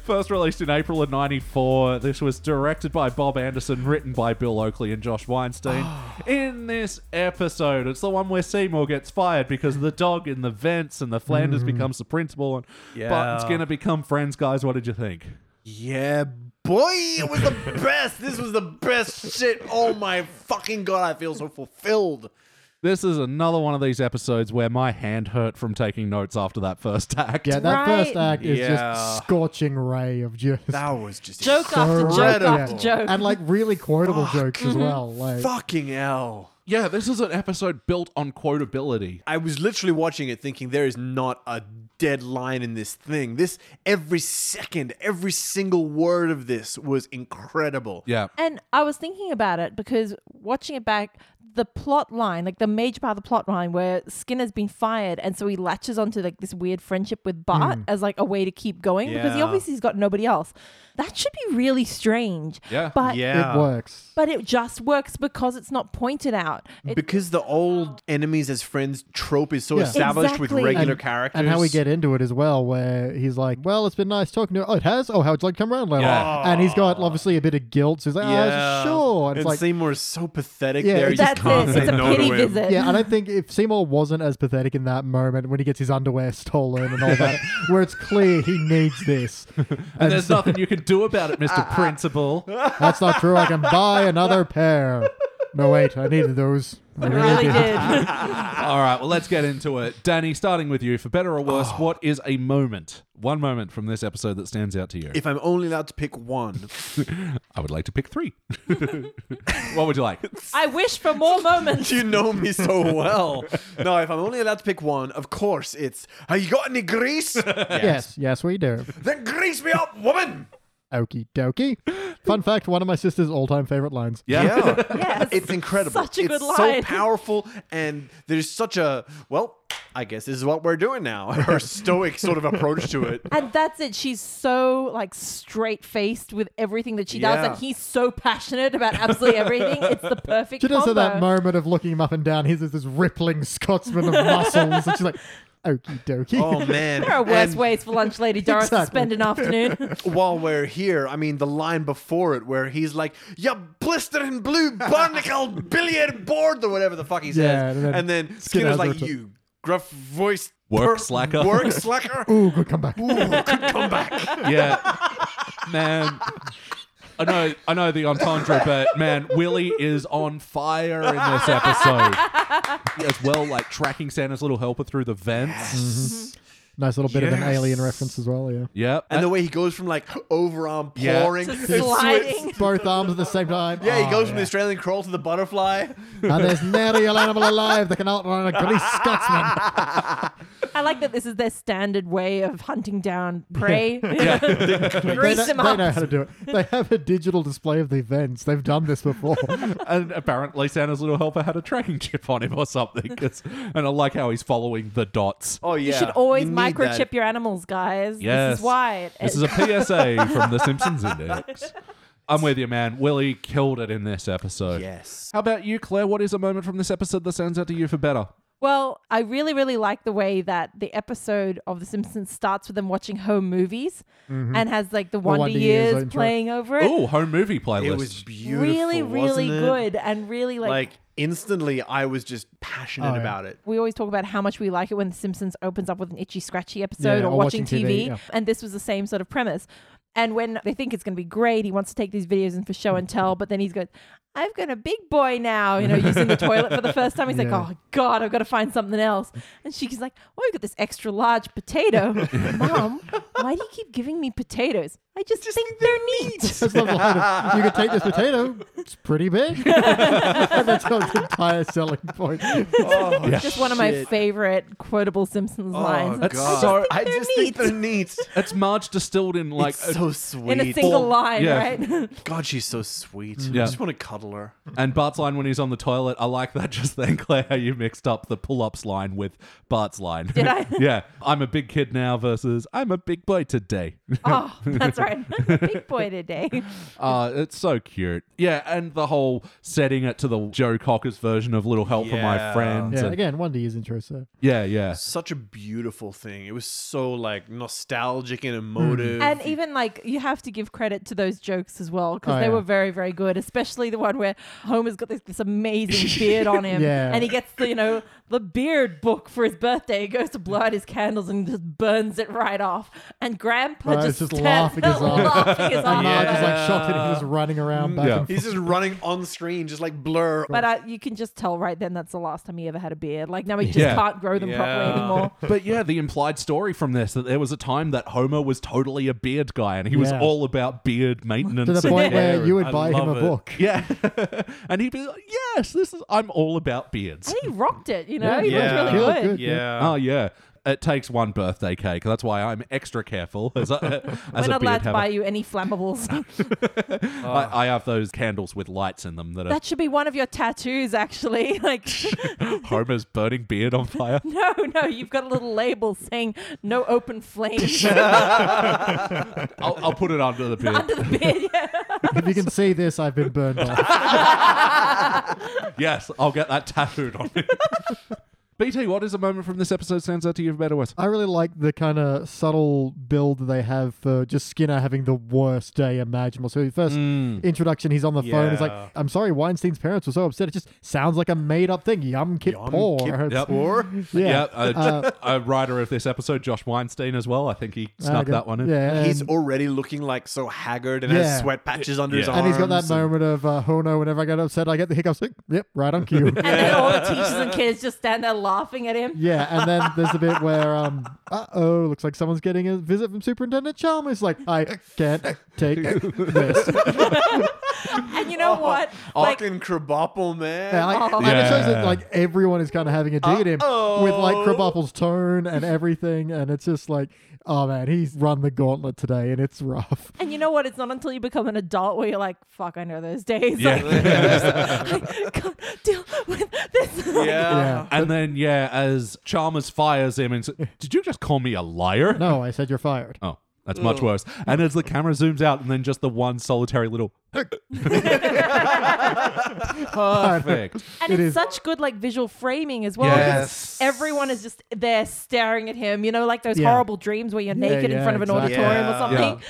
S1: First released in April of 94, this was directed by Bob Anderson, written by Bill Oakley and Josh Weinstein. in this episode, it's the one where Seymour gets fired because of the dog in the vents and the Flanders becomes the principal and
S2: Yeah.
S1: Barton's gonna become friends, guys. What did you think?
S2: yeah, boy, it was the best. This was the best shit. Oh my fucking god, I feel so fulfilled.
S1: This is another one of these episodes where my hand hurt from taking notes after that first act.
S4: Yeah, that
S3: Right.
S4: first act is
S2: Yeah.
S4: just scorching ray of just
S2: That was just
S3: joke after joke
S2: Incredible.
S3: after joke.
S4: and like really quotable jokes as well. Like
S2: fucking hell.
S1: Yeah, this is an episode built on quotability.
S2: I was literally watching it thinking there is not a dead line in this thing. This every second, every single word of this was incredible.
S1: Yeah.
S3: And I was thinking about it because watching it back, the plot line, like the major part of the plot line where Skinner's been fired and so he latches onto like this weird friendship with Bart as like a way to keep going because he
S2: Yeah.
S3: obviously has got nobody else. That should be really strange.
S1: Yeah.
S3: But
S4: it works.
S3: but it just works because it's not pointed out. It,
S2: Because the old enemies as friends trope is so
S4: Yeah.
S2: established
S3: Exactly.
S2: with regular
S4: and,
S2: characters.
S4: and how we get into it as well, where he's like, "Well, it's been nice talking to you. Oh, it has. Oh, how would you like to come around later?"
S1: Yeah.
S4: And he's got obviously a bit of guilt. So he's like,
S2: yeah.
S4: "Oh, sure." And
S2: And
S4: it's like,
S2: Seymour is so pathetic
S4: Yeah,
S2: there. You just
S3: that's
S2: can't
S3: it.
S2: say
S3: It's a
S2: no
S3: pity
S2: to him.
S3: visit.
S4: yeah, and I think if Seymour wasn't as pathetic in that moment when he gets his underwear stolen and all that, where it's clear he needs this,
S1: And there's nothing you can do about it, Mr. Principal.
S4: That's not true. I can buy another pair. No, wait, I needed those. I
S3: it really
S4: did.
S3: did.
S1: All right, well, let's get into it. Danny, starting with you, for better or worse, what is a moment, one moment from this episode that stands out to you?
S2: If I'm only allowed to pick one,
S1: I would like to pick three. what would you like?
S3: I wish for more moments.
S2: you know me so well. No, if I'm only allowed to pick one, of course it's. Have you got any grease?
S4: Yes, yes, we do.
S2: Then grease me up, woman.
S4: Okie dokie. Fun fact one of my sister's all time favorite lines.
S1: Yeah.
S3: Yes.
S2: It's incredible.
S3: Such a
S2: it's
S3: good
S2: so
S3: line.
S2: powerful, and there's such a well. I guess this is what we're doing now. Her stoic sort of approach to it.
S3: And that's it. She's so like straight faced with everything that she does,
S2: Yeah.
S3: and he's so passionate about absolutely everything. It's the perfect.
S4: She does
S3: combo.
S4: have that moment of looking him up and down. He's just this rippling Scotsman of muscles. And she's like, okie dokie.
S2: Oh man,
S3: There are worse
S2: And
S3: ways for lunch lady Doris to
S4: Exactly.
S3: spend an afternoon.
S2: While we're here, I mean the line before it where he's like, "You blistering blue barnacled billiard board" or whatever the fuck he says,
S4: Yeah, and
S2: and
S4: then
S2: then, Skinner's
S4: Skinner's
S2: like,
S4: retort-
S2: "You gruff voiced
S1: Work slacker."
S2: work slacker."
S4: Ooh, good comeback.
S1: Yeah. Man. I know I know the entendre, but man, Willie is on fire in this episode. As well, like tracking Santa's little helper through the vents. Mm-hmm.
S4: Nice little bit of an
S2: Yes.
S4: alien reference as well, yeah.
S1: Yep.
S2: And the way he goes from like overarm
S1: Yeah.
S2: pouring,
S3: To
S2: and swi-
S3: sliding.
S4: Both arms at the same time.
S2: Yeah, he
S4: Oh,
S2: goes from the Australian crawl to the butterfly.
S4: And there's nary an animal alive that can outrun a greased Scotsman.
S3: I like that this is their standard way of hunting down prey.
S4: They,
S3: Grease
S4: know-
S3: him
S4: they know
S3: up.
S4: how to do it. They have a digital display of the events. They've done this before.
S1: and apparently Santa's little helper had a tracking chip on him or something. 'cause- and I like how he's following the dots.
S2: Oh
S3: You
S2: yeah,
S3: should always
S2: You need
S3: microchip
S2: that.
S3: your animals, guys. This
S1: Yes.
S3: is why.
S1: This is a PSA from the Simpsons Index. I'm with you, man. Willie killed it in this episode.
S2: Yes.
S1: How about you, Claire? What is a moment from this episode that stands out to you for better?
S3: Well, I really, really like the way that the episode of The Simpsons starts with them watching home movies
S4: Mm-hmm.
S3: and has like the Wonder,
S4: Wonder Years
S3: Years,
S4: intro.
S3: playing over it.
S1: Oh, home movie playlist.
S2: It was beautiful.
S3: really, really
S2: wasn't it?
S3: good and really like,
S2: Like instantly, I was just passionate
S4: Oh, yeah.
S2: about it.
S3: we always talk about how much we like it when The Simpsons opens up with an itchy, scratchy episode
S4: Yeah,
S3: or, watching, TV.
S4: yeah.
S3: And this was the same sort of premise. And when they think it's going to be great, he wants to take these videos in for show and tell, but then he's going, I've got a big boy now, you know, using the toilet for the first time. He's
S4: Yeah.
S3: like, oh, God, I've got to find something else. And she's like, oh, I've got this extra large potato. Mom, why do you keep giving me potatoes? I just, think they're neat.
S4: That's not the line of, you can take this potato. It's pretty big. and that's got the entire selling point.
S2: Oh,
S1: Yeah.
S3: Just one of my
S2: shit.
S3: favorite quotable Simpsons lines.
S4: Oh,
S1: That's
S2: God.
S1: so-
S2: I just think
S3: they're
S2: they're neat.
S1: It's Marge distilled in like,
S2: Like so sweet.
S3: in a single line,
S1: yeah.
S3: right?
S2: God, she's so sweet.
S1: Yeah.
S2: I just want to cuddle her.
S1: and Bart's line when he's on the toilet. I like that just then, Claire. How you mixed up the pull-ups line with Bart's line.
S3: Did I?
S1: yeah, I'm a big kid now versus I'm a big boy today.
S3: oh, that's right. Big boy today.
S1: Uh, it's so cute. Yeah, and the whole setting it to the Joe Cocker's version of Little Help for My
S2: Yeah.
S1: Friends.
S4: Yeah,
S1: and-
S4: again, Wonder Years intro, so.
S1: yeah, yeah.
S2: Such a beautiful thing. It was so like nostalgic and emotive.
S3: And even like you have to give credit to those jokes as well because
S4: Oh,
S3: they
S4: yeah.
S3: were very, very good. Especially the one where Homer's got this, this amazing beard on him,
S4: Yeah.
S3: and he gets the you know the beard book for his birthday. He goes to blow out his candles and just burns it right off. And Grandpa
S4: Right,
S3: just,
S4: just
S3: stands
S4: laughing his
S3: there
S4: off.
S3: laughing his
S4: And
S3: off.
S4: Marge is
S2: Yeah.
S4: like shocked that he's just running around back
S1: Yeah.
S4: and forth.
S2: He's just running on screen, just like blur.
S3: But uh, you can just tell right then that's the last time he ever had a beard. Like now he just
S1: Yeah.
S3: can't grow them
S2: Yeah.
S3: properly anymore.
S1: But yeah, the implied story from this that there was a time that Homer was totally a beard guy and he was
S4: Yeah.
S1: all about beard maintenance.
S4: To the
S1: and
S4: point
S1: hair
S4: where you would
S2: I
S4: buy him a
S2: love it.
S4: book.
S1: Yeah. and he'd be like, Yes, this is I'm all about beards.
S3: And he rocked it, you know.
S4: Yeah.
S3: he
S2: Yeah.
S3: looked
S4: He
S3: really
S4: looked
S3: good.
S4: good.
S2: yeah.
S1: Oh yeah. It takes one birthday cake. That's why I'm extra careful as a, as
S3: We're
S1: a
S3: not
S1: beard
S3: allowed to
S1: haver.
S3: buy you any flammables.
S1: I, I have those candles with lights in them that are
S3: that should be one of your tattoos, actually. Like,
S1: Homer's burning beard on fire.
S3: no, no, you've got a little label saying "no open flames"
S1: I'll, I'll put it under the beard.
S3: under the beard. Yeah.
S4: If you can see this, I've been burned off.
S1: Yes, I'll get that tattooed on me. BT, what is a moment from this episode stands out to you for better or worse?
S4: I really like the kind of subtle build they have for just Skinner having the worst day imaginable. So, first
S1: Mm.
S4: introduction, he's on the phone. He's
S2: Yeah.
S4: like, I'm sorry, Weinstein's parents were so upset. It just sounds like a made up thing. Yum, kip,
S2: Yum,
S4: poor.
S2: kip,
S4: It's-
S1: Yep.
S2: Or
S4: Yeah. uh,
S1: Yeah, a, a writer of this episode, Josh Weinstein, as well. I think he
S4: Uh,
S1: snuck
S4: good.
S1: that one in.
S4: Yeah.
S2: he's
S4: and-
S2: already looking like so haggard and
S4: Yeah.
S2: has sweat patches under his
S1: Yeah.
S2: arms.
S4: and he's got that
S2: and-
S4: moment of, uh, oh no, whenever I get upset, I get the hiccups. Like, yep, right on cue.
S3: And then all the teachers and kids just stand there laughing at him.
S4: Yeah, and then there's a bit where um, uh oh, looks like someone's getting a visit from Superintendent Chalmers. Like I can't take this.
S3: And you know
S2: Oh,
S3: what? Like,
S2: Fucking Krabappel, man.
S4: And, I, and it shows that
S1: Yeah.
S4: like everyone is kind of having a dig at him with like
S2: Uh-oh.
S4: Krabappel's tone and everything, and it's just like, oh man, he's run the gauntlet today, and it's rough.
S3: and you know what? It's not until you become an adult where you're like, "Fuck, I know those days."
S1: Yeah.
S3: Like, I can't deal with this.
S2: yeah.
S4: Yeah.
S1: And then, yeah, as Chalmers fires him and says, Did you just call me a liar?
S4: No, I said you're fired.
S1: Oh, that's much worse. And as the camera zooms out, and then just the one solitary little.
S2: Uh,
S1: Perfect.
S3: and
S4: It
S3: it's
S4: is.
S3: such good like visual framing as well. 'cause
S2: Yes.
S3: Everyone is just there staring at him. You know, like those
S4: Yeah.
S3: horrible dreams where you're
S4: Yeah,
S3: naked in
S4: yeah,
S3: front of an
S4: exactly.
S3: auditorium
S2: Yeah.
S3: or something.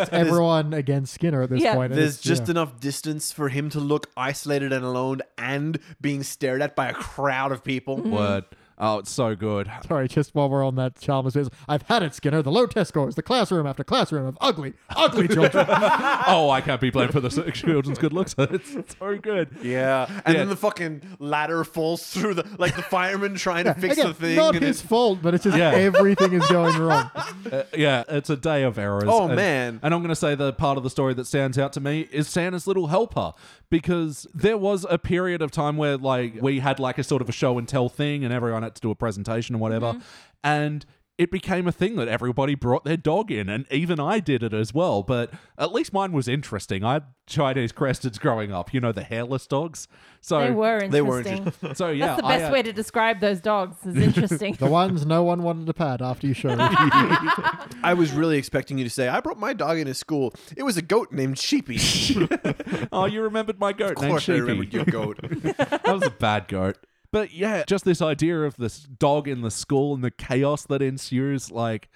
S4: It's everyone against Skinner at this
S3: Yeah.
S4: point. and
S2: There's
S4: it's-
S2: just
S4: yeah.
S2: enough distance for him to look isolated and alone and being stared at by a crowd of people.
S1: Word. Oh, it's so good.
S4: Sorry, just while we're on that Chalmers, bit, I've had it, Skinner. The low test scores, the classroom after classroom of ugly, ugly children.
S1: Oh, I can't be blamed for the children's good looks. It's so good.
S2: Yeah. And
S1: Yeah.
S2: then the fucking ladder falls through the like the fireman trying to fix
S4: Again,
S2: the thing.
S4: Not
S2: and
S4: his
S2: it-
S4: fault, but it's just
S1: Yeah.
S4: everything is going wrong.
S1: Uh, yeah, it's a day of errors.
S2: Oh,
S1: And-
S2: man.
S1: And I'm going to say the part of the story that stands out to me is Santa's little helper because there was a period of time where like we had like a sort of a show and tell thing, and everyone had to do a presentation or whatever,
S3: Mm-hmm.
S1: and. It became a thing that everybody brought their dog in, and even I did it as well. But at least mine was interesting. I had Chinese crested growing up, you know, the hairless dogs. So
S3: They were interesting.
S2: They were
S1: So yeah,
S3: That's the
S1: I,
S3: best
S1: uh,
S3: way to describe those dogs. Is interesting.
S4: The ones no one wanted to pat after you showed it.
S2: I was really expecting you to say, I brought my dog into school. It was a goat named Sheepy.
S1: Oh, you remembered my goat
S2: of
S1: named
S2: course I
S1: Sheepy.
S2: remembered your goat.
S1: that was a bad goat. But yeah, just this idea of this dog in the school and the chaos that ensues, like,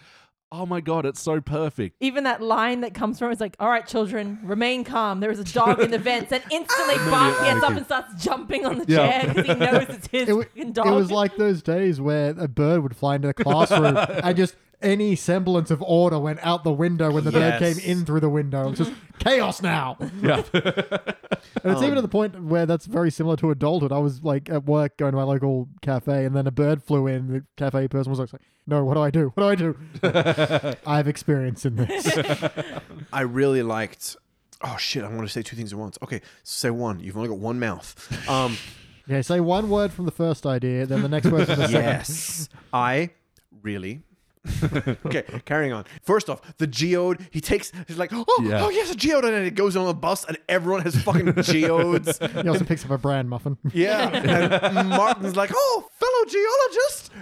S1: oh my god, it's so perfect.
S3: Even that line that comes from it's like, all right, children, remain calm. There is a dog in the vents, and instantly Bob gets up and starts jumping on the
S1: Yeah.
S3: chair because he knows it's his
S4: It, w-
S3: fucking
S4: it
S3: dog.
S4: was like those days where a bird would fly into the classroom and just any semblance of order went out the window when the bird
S2: Yes.
S4: came in through the window. It's just chaos now.
S1: Yeah.
S4: And it's even to the point where that's very similar to adulthood. I was like at work going to my local cafe and then a bird flew in. The cafe person was like, No, what do I do? What do I do? I have experience in this.
S2: I really liked Oh shit, I want to say two things at once. Okay, say one. You've only got one mouth. Um
S4: Yeah, say one word from the first idea, then the next word from the second.
S2: yes. I really. okay, carrying on. First off, the geode, he takes, he's like, oh,
S1: Yeah.
S2: oh, yes, a geode. And then it goes on a bus and everyone has fucking geodes.
S4: He also picks up a bran muffin.
S2: Yeah. And Martin's like, oh,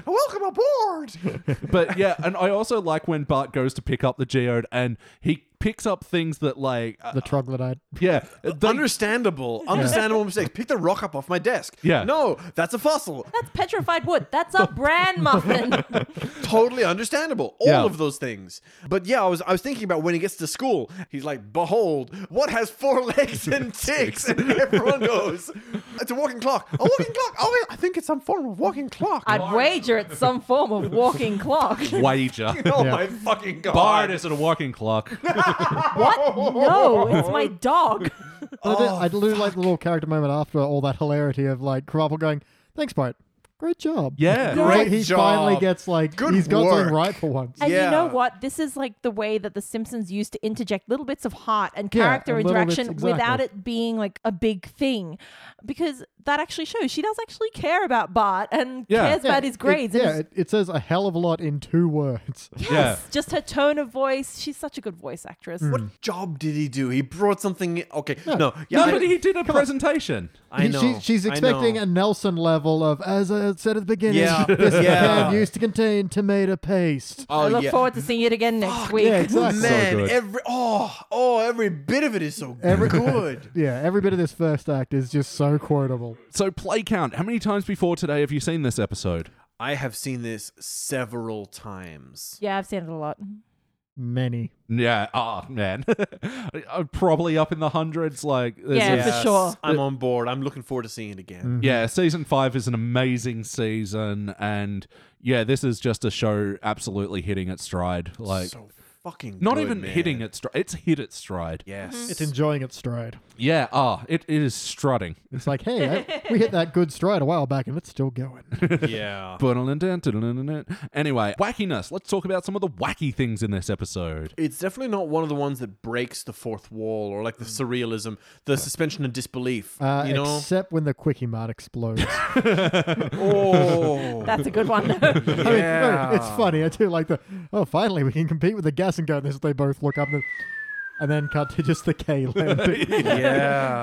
S2: fellow geologist, welcome aboard.
S1: but yeah, and I also like when Bart goes to pick up the geode and he picks up things that like uh,
S4: The troglodyte.
S1: yeah, they-
S2: understandable. Understandable mistakes. Pick the rock up off my desk.
S1: Yeah.
S2: No, that's a fossil.
S3: that's petrified wood. That's a bran muffin.
S2: Totally understandable. All
S1: Yeah.
S2: of those things. But yeah, I was I was thinking about when he gets to school, he's like, Behold, what has four legs and ticks? And everyone goes, It's a walking clock. A walking clock. Oh yeah, I think it's some form of walking clock.
S3: I'd wager it's some form of walking clock.
S1: wager.
S2: oh
S4: Yeah.
S2: my fucking god.
S1: Bart is at a walking clock.
S3: What? No, it's my dog.
S4: I did,
S2: Oh,
S4: I did like the little character moment after all that hilarity of like Krabappel going, "Thanks, Bart. Great job.
S1: Yeah.
S4: Like,
S2: Great
S4: he
S2: job.
S4: finally gets like
S2: Good
S4: he's got
S2: work.
S4: something right for once.
S3: And you know
S2: Yeah.
S3: what? This is like the way that The Simpsons used to interject little bits of heart and
S4: Yeah,
S3: character
S4: and little bits,
S3: interaction without
S4: exactly.
S3: it being like a big thing. Because that actually shows she does actually care about Bart and
S1: Yeah.
S3: cares about his grades.
S4: It,
S3: and
S4: yeah,
S3: his-
S4: it, it says a hell of a lot in two words.
S1: Yeah.
S3: yes, just her tone of voice. She's such a good voice actress.
S4: Mm.
S2: What job did he do? He brought something. Okay, no, yeah,
S1: No,
S2: I-
S1: but he did a presentation.
S2: I
S4: He-
S2: know.
S4: she- she's
S2: I know.
S4: expecting a Nelson level of, as I said at the beginning,
S2: Yeah.
S4: this
S2: Yeah.
S4: can used to contain tomato paste.
S2: Oh,
S3: I look
S2: yeah.
S3: forward to seeing it again next week.
S4: yeah, exactly.
S2: Man,
S1: good.
S2: every oh oh every bit of it is so good.
S4: Yeah, every bit of this first act is just so quotable.
S1: So play count. How many times before today have you seen this episode?
S2: I have seen this several times.
S3: Yeah, I've seen it a lot.
S4: Many.
S1: Yeah. Ah, man. I'm Uh, Probably up in the hundreds. Like, there's
S3: Yeah,
S1: a-
S3: for sure.
S2: I'm on board. I'm looking forward to seeing it again.
S4: Mm-hmm.
S1: Yeah, season five is an amazing season, and yeah, this is just a show absolutely hitting its stride. Like,
S2: So fucking
S1: Not
S2: good,
S1: even
S2: man.
S1: hitting its stride. It's hit its stride.
S2: Yes.
S3: Mm-hmm.
S4: It's enjoying its stride.
S1: Yeah. Ah, it, it is strutting.
S4: It's like, hey, that- we hit that good stride a while back and it's still going.
S2: yeah.
S1: Anyway, wackiness. Let's talk about some of the wacky things in this episode.
S2: It's definitely not one of the ones that breaks the fourth wall or like the
S3: Mm.
S2: surrealism, the suspension of disbelief.
S4: Uh,
S2: you know?
S4: Except when the quickie mart explodes.
S2: oh.
S3: That's a good one.
S4: I mean, no, it's funny. I do like the, oh, finally we can compete with the gas and go. And this, they both look up and, and then cut to just the K landing.
S2: yeah.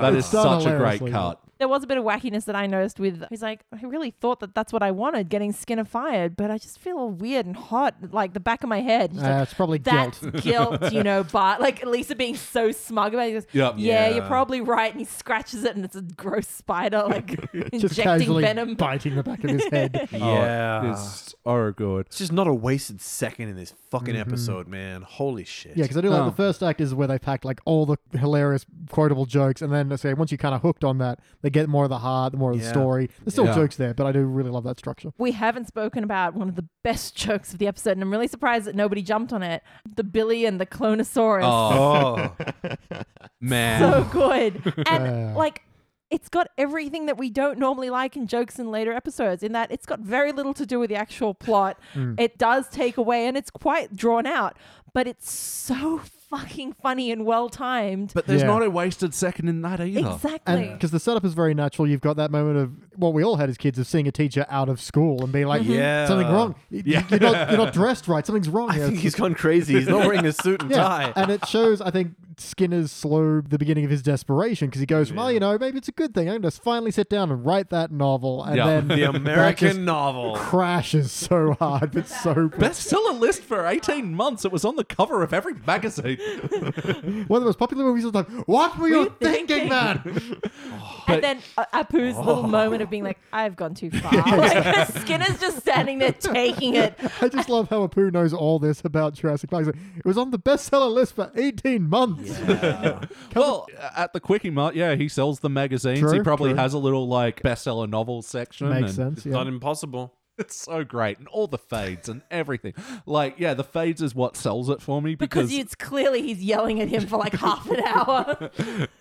S1: That
S4: It's
S1: is
S4: done
S1: such a great
S4: hilariously.
S1: cut.
S3: there was a bit of wackiness that I noticed with he's like, I really thought that that's what I wanted, getting Skinner fired, but I just feel all weird and hot, like the back of my head. She's
S4: Uh,
S3: like,
S4: it's probably
S3: that's
S4: guilt.
S3: guilt, you know, Bart. Like Lisa being so smug about it. He goes,
S1: Yep.
S3: Yeah,
S2: Yeah.
S3: you're probably right. And he scratches it, and it's a gross spider, like
S4: Just
S3: injecting
S4: casually
S3: venom.
S4: biting the back of his head.
S2: yeah.
S1: Oh,
S2: it's,
S1: it's so good.
S2: just not a wasted second in this fucking episode, man. Holy shit.
S4: Mm-hmm. Yeah, because I do like
S1: Oh.
S4: the first act is where they pack like all the hilarious quotable jokes, and then they say once you're kind of hooked on that, they get more of the heart, more of the
S2: Yeah.
S4: story. There's still
S1: Yeah.
S4: jokes there, but I do really love that structure.
S3: We haven't spoken about one of the best jokes of the episode, and I'm really surprised that nobody jumped on it. The Billy and the Clonosaurus.
S1: Oh, man.
S3: so good.
S4: Yeah.
S3: And like it's got everything that we don't normally like in jokes in later episodes in that it's got very little to do with the actual plot.
S4: Mm.
S3: It does take away and it's quite drawn out, but it's so fucking funny and well timed.
S1: but there's
S4: Yeah.
S1: not a wasted second in that either.
S3: Exactly.
S4: And because the setup is very natural, you've got that moment of what we all had as kids of seeing a teacher out of school and being like,
S2: Yeah.
S4: something wrong. Y- You're, not, you're not dressed right. Something's wrong.
S2: I
S4: here."
S2: think he's gone crazy. He's not wearing a suit and
S4: yeah,
S2: tie.
S4: and it shows. I think Skinner's slow the beginning of his desperation because he goes, "Well, you know, maybe it's a good thing. I can just finally sit down and write that novel." And
S1: Yeah.
S4: then
S2: the
S4: that just
S2: American novel.
S4: crashes so hard, but so
S1: Bestseller list for 18 months. It was on the cover of every magazine.
S4: One of the most popular movies of the time. What were you thinking, man?
S1: But-
S3: and then uh, Apu's
S4: Oh.
S3: little moment of being like, I've gone too far. like, Skinner's just standing there taking it.
S4: I just love how Apu knows all this about Jurassic Park. He's like, it was on the bestseller list for 18 months.
S1: well, at the Quickie Mart, yeah, he sells the magazines. he
S4: True,
S1: probably
S4: true.
S1: has a little like bestseller novel section.
S4: Makes
S1: and-
S4: sense. Yeah.
S2: Not impossible.
S1: It's so great. And all the fades and everything. Like, yeah, the fades is what sells it for me because.
S3: Because it's clearly he's yelling at him for like half an hour.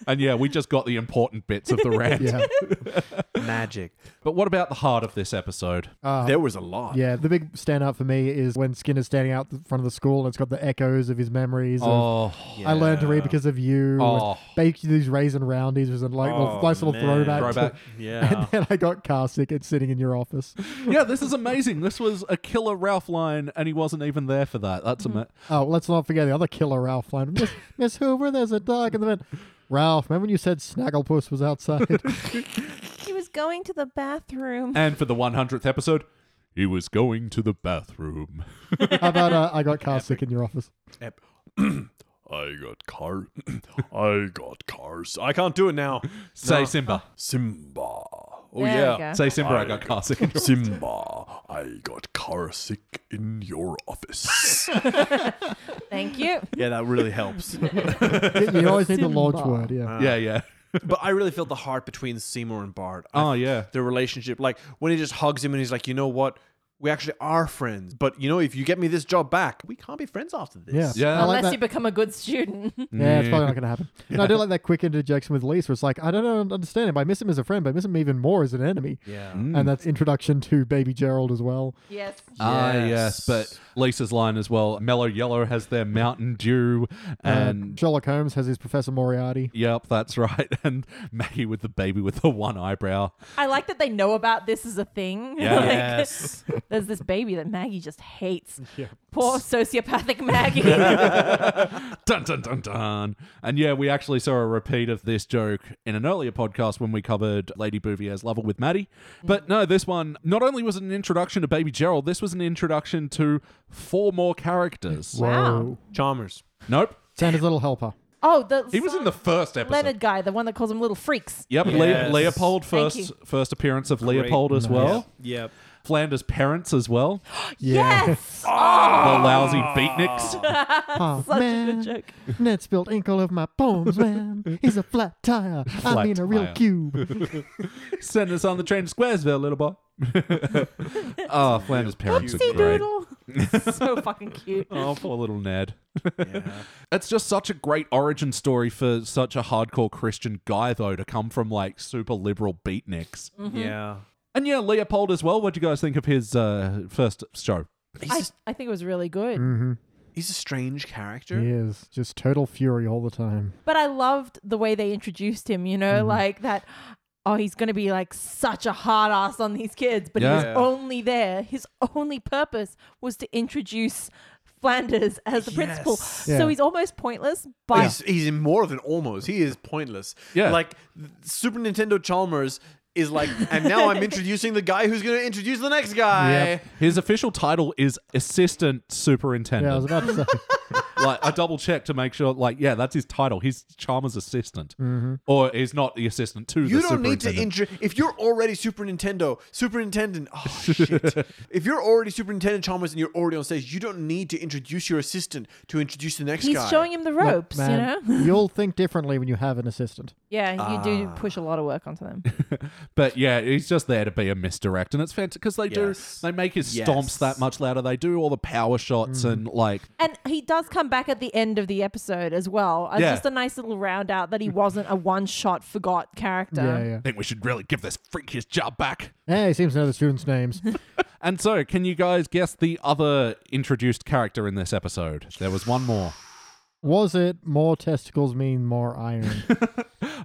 S1: and yeah, we just got the important bits of the rant.
S4: Yeah.
S2: Magic.
S1: But what about the heart of this episode?
S2: there was a lot.
S4: Uh, Yeah, the big standout for me is when Skinner's standing out the front of the school and it's got the echoes of his memories. Of,
S1: oh,
S4: I learned to read because of you. and
S1: Oh.
S4: Baked these raisin roundies was a like,
S2: Oh,
S4: nice little
S2: man.
S4: throwback. to-
S1: throwback.
S2: Yeah.
S4: and I got car sick at sitting in your office.
S1: yeah, this is amazing. This was a killer Ralph line, and he wasn't even there for that. That's ama-
S4: Oh, let's not forget the other killer Ralph line. Miss, Miss Hoover, there's a dog in the bed. Ralph, remember when you said Snagglepuss was outside?
S3: he was going to the bathroom.
S1: And for the 100th episode, he was going to the bathroom.
S4: How about uh, I got car sick in your office?
S2: Ep- I got car. I got cars. I can't do it now.
S1: Say
S2: No.
S1: Simba.
S2: Simba.
S3: There
S2: Oh
S3: we
S2: yeah.
S3: go.
S1: Say Simba, I got car sick.
S2: Simba, I got car sick in your office.
S3: Thank you.
S2: yeah, that really helps.
S4: You, you always need the launch
S3: Simba.
S4: word, yeah.
S1: yeah, yeah.
S2: but I really felt the heart between Seymour and Bart.
S1: Oh,
S2: I-
S1: yeah.
S2: Their relationship. Like when he just hugs him and he's like, you know what? We actually are friends. But you know, if you get me this job back, we can't be friends after this.
S4: Yeah.
S1: Yeah.
S4: I like
S3: Unless
S4: that.
S3: you become a good student.
S4: Yeah, it's probably not going to happen. And I do like that quick interjection with Lisa. It's like, I don't understand him. I miss him as a friend, but I miss him even more as an enemy.
S2: Yeah. Mm.
S4: And that's introduction to Baby Gerald as well.
S3: yes.
S1: Ah, yes.
S2: Yes.
S1: But Lisa's line as well Mellow Yellow has their Mountain Dew, and
S4: And Uh, Sherlock Holmes has his Professor Moriarty.
S1: Yep, that's right. And Maggie with the baby with the one eyebrow.
S3: I like that they know about this as a thing.
S1: Yeah.
S3: Like,
S2: Yes.
S3: there's this baby that Maggie just hates. Poor sociopathic Maggie.
S1: Dun dun dun dun. And yeah, we actually saw a repeat of this joke in an earlier podcast when we covered Lady Bouvier's Level with Maddie. But
S3: Mm.
S1: no, this one not only was it an introduction to Baby Gerald, this was an introduction to four more characters.
S3: Wow.
S4: Whoa.
S2: Chalmers.
S1: Nope.
S4: Santa's Oh. little helper.
S3: oh, the
S1: He was in the first episode.
S3: Leonard guy, the one that calls him little freaks.
S1: Yep, Le-
S2: Yes.
S1: Leopold
S3: Thank
S1: first
S3: you.
S1: first appearance of Leopold as well.
S2: Yep.
S1: Flanders' parents as well.
S4: Yeah.
S3: Yes.
S1: The
S3: Ah!
S1: lousy beatniks.
S4: Oh,
S3: Such a
S4: man.
S3: good joke.
S4: Ned spilled ink all over my poems, man. He's a flat tire. I
S1: Flat
S4: mean, a real
S1: tire.
S4: cube.
S1: Send us on the train to Squaresville, little boy. oh, Flanders' parents are
S3: Oopsie
S1: great.
S3: doodle. so fucking cute.
S1: Oh, poor little Ned.
S2: Yeah.
S1: It's just such a great origin story for such a hardcore Christian guy, though, to come from like super liberal beatniks.
S3: Mm.
S2: Mm-hmm. Yeah.
S1: And yeah, Leopold as well. What do you guys think of his uh, first show?
S2: He's,
S3: I,
S2: just-
S3: I think it was really good.
S4: Mm-hmm.
S2: he's a strange character.
S4: He is just total fury all the time.
S3: But I loved the way they introduced him, you know, like that. Oh, he's going to be like such a hard ass on these kids, but he was
S1: Yeah.
S3: only there. His only purpose was to introduce Flanders as the principal.
S2: Yes.
S4: Yeah.
S3: So he's almost pointless, but
S2: He's, he's in more than almost. He is pointless.
S1: Yeah.
S2: Like th- Super Nintendo Chalmers is like, and now I'm introducing the guy who's going to introduce the next guy.
S4: Yep.
S1: His official title is Assistant
S4: Yeah, I was
S1: Superintendent.
S4: about to say.
S1: like, I double checked to make sure, like, yeah, that's his title. He's Chalmers' assistant.
S2: Mm-hmm.
S1: Or he's not the assistant to
S2: You
S1: the
S2: don't need to
S1: superintendent.
S2: intro. If you're already Super Nintendo, Superintendent, oh shit. if you're already Superintendent Chalmers and you're already on stage, you don't need to introduce your assistant to introduce the next
S3: he's
S2: guy.
S3: showing him the
S4: Look,
S3: ropes, you know?
S4: man, you'll think differently when you have an assistant.
S3: Yeah, you do push a lot of work onto them.
S1: But yeah, he's just there to be a misdirect, and it's fantastic because they
S2: Yes.
S1: do they make his
S2: Yes. Mm.
S1: stomps that much louder. They do all the power shots and like
S3: And he does come back at the end of the episode as well. It's
S1: Yeah.
S3: just a nice little round out that he wasn't a one shot forgot character.
S4: Yeah, yeah.
S1: I think we should really give this freak his job back.
S4: Hey, he seems to know the students' names.
S1: And so, can you guys guess the other introduced character in this episode? There was one more.
S4: Was it more testicles mean more iron?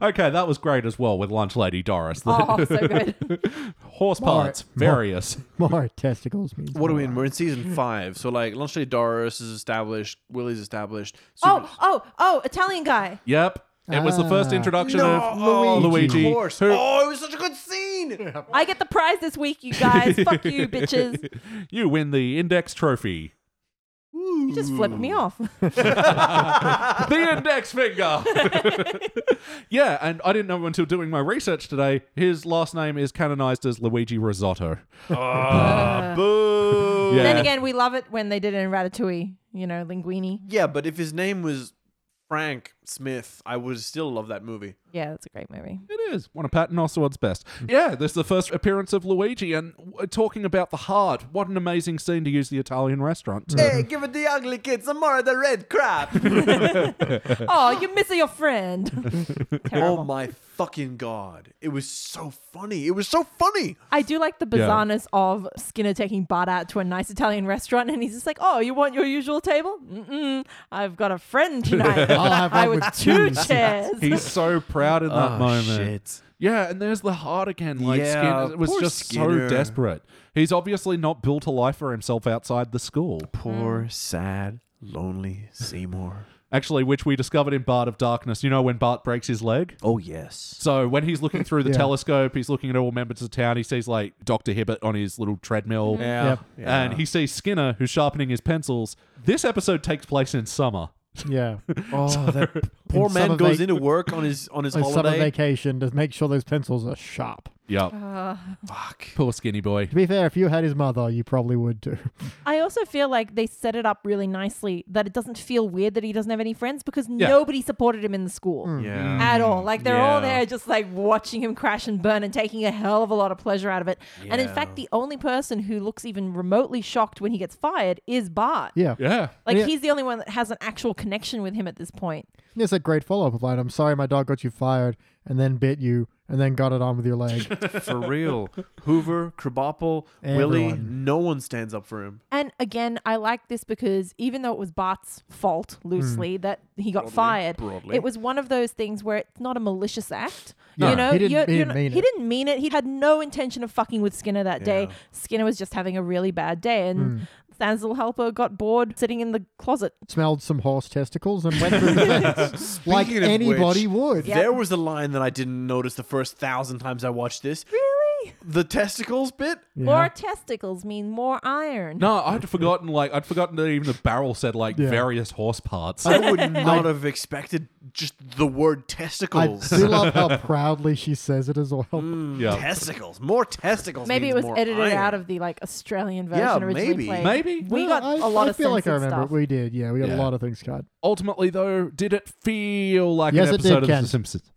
S1: Okay, that was great as well with Lunch Lady Doris. The
S3: Oh, so good.
S1: horse parts,
S4: More.
S1: various.
S4: more testicles means.
S2: What are
S4: more
S2: we in?
S4: iron.
S2: We're in season five. So like Lunch Lady Doris is established, Willie's established. Super-
S3: oh, oh, oh, Italian guy.
S1: Yep. It was the first
S4: Ah.
S1: introduction
S2: no,
S1: of
S2: oh,
S1: Luigi.
S2: Of course.
S1: who-
S2: oh, it was such a good scene.
S3: I get the prize this week, you guys. Fuck you, bitches.
S1: You win the index trophy.
S3: You just flipped me off.
S1: the index finger. yeah, and I didn't know until doing my research today. His last name is canonized as Luigi Risotto. Uh,
S2: Ah, boo.
S1: Yeah.
S3: Then again, we love it when they did it in Ratatouille, you know, Linguini.
S2: Yeah, but if his name was Frank Smith, I would still love that movie.
S3: Yeah, that's a great movie.
S1: It is one of Patton Oswalt's best. Yeah, this is the first appearance of Luigi, and w- talking about the heart. What an amazing scene to use the Italian restaurant. to.
S2: Hey, give it the ugly kid some more of the red crap.
S3: Oh, you're missing your friend. Terrible.
S2: oh my fucking god. It was so funny. It was so funny.
S3: I do like the
S1: Yeah.
S3: bizarreness of Skinner taking Bart out to a nice Italian restaurant, and he's just like, "Oh, you want your usual table? Mm-mm, I've got a friend tonight.
S4: I'll have
S3: I
S4: one
S3: would
S4: with
S3: two
S4: cheese."
S3: chairs."
S1: He's so proud in that
S2: Oh,
S1: moment.
S2: shit.
S1: Yeah, and there's the heart again. Like
S2: Yeah,
S1: Skinner was
S2: poor
S1: just so
S2: Skinner.
S1: desperate. He's obviously not built a life for himself outside the school.
S2: Poor, sad, lonely Seymour.
S1: Actually, which we discovered in Bart of Darkness. You know when Bart breaks his leg?
S2: Oh yes.
S1: So when he's looking through the
S4: Yeah.
S1: telescope, he's looking at all members of town. He sees like Dr. Hibbert on his little treadmill.
S2: Yeah.
S4: Yep.
S1: And he sees Skinner, who's sharpening his pencils. This episode takes place in summer.
S4: Yeah. Oh, that
S2: poor
S4: in
S2: man
S4: summer
S2: goes
S4: vac-
S2: into work on his on his
S4: on summer
S2: holiday.
S4: vacation to make sure those pencils are sharp.
S1: Yep.
S3: Uh,
S2: Fuck.
S1: Poor skinny boy.
S4: To be fair, if you had his mother, you probably would too.
S3: I also feel like they set it up really nicely that it doesn't feel weird that he doesn't have any friends because nobody supported him in the school.
S4: Mm.
S2: Yeah.
S3: At all. Like they're all
S2: Yeah.
S3: there just like watching him crash and burn and taking a hell of a lot of pleasure out of it. And in
S2: Yeah.
S3: fact, the only person who looks even remotely shocked when he gets fired is Bart.
S4: Yeah.
S1: Yeah.
S3: Like
S4: Yeah.
S3: he's the only one that has an actual connection with him at this point.
S4: It's a great follow up line. I'm sorry my dog got you fired and then bit you and then got it on with your leg.
S2: For real. Hoover, Krabappel, Willie,
S4: Everyone.
S2: no one stands up for him.
S3: And again, I like this because even though it was Bart's fault,
S4: Hmm.
S3: loosely, that he got
S2: Broadly,
S3: fired,
S2: broadly.
S3: it was one of those things where it's not a malicious act.
S4: No,
S3: you know,
S4: he didn't-
S3: you're-
S4: he
S3: you're
S4: didn't
S3: not-
S4: mean
S3: he
S4: it.
S3: didn't mean it. He had no intention of fucking with Skinner that day.
S2: Yeah.
S3: Skinner was just having a really bad day, and
S4: Hmm.
S3: Stan's little helper got bored sitting in the closet.
S4: Smelled some horse testicles and went through the fence like
S2: Speaking of
S4: anybody
S2: which-
S4: would.
S3: Yeah.
S2: There was a line that I didn't notice the first thousand times I watched this.
S3: Really?
S2: The testicles bit?
S4: Yeah.
S3: More testicles mean more iron.
S1: No, I'd forgotten like I'd forgotten that even the barrel said like
S4: Yeah. Um,
S1: various horse parts.
S2: I would not have expected just the word
S4: I
S2: testicles.
S4: do love how proudly she says it as well.
S3: Mm.
S1: Yeah.
S2: Testicles. More testicles.
S3: Maybe it was
S2: means more
S3: edited
S2: iron.
S3: out of the like Australian version
S2: Yeah,
S3: originally
S2: maybe.
S3: played.
S1: Maybe.
S3: We
S4: Well,
S3: got
S4: I,
S3: a lot
S4: I
S3: of
S4: feel like I
S3: censored
S4: remember
S3: stuff.
S4: it. we did. Yeah, we got
S1: Yeah.
S4: a lot of things cut.
S1: Ultimately though, did it feel like
S4: Yes,
S1: an
S4: it did,
S1: episode of
S4: Ken.
S1: The Simpsons?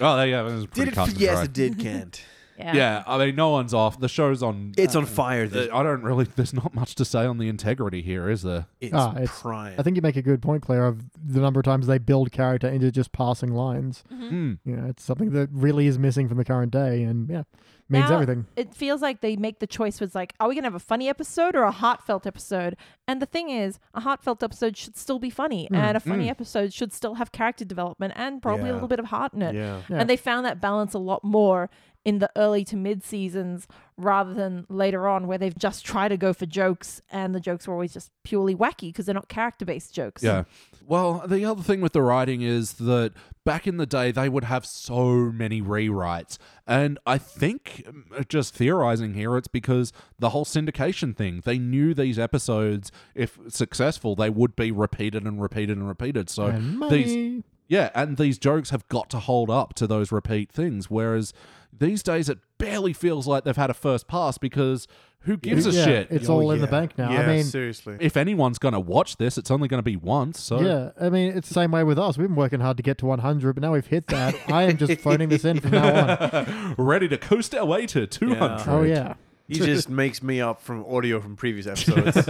S1: oh, there you go. It was a pretty
S2: Did it?
S1: cut and
S2: Yes,
S1: dry.
S2: it did, Kent. Uh,
S3: Yeah.
S1: Yeah, I mean, no one's off. The show's on.
S2: It's on fire. This,
S1: I don't really. There's not much to say on the integrity here, is there?
S2: it's
S4: Ah, it's-
S2: prime.
S4: I think you make a good point, Claire, of the number of times they build character into just passing lines.
S1: Mm.
S4: You know, it's something that really is missing from the current day, and yeah, means
S3: Now,
S4: everything.
S3: It feels like they make the choice was like, are we going to have a funny episode or a heartfelt episode? And the thing is, a heartfelt episode should still be funny,
S4: Hmm.
S3: and a funny
S1: Mm.
S3: episode should still have character development and probably
S2: Hmm. Yeah.
S3: a little bit of heart in it.
S2: yeah.
S4: Yeah.
S3: And they found that balance a lot more in the early to mid seasons rather than later on where they've just tried to go for jokes and the jokes were always just purely wacky because they're not character based jokes.
S1: Yeah. Well, the other thing with the writing is that back in the day, they would have so many rewrites. And I think, um, just theorizing here, it's because the whole syndication thing, they knew these episodes, if successful, they would be repeated and repeated and repeated. So
S4: And
S1: these
S4: money.
S1: Yeah, and these jokes have got to hold up to those repeat things. Whereas these days, it barely feels like they've had a first pass because who gives a
S4: Yeah,
S1: shit?
S4: It's
S2: Oh,
S4: all in the
S2: yeah.
S4: bank now.
S2: Yeah,
S4: I mean,
S2: seriously.
S1: if anyone's going to watch this, it's only going to be once. So
S4: yeah, I mean, it's the same way with us. We've been working hard to get to 100, but now we've hit that. I am just phoning this in from now on.
S1: ready to coast our way to 200.
S4: Oh yeah,
S2: He just makes me up from audio from previous episodes.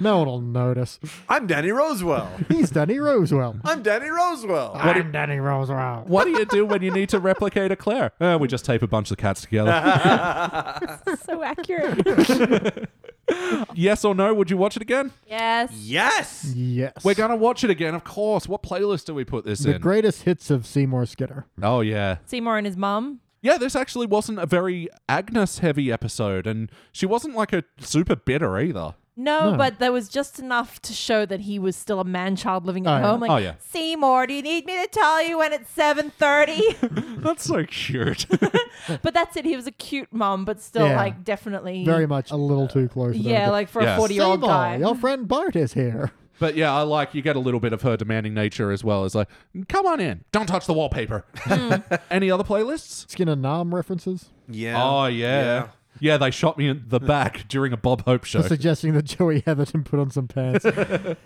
S4: no one will notice.
S2: I'm Danny Rosewell.
S4: He's Danny Rosewell.
S2: I'm Danny Rosewell.
S4: I'm Danny Rosewell.
S1: What do you do when you need to replicate a Claire? Uh, we just tape a bunch of cats together.
S3: so accurate.
S1: yes or no? Would you watch it again?
S3: yes.
S2: Yes.
S4: Yes,
S1: We're going to watch it again, of course. What playlist do we put this
S4: the
S1: in?
S4: greatest hits of Seymour Skinner.
S1: oh, yeah.
S3: Seymour and his mum.
S1: Yeah, this actually wasn't a very Agnes heavy episode, and she wasn't like a super bitter either.
S3: No,
S4: No.
S3: but there was just enough to show that he was still a man child living
S4: Oh,
S3: at
S4: yeah.
S3: home. Like,
S1: Oh, yeah.
S3: Seymour, do you need me to tell you when it's seven thirty?
S1: That's so cute.
S3: but that's it. He was a cute mum, but still
S4: Yeah.
S3: like definitely
S4: Very much a little too close. with
S3: yeah,
S4: everything.
S3: like for
S1: Yeah.
S3: a forty year old
S4: Seymour,
S3: guy.
S4: Your friend Bart is here.
S1: but yeah, I like you get a little bit of her demanding nature as well. It's like, come on in, don't touch the wallpaper. Any other playlists?
S4: Skinner Nam references.
S2: Yeah.
S4: Ah,
S1: Oh yeah. yeah. they shot me in the back during a Bob Hope show.
S4: For suggesting that Joey Heatherton put on some pants.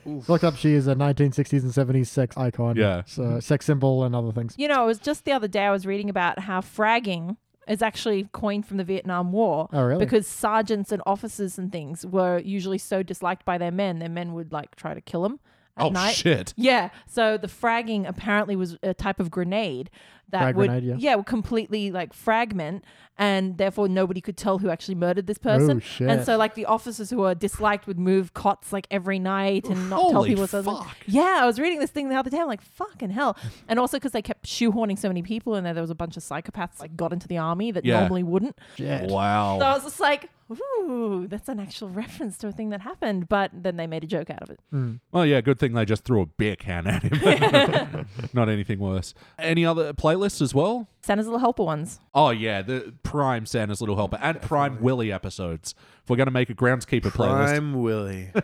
S4: Look up, she is a 1960s and 70s sex icon.
S1: Yeah.
S4: So, sex symbol and other things.
S3: You know, it was just the other day I was reading about how fragging is actually coined from the Vietnam War.
S4: Oh, really?
S3: Because sergeants and officers and things were usually so disliked by their men, their men would like try to kill them at
S1: oh
S3: night.
S1: shit.
S3: Yeah. So the fragging apparently was a type of grenade that
S4: Frag
S3: would
S4: grenade, yeah.
S3: would completely like fragment and therefore nobody could tell who actually murdered this person.
S4: Oh, shit.
S3: And so like the officers who are disliked would move cots like every night and not tell
S1: Holy
S3: people. So I was like,
S1: fuck.
S3: yeah, I was reading this thing the other day. I'm like, fucking hell. And also because they kept shoehorning so many people in there, there was a bunch of psychopaths like got into the army that
S1: Yeah. Oh.
S3: normally wouldn't.
S4: Shit.
S1: Wow.
S3: So I was just like, ooh, that's an actual reference to a thing that happened. But then they made a joke out of it.
S1: well, Oh, yeah, good thing they just threw a beer can at him. Not anything worse. Any other playlists as well?
S3: Santa's little helper ones.
S1: Oh yeah, the prime Santa's Little Helper and prime Willy episodes. If we're gonna make a groundskeeper playlist,
S2: Prime Willie.
S3: I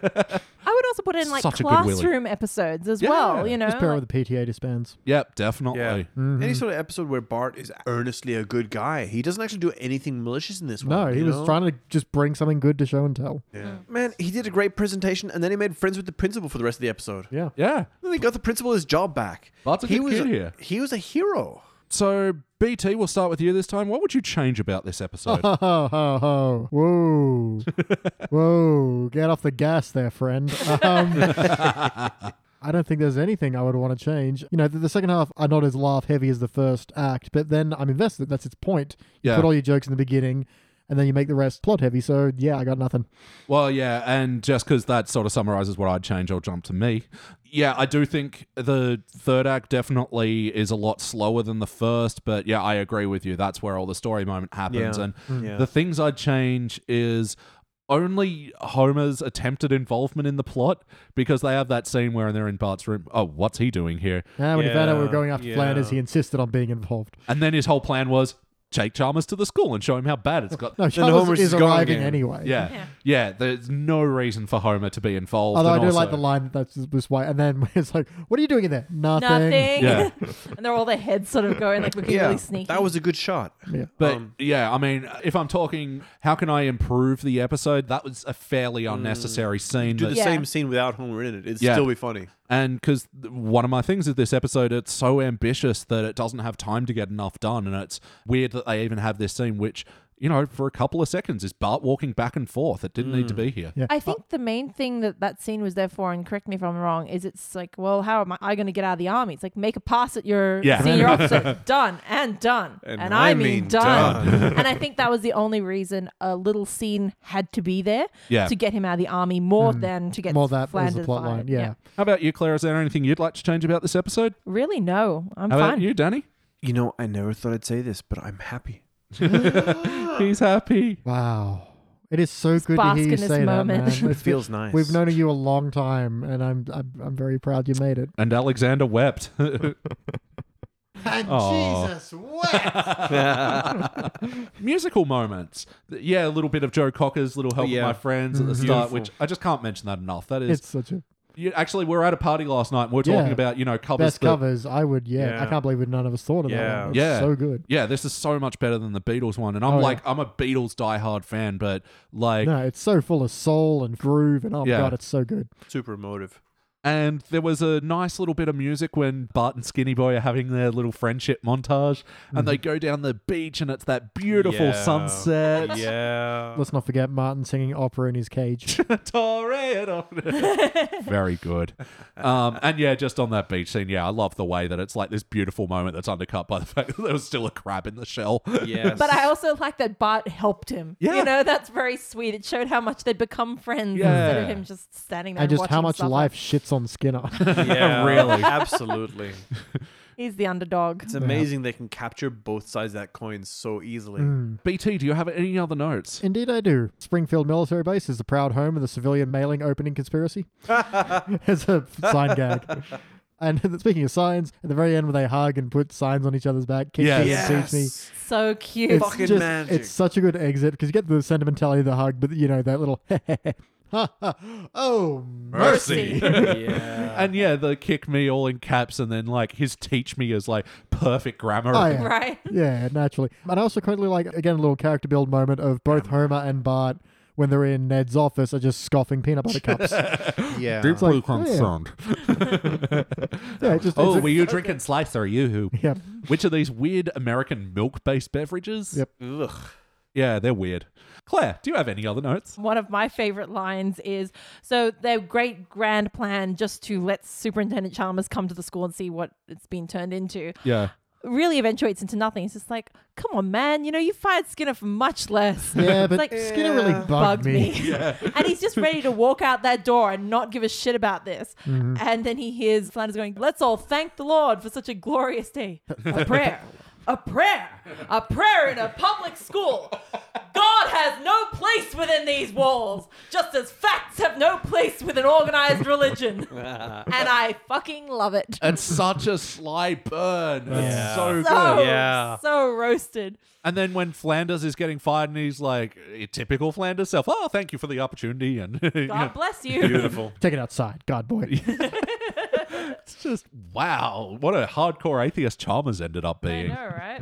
S3: would also put in like
S1: Such a good Willy.
S3: classroom episodes as
S1: Yeah.
S3: well. You know,
S4: Just pair
S3: like-
S4: with the PTA disbands.
S1: yep, definitely.
S2: Yeah. Any
S4: Mm-hmm.
S2: sort of episode where Bart is earnestly a good guy. He doesn't actually do anything malicious in this
S4: No,
S2: one.
S4: he
S2: you
S4: was
S2: know?
S4: trying to just bring something good to show and tell.
S2: Yeah.
S3: Mm.
S2: Man, he did a great presentation and then he made friends with the principal for the rest of the episode.
S4: Yeah.
S1: Yeah.
S2: Then he got the principal his job back.
S1: Bart's a
S2: he
S1: good
S2: was
S1: kid here.
S2: He was a hero.
S1: So BT, we'll start with you this time. What would you change about this episode?
S4: Ho, ho, ho, ho. Whoa. Whoa. Get off the gas there, friend. Um, I don't think there's anything I would want to change. You know, the, the second half, I'm not as laugh heavy as the first act, but then I'm invested. That's its point. You
S1: Yeah.
S4: put all your jokes in the beginning, and then you make the rest plot heavy. So, yeah, I got nothing.
S1: Well, yeah, and just because that sort of summarizes what I'd change, I'll jump to me. Yeah, I do think the third act definitely is a lot slower than the first, but yeah, I agree with you. That's where all the story moment happens.
S2: Yeah.
S1: And
S4: Hmm.
S2: Yeah.
S1: the things I'd change is only Homer's attempted involvement in the plot because they have that scene where they're in Bart's room. Oh, what's he doing here?
S4: And Ah, when he found out we were
S2: Yeah,
S4: going after
S2: yeah.
S4: Flanders, he insisted on being involved.
S1: And then his whole plan was take Chalmers to the school and show him how bad it's got.
S4: No, Chalmers
S2: Homer's
S4: is
S2: is gone
S4: arriving
S2: again.
S4: anyway.
S1: Yeah. yeah,
S3: Yeah.
S1: There's no reason for Homer to be involved.
S4: Although I
S1: and
S4: do like
S1: also-
S4: the line that that's was why, and then it's like, "What are you doing in there? Nothing."
S3: nothing.
S1: Yeah.
S3: and they're all their heads sort of going like looking really sneaky.
S2: That was a good shot.
S4: Yeah.
S1: But
S2: Um,
S1: yeah, I mean, if I'm talking, how can I improve the episode? That was a fairly unnecessary scene.
S2: Do
S1: that-
S2: the
S3: Yeah.
S2: same scene without Homer in it. It'd
S1: Yeah.
S2: still be funny.
S1: And because one of my things with this episode, it's so ambitious that it doesn't have time to get enough done. And it's weird that they even have this scene, which, you know, for a couple of seconds is Bart walking back and forth. It didn't need to be here.
S4: Yeah.
S3: I think the main thing that that scene was there for, and correct me if I'm wrong, is it's like, well, how am I going to get out of the army? It's like make a pass at your
S1: Yeah.
S3: senior officer, done and done, and, I, mean, done. and I think that was the only reason a little scene had to be there
S1: Yeah.
S3: to get him out of the army, more than to get
S4: Mm. More that was
S3: Flanders
S4: the plot
S3: fired.
S4: line. Yeah.
S1: How about you, Claire? Is there anything you'd like to change about this episode?
S3: really, no, I'm
S1: How about
S3: fine.
S1: you, Danny?
S2: You know, I never thought I'd say this, but I'm happy.
S1: He's happy.
S4: Wow. It is so good to
S3: bask
S4: hear you
S3: in this
S4: say that,
S3: moment.
S4: man. It's-
S2: It feels nice.
S4: We've known you a long time, and I'm I'm, I'm very proud you made it.
S1: And Alexander wept.
S4: And
S1: Aw.
S4: Jesus, what?
S1: Musical moments. Yeah, a little bit of Joe Cocker's Little Help
S2: Yeah. Mm-hmm.
S1: of My Friends at the start, which I just can't mention that enough. That is
S4: it's such a
S1: You, actually, we were at a party last night. and We were talking
S4: Yeah.
S1: about you know covers.
S4: best
S1: that-
S4: covers. I would, yeah. I
S2: Yeah.
S4: can't believe none of us thought of
S2: Yeah.
S4: that. One. It's
S1: Yeah.
S4: so good.
S1: Yeah, this is so much better than the Beatles one, and I'm
S4: Oh,
S1: like, I'm a Beatles diehard fan, but like,
S4: No, it's so full of soul and groove, and oh my
S1: Yeah.
S4: god, it's so good.
S2: Super emotive.
S1: and there was a nice little bit of music when Bart and Skinny Boy are having their little friendship montage,
S4: Mm-hmm.
S1: and they go down the beach, and it's that beautiful
S2: Yeah.
S1: sunset.
S2: Yeah.
S4: Let's not forget Martin singing opera in his cage.
S1: Tornado. Very good. Um, and yeah, just on that beach scene, yeah, I love the way that it's like this beautiful moment that's undercut by the fact that there was still a crab in the shell.
S2: Yes.
S3: But I also like that Bart helped him.
S1: Yeah.
S3: You know, that's very sweet. It showed how much they'd become friends instead of
S1: Yeah.
S3: him just standing there.
S4: and just
S3: watching
S4: how much
S3: suffer.
S4: life shits on Skinner.
S2: yeah,
S1: Really.
S2: absolutely.
S3: He's the underdog.
S2: It's amazing they can capture both sides of that coin so easily.
S1: BT, do you have any other notes?
S4: Indeed, I do. Springfield Military Base is the proud home of the civilian mailing opening conspiracy. it's a sign gag. And speaking of signs, at the very end when they hug and put signs on each other's back, kick
S1: Yes.
S4: yes. and teach me.
S3: So cute.
S4: It's
S2: Fucking
S4: just,
S2: magic.
S4: It's such a good exit because you get the sentimentality of the hug, but you know that little. ha, ha, oh,
S1: Mercy.
S2: yeah.
S1: And yeah, the kick me all in caps and then like his teach me is like perfect grammar.
S4: Oh, yeah.
S3: right?
S4: Yeah, naturally. And I also quaintly like again a little character build moment of both Homer and Bart when they're in Ned's office are just scoffing peanut butter cups. yeah,
S2: Yeah.
S4: It's like, concerned. it just
S1: Oh,
S4: it's a-
S1: were you drinking Slicer or Yoo-hoo?
S4: yeah.
S3: Mm-hmm.
S1: Which are these weird American milk-based beverages?
S4: Yep.
S2: Ugh.
S1: Yeah, they're weird. Claire, do you have any other notes?
S3: One of my favorite lines is so their great grand plan just to let Superintendent Chalmers come to the school and see what it's been turned into
S1: Yeah.
S3: really eventuates into nothing. It's just like, come on, man, you know, you fired Skinner for much less.
S4: Yeah,
S3: It's
S4: but
S3: like,
S4: Skinner really bugged,
S3: bugged
S4: me.
S3: me. and he's just ready to walk out that door and not give a shit about this.
S4: Mm-hmm.
S3: And then he hears Flanders going, Let's all thank the Lord for such a glorious day. A prayer. A prayer. A prayer in a public school. God has no place within these walls, just as facts have no place with an organized religion. and I fucking love it.
S1: And such a sly burn. It's
S2: Yeah.
S1: so good.
S3: So,
S2: Yeah.
S3: so roasted.
S1: And then when Flanders is getting fired and he's like, typical Flanders self, oh, thank you for the opportunity. And you know,
S3: God bless you.
S2: Beautiful.
S4: Take it outside, God boy.
S1: it's just, wow, what a hardcore atheist Chalmers ended up
S3: I
S1: being.
S3: know, right?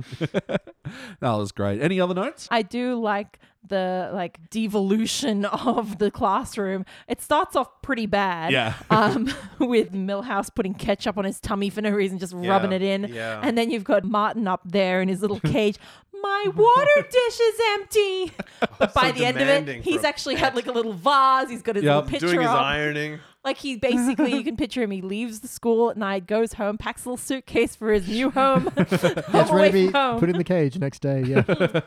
S1: That was great. Any other notes?
S3: I do like the like devolution of the classroom. It starts off pretty bad.
S1: Yeah.
S3: um, with Millhouse putting ketchup on his tummy for no reason, just rubbing it in.
S2: yeah.
S3: And then you've got Martin up there in his little cage. My water dish is empty. But by
S2: So
S3: the end of
S2: demanding
S3: it,
S2: for
S3: he's
S2: a
S3: actually had like a little vase. He's got his
S1: Yep.
S3: little picture
S2: Doing his
S3: up.
S2: ironing.
S3: Like he basically, you can picture him. He leaves the school at night, goes home, packs a little suitcase for his new home, home
S4: It's
S3: away
S4: ready to
S3: from
S4: be
S3: home.
S4: put in the cage next day. Yeah,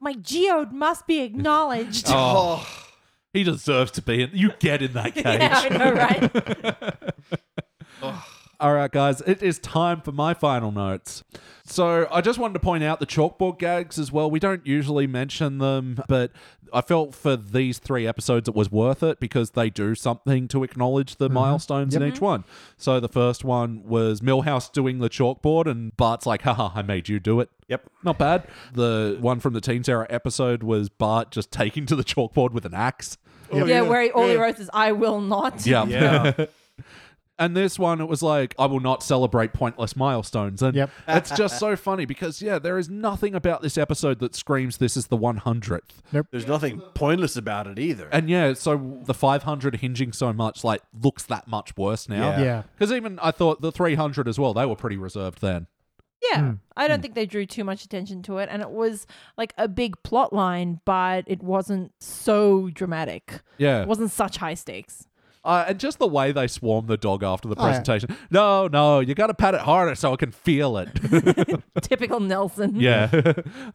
S3: My geode must be acknowledged.
S1: Oh. He deserves to be in. You get in that cage.
S3: Yeah, I know, right?
S1: All right, guys, it is time for my final notes. So I just wanted to point out the chalkboard gags as well. We don't usually mention them, but I felt for these three episodes it was worth it because they do something to acknowledge the milestones in each one. So the first one was Millhouse doing the chalkboard, and Bart's like, haha, I made you do it.
S2: Yep.
S1: Not bad. The one from the Teen Sarah episode was Bart just taking to the chalkboard with an axe.
S3: yeah, where he, all he wrote is "I will not."
S1: Yeah.
S2: Yeah.
S1: And this one, it was like, I will not celebrate pointless milestones. And
S4: Yep.
S1: it's just so funny because, yeah, there is nothing about this episode that screams this is the 100th.
S2: There's nothing pointless about it either.
S1: And yeah, so the 500 hinging so much, like, looks that much worse now.
S2: Yeah.
S4: Yeah.
S1: Because even I thought the 300 as well, they were pretty reserved then.
S3: Yeah, I don't think they drew too much attention to it, and it was like a big plot line, but it wasn't so dramatic.
S1: Yeah.
S3: It wasn't such high stakes.
S1: Uh, and just the way they swarm the dog after the
S4: Oh, yeah.
S1: presentation. No, no, you got to pat it harder so I can feel it.
S3: Typical Nelson.
S1: yeah.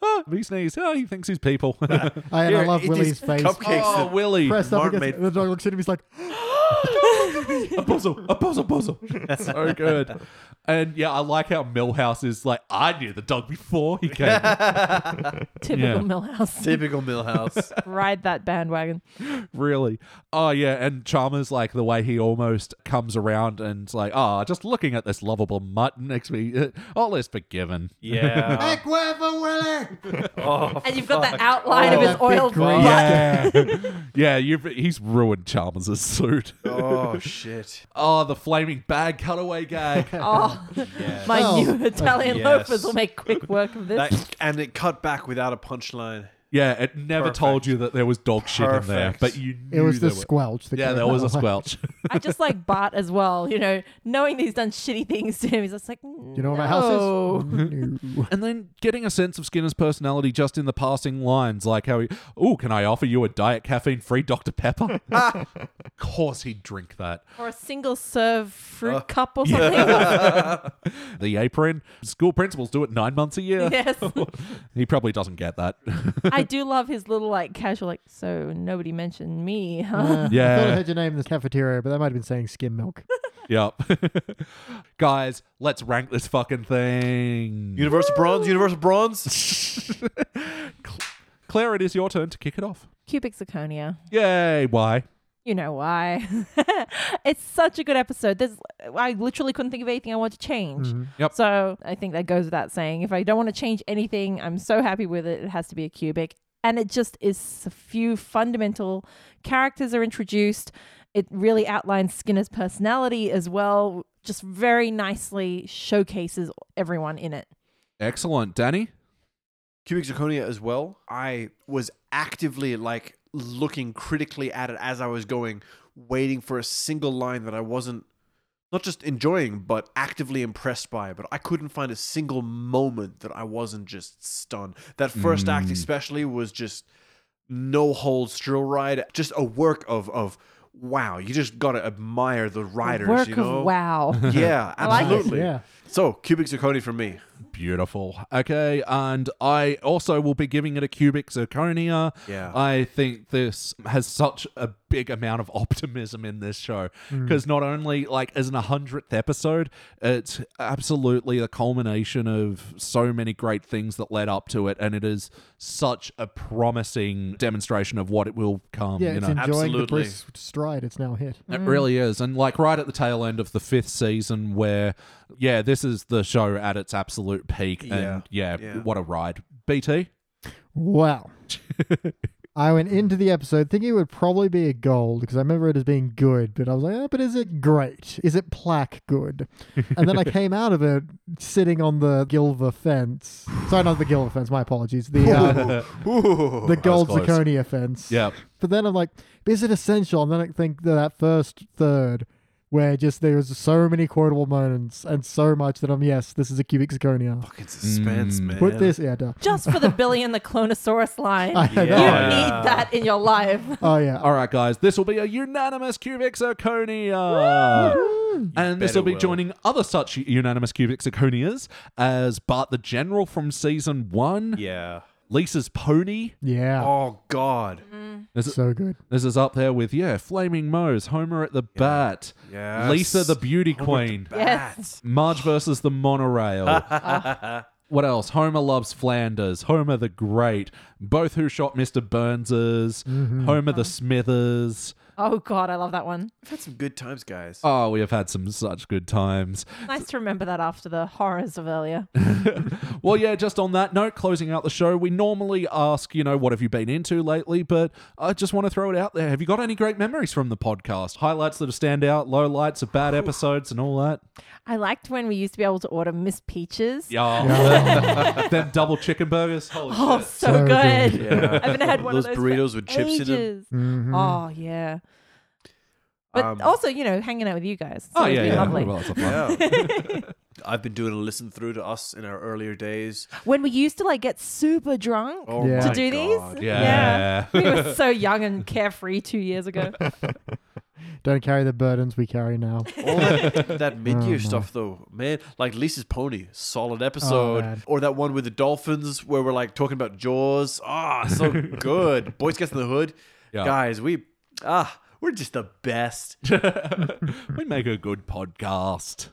S1: oh, he sneezed. Oh, he thinks he's people.
S4: I, and I
S2: Here,
S4: love
S2: eat
S4: Willie's
S2: these
S4: face.
S2: cupcakes
S1: oh,
S2: that-
S1: Willie.
S4: Pressed up
S2: Mark
S4: against
S2: made-
S4: the dog looks at him. He's like,
S1: a puzzle, a puzzle, puzzle. so good. And yeah, I like how Millhouse is like, I knew the dog before he came.
S3: Typical
S1: Yeah.
S3: Millhouse.
S2: Typical Millhouse.
S3: Ride that bandwagon.
S1: really. Oh, yeah. And Chalmers, like, the way he almost comes around and's like, oh, just looking at this lovable mutt makes me uh, all is forgiven.
S2: yeah.
S4: "Make way for Willie!"
S2: Oh,
S3: And you've got that outline
S4: Oh,
S3: of his
S4: that big
S3: oiled
S4: green-
S3: butt.
S1: Yeah. yeah, you've, he's ruined Chalmers' suit.
S2: oh shit.
S1: Oh, the flaming bag cutaway gag.
S3: Oh,
S2: Yes.
S3: my
S4: Well,
S3: new Italian
S2: yes.
S3: loafers will make quick work of this.
S2: That, and it cut back without a punchline.
S1: yeah, it never
S2: Perfect.
S1: told you that there was dog shit in there,
S2: Perfect.
S1: but you
S4: It
S1: knew
S4: was the
S1: there were-
S4: squelch. that
S1: Yeah,
S4: came
S1: there was a
S4: out.
S1: squelch.
S3: I just like Bart as well. You know, knowing that he's done shitty things to him, he's just like,
S4: Do you know what my
S3: no.
S4: house is? No.
S1: And then getting a sense of Skinner's personality just in the passing lines, like how he, oh, can I offer you a diet caffeine free Dr. Pepper? of course he'd drink that.
S3: Or a single serve fruit
S2: Uh,
S3: cup or something.
S1: The apron, school principals do it nine months a year.
S3: yes.
S1: He probably doesn't get that.
S3: I do love his little like casual like so nobody mentioned me, huh?
S4: Uh, I thought I
S1: Yeah.
S4: heard your name in the cafeteria, but that might have been saying skim milk.
S1: yep. Guys, let's rank this fucking thing.
S2: Universal bronze. Universal bronze.
S1: Claire, it is your turn to kick it off.
S3: Cubic zirconia.
S1: Yay. Why?
S3: You know why. it's such a good episode. There's I literally couldn't think of anything I want to change.
S1: Yep.
S3: So I think that goes without saying. If I don't want to change anything, I'm so happy with it. It has to be a cubic. And it just is a few fundamental characters are introduced. It really outlines Skinner's personality as well, just very nicely showcases everyone in it.
S1: Excellent. Danny?
S2: Cubic zirconia as well. I was actively like looking critically at it as I was going, waiting for a single line that I wasn't not just enjoying but actively impressed by. But I couldn't find a single moment that I wasn't just stunned. That first act
S1: Mm.
S2: especially was just no holds thrill ride, just a work of of wow. You just gotta admire the writers.
S3: Work
S2: you know,
S3: of wow.
S2: Yeah,
S3: like it.
S2: absolutely.
S4: Yeah.
S2: So cubic zirconia for me.
S1: Beautiful. Okay, and I also will be giving it a cubic zirconia.
S2: Yeah.
S1: I think this has such a big amount of optimism in this show
S4: Hmm.
S1: because not only like as in a hundredth episode, it's absolutely the culmination of so many great things that led up to it, and it is such a promising demonstration of what it will come.
S4: Yeah,
S1: you
S4: it's
S1: know,
S4: enjoying the
S2: Absolutely.
S4: brisk stride it's now hit.
S1: it really is. And like right at the tail end of the fifth season, where, yeah, this is the show at its absolute peak. And yeah,
S2: Yeah.
S1: what a ride. BT?
S4: Wow. I went into the episode thinking it would probably be a gold because I remember it as being good, but I was like, oh, but is it great? Is it plaque good? And then I came out of it sitting on the Gilver fence. Sorry, not the Gilver fence, my apologies. The uh,
S2: Ooh.
S4: the gold
S1: close.
S4: zirconia fence.
S1: Yeah.
S4: But then I'm like, is it essential? And then I think that, that first third where just there was so many quotable moments and so much that I'm, yes, this is a cubic zirconia.
S2: Fucking suspense,
S1: Mm.
S2: man.
S4: Put this, yeah, duh.
S3: Just for the Billy and the Clonosaurus line.
S4: I know.
S3: You
S2: Yeah.
S3: need that in your life.
S4: Oh, yeah.
S1: All right, guys, this will be a unanimous cubic zirconia. And this
S2: better
S1: will be
S2: will.
S1: joining other such unanimous cubic zirconias as Bart the General from season one,
S2: Yeah.
S1: Lisa's Pony.
S4: Yeah.
S2: Oh God.
S1: This,
S4: So good.
S1: this is up there with, yeah, Flaming Moe's, Homer at the Bat,
S2: Yes.
S1: Lisa the Beauty Queen.
S3: Yes.
S1: Marge versus the monorail. what else? Homer loves Flanders. Homer
S3: Uh-huh.
S1: the Great. Both who shot Mr. Burns's. Homer the Smithers.
S3: Oh god, I love that one.
S2: We've had some good times, guys.
S1: Oh, we have had some such good times.
S3: Nice to remember that after the horrors of earlier.
S1: Well, yeah, just on that note, closing out the show, we normally ask, you know, what have you been into lately? But I just want to throw it out there. Have you got any great memories from the podcast? Highlights that stand out, low lights of bad episodes, and all that?
S3: I liked when we used to be able to order Miss Peaches.
S1: Yeah. Them double chicken burgers. Holy
S3: Oh,
S1: shit.
S3: so,
S4: So
S3: good.
S4: good.
S2: Yeah. Mm-hmm.
S3: I haven't had one
S2: those
S3: of those
S2: burritos
S3: for
S2: with chips in them.
S3: ages.
S4: Mhm.
S3: Oh yeah. But
S2: Um,
S3: also, you know, hanging out with you guys. It's
S1: Oh,
S3: always
S1: yeah,
S3: been
S1: yeah.
S3: lovely.
S1: Well, it's a fun-
S2: Yeah. I've been doing a listen through to us in our earlier days.
S3: When we used to like get super drunk
S2: Oh
S4: Yeah.
S2: my
S3: to do
S2: God.
S3: these.
S1: Yeah.
S3: We were so young and carefree two years ago.
S4: Don't carry the burdens we carry now.
S2: All that, that mid-year
S4: Oh, my.
S2: stuff, though, man, like Lisa's Pony,
S3: Oh,
S2: solid episode,
S4: man.
S2: or that one with the dolphins where we're like talking about Jaws. Ah, so good. Boy Scouts in the Hood,
S1: Yeah.
S2: guys, we ah, we're just the best.
S1: we make a good podcast.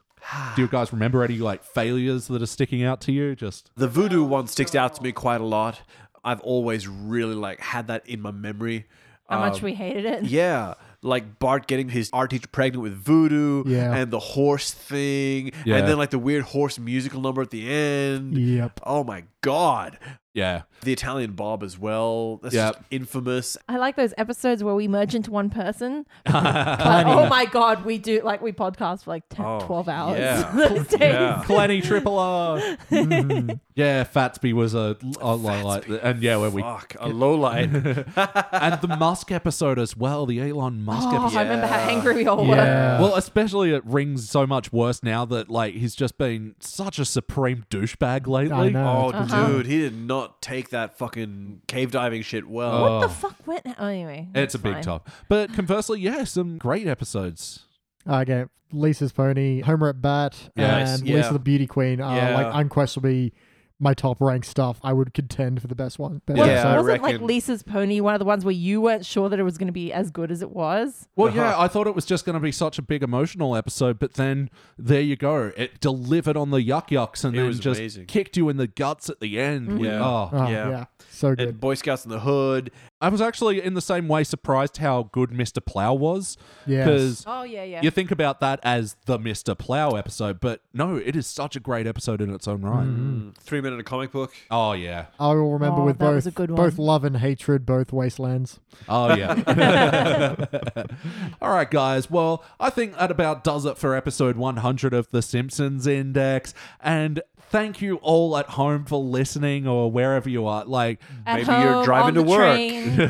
S1: Do you guys remember any like failures that are sticking out to you? Just
S2: The voodoo one sticks out to me quite a lot. I've always really like had that in my memory.
S3: How
S2: Um,
S3: much we hated it.
S2: Yeah. Like Bart getting his art teacher pregnant with voodoo
S4: Yeah.
S2: and the horse thing.
S1: Yeah.
S2: And then like the weird horse musical number at the end.
S4: Yep.
S2: Oh my God.
S1: yeah,
S2: The Italian Bob as well. That's
S1: Yep.
S2: just infamous.
S3: I like those episodes where we merge into one person. But, oh my god, we do like we podcast for like 10,
S2: Oh,
S3: 12 hours.
S2: yeah.
S3: those days.
S2: Yeah.
S1: Clanny Triple R. Mm. yeah, Fatsby was a, a like, like- and yeah, where we
S2: Fuck, a low light.
S1: and the Musk episode as well, the Elon Musk
S3: Oh,
S1: episode.
S3: I remember how angry we all were.
S4: Yeah.
S1: Well, especially it rings so much worse now that like he's just been such a supreme douchebag lately.
S4: I know.
S2: oh,
S4: it's
S3: Uh-huh.
S2: dude, he did not take that fucking cave diving shit well.
S1: Oh.
S3: What the fuck went? Oh, anyway,
S1: It's a
S3: that's
S1: big
S3: fine.
S1: top. But conversely, yeah, some great episodes.
S4: Okay, Lisa's pony, Homer at bat,
S2: Yes,
S4: and
S2: yeah.
S4: Lisa the beauty queen are
S2: Yeah.
S4: like unquestionably my top ranked stuff. I would contend for the best one. Best
S2: Well,
S3: Was,
S2: Yeah, I
S4: episode.
S3: wasn't like
S2: reckon-
S3: Lisa's pony one of the ones where you weren't sure that it was going to be as good as it was?
S1: Well,
S2: Uh-huh.
S1: yeah, I thought it was just going to be such a big emotional episode, but then there you go. It delivered on the yuck yucks and
S2: It
S1: then
S2: was
S1: just
S2: amazing. Mm-hmm.
S1: kicked you in the guts at the end. with-
S2: Yeah.
S1: oh.
S4: Oh,
S2: Yeah.
S4: yeah. so
S2: And
S4: good.
S2: Boy Scouts in the Hood.
S1: I was actually in the same way surprised how good Mr. Plow was.
S4: Yes.
S1: Because
S3: Oh yeah, yeah.
S1: you think about that as the Mr. Plow episode, but no, it is such a great episode in its own right.
S2: Mm-hmm.
S4: Hmm.
S2: Three minute comic book.
S1: Oh, yeah.
S4: I will remember
S3: Oh,
S4: with
S3: that
S4: both
S3: was a good
S4: both
S3: one.
S4: love and hatred, both wastelands.
S1: Oh, yeah. All right, guys. Well, I think that about does it for episode 100 of The Simpsons Index. And thank you all at home for listening or wherever you are. Like,
S3: At
S2: Maybe you're
S3: home,
S2: driving
S3: on
S2: to
S3: the
S2: work.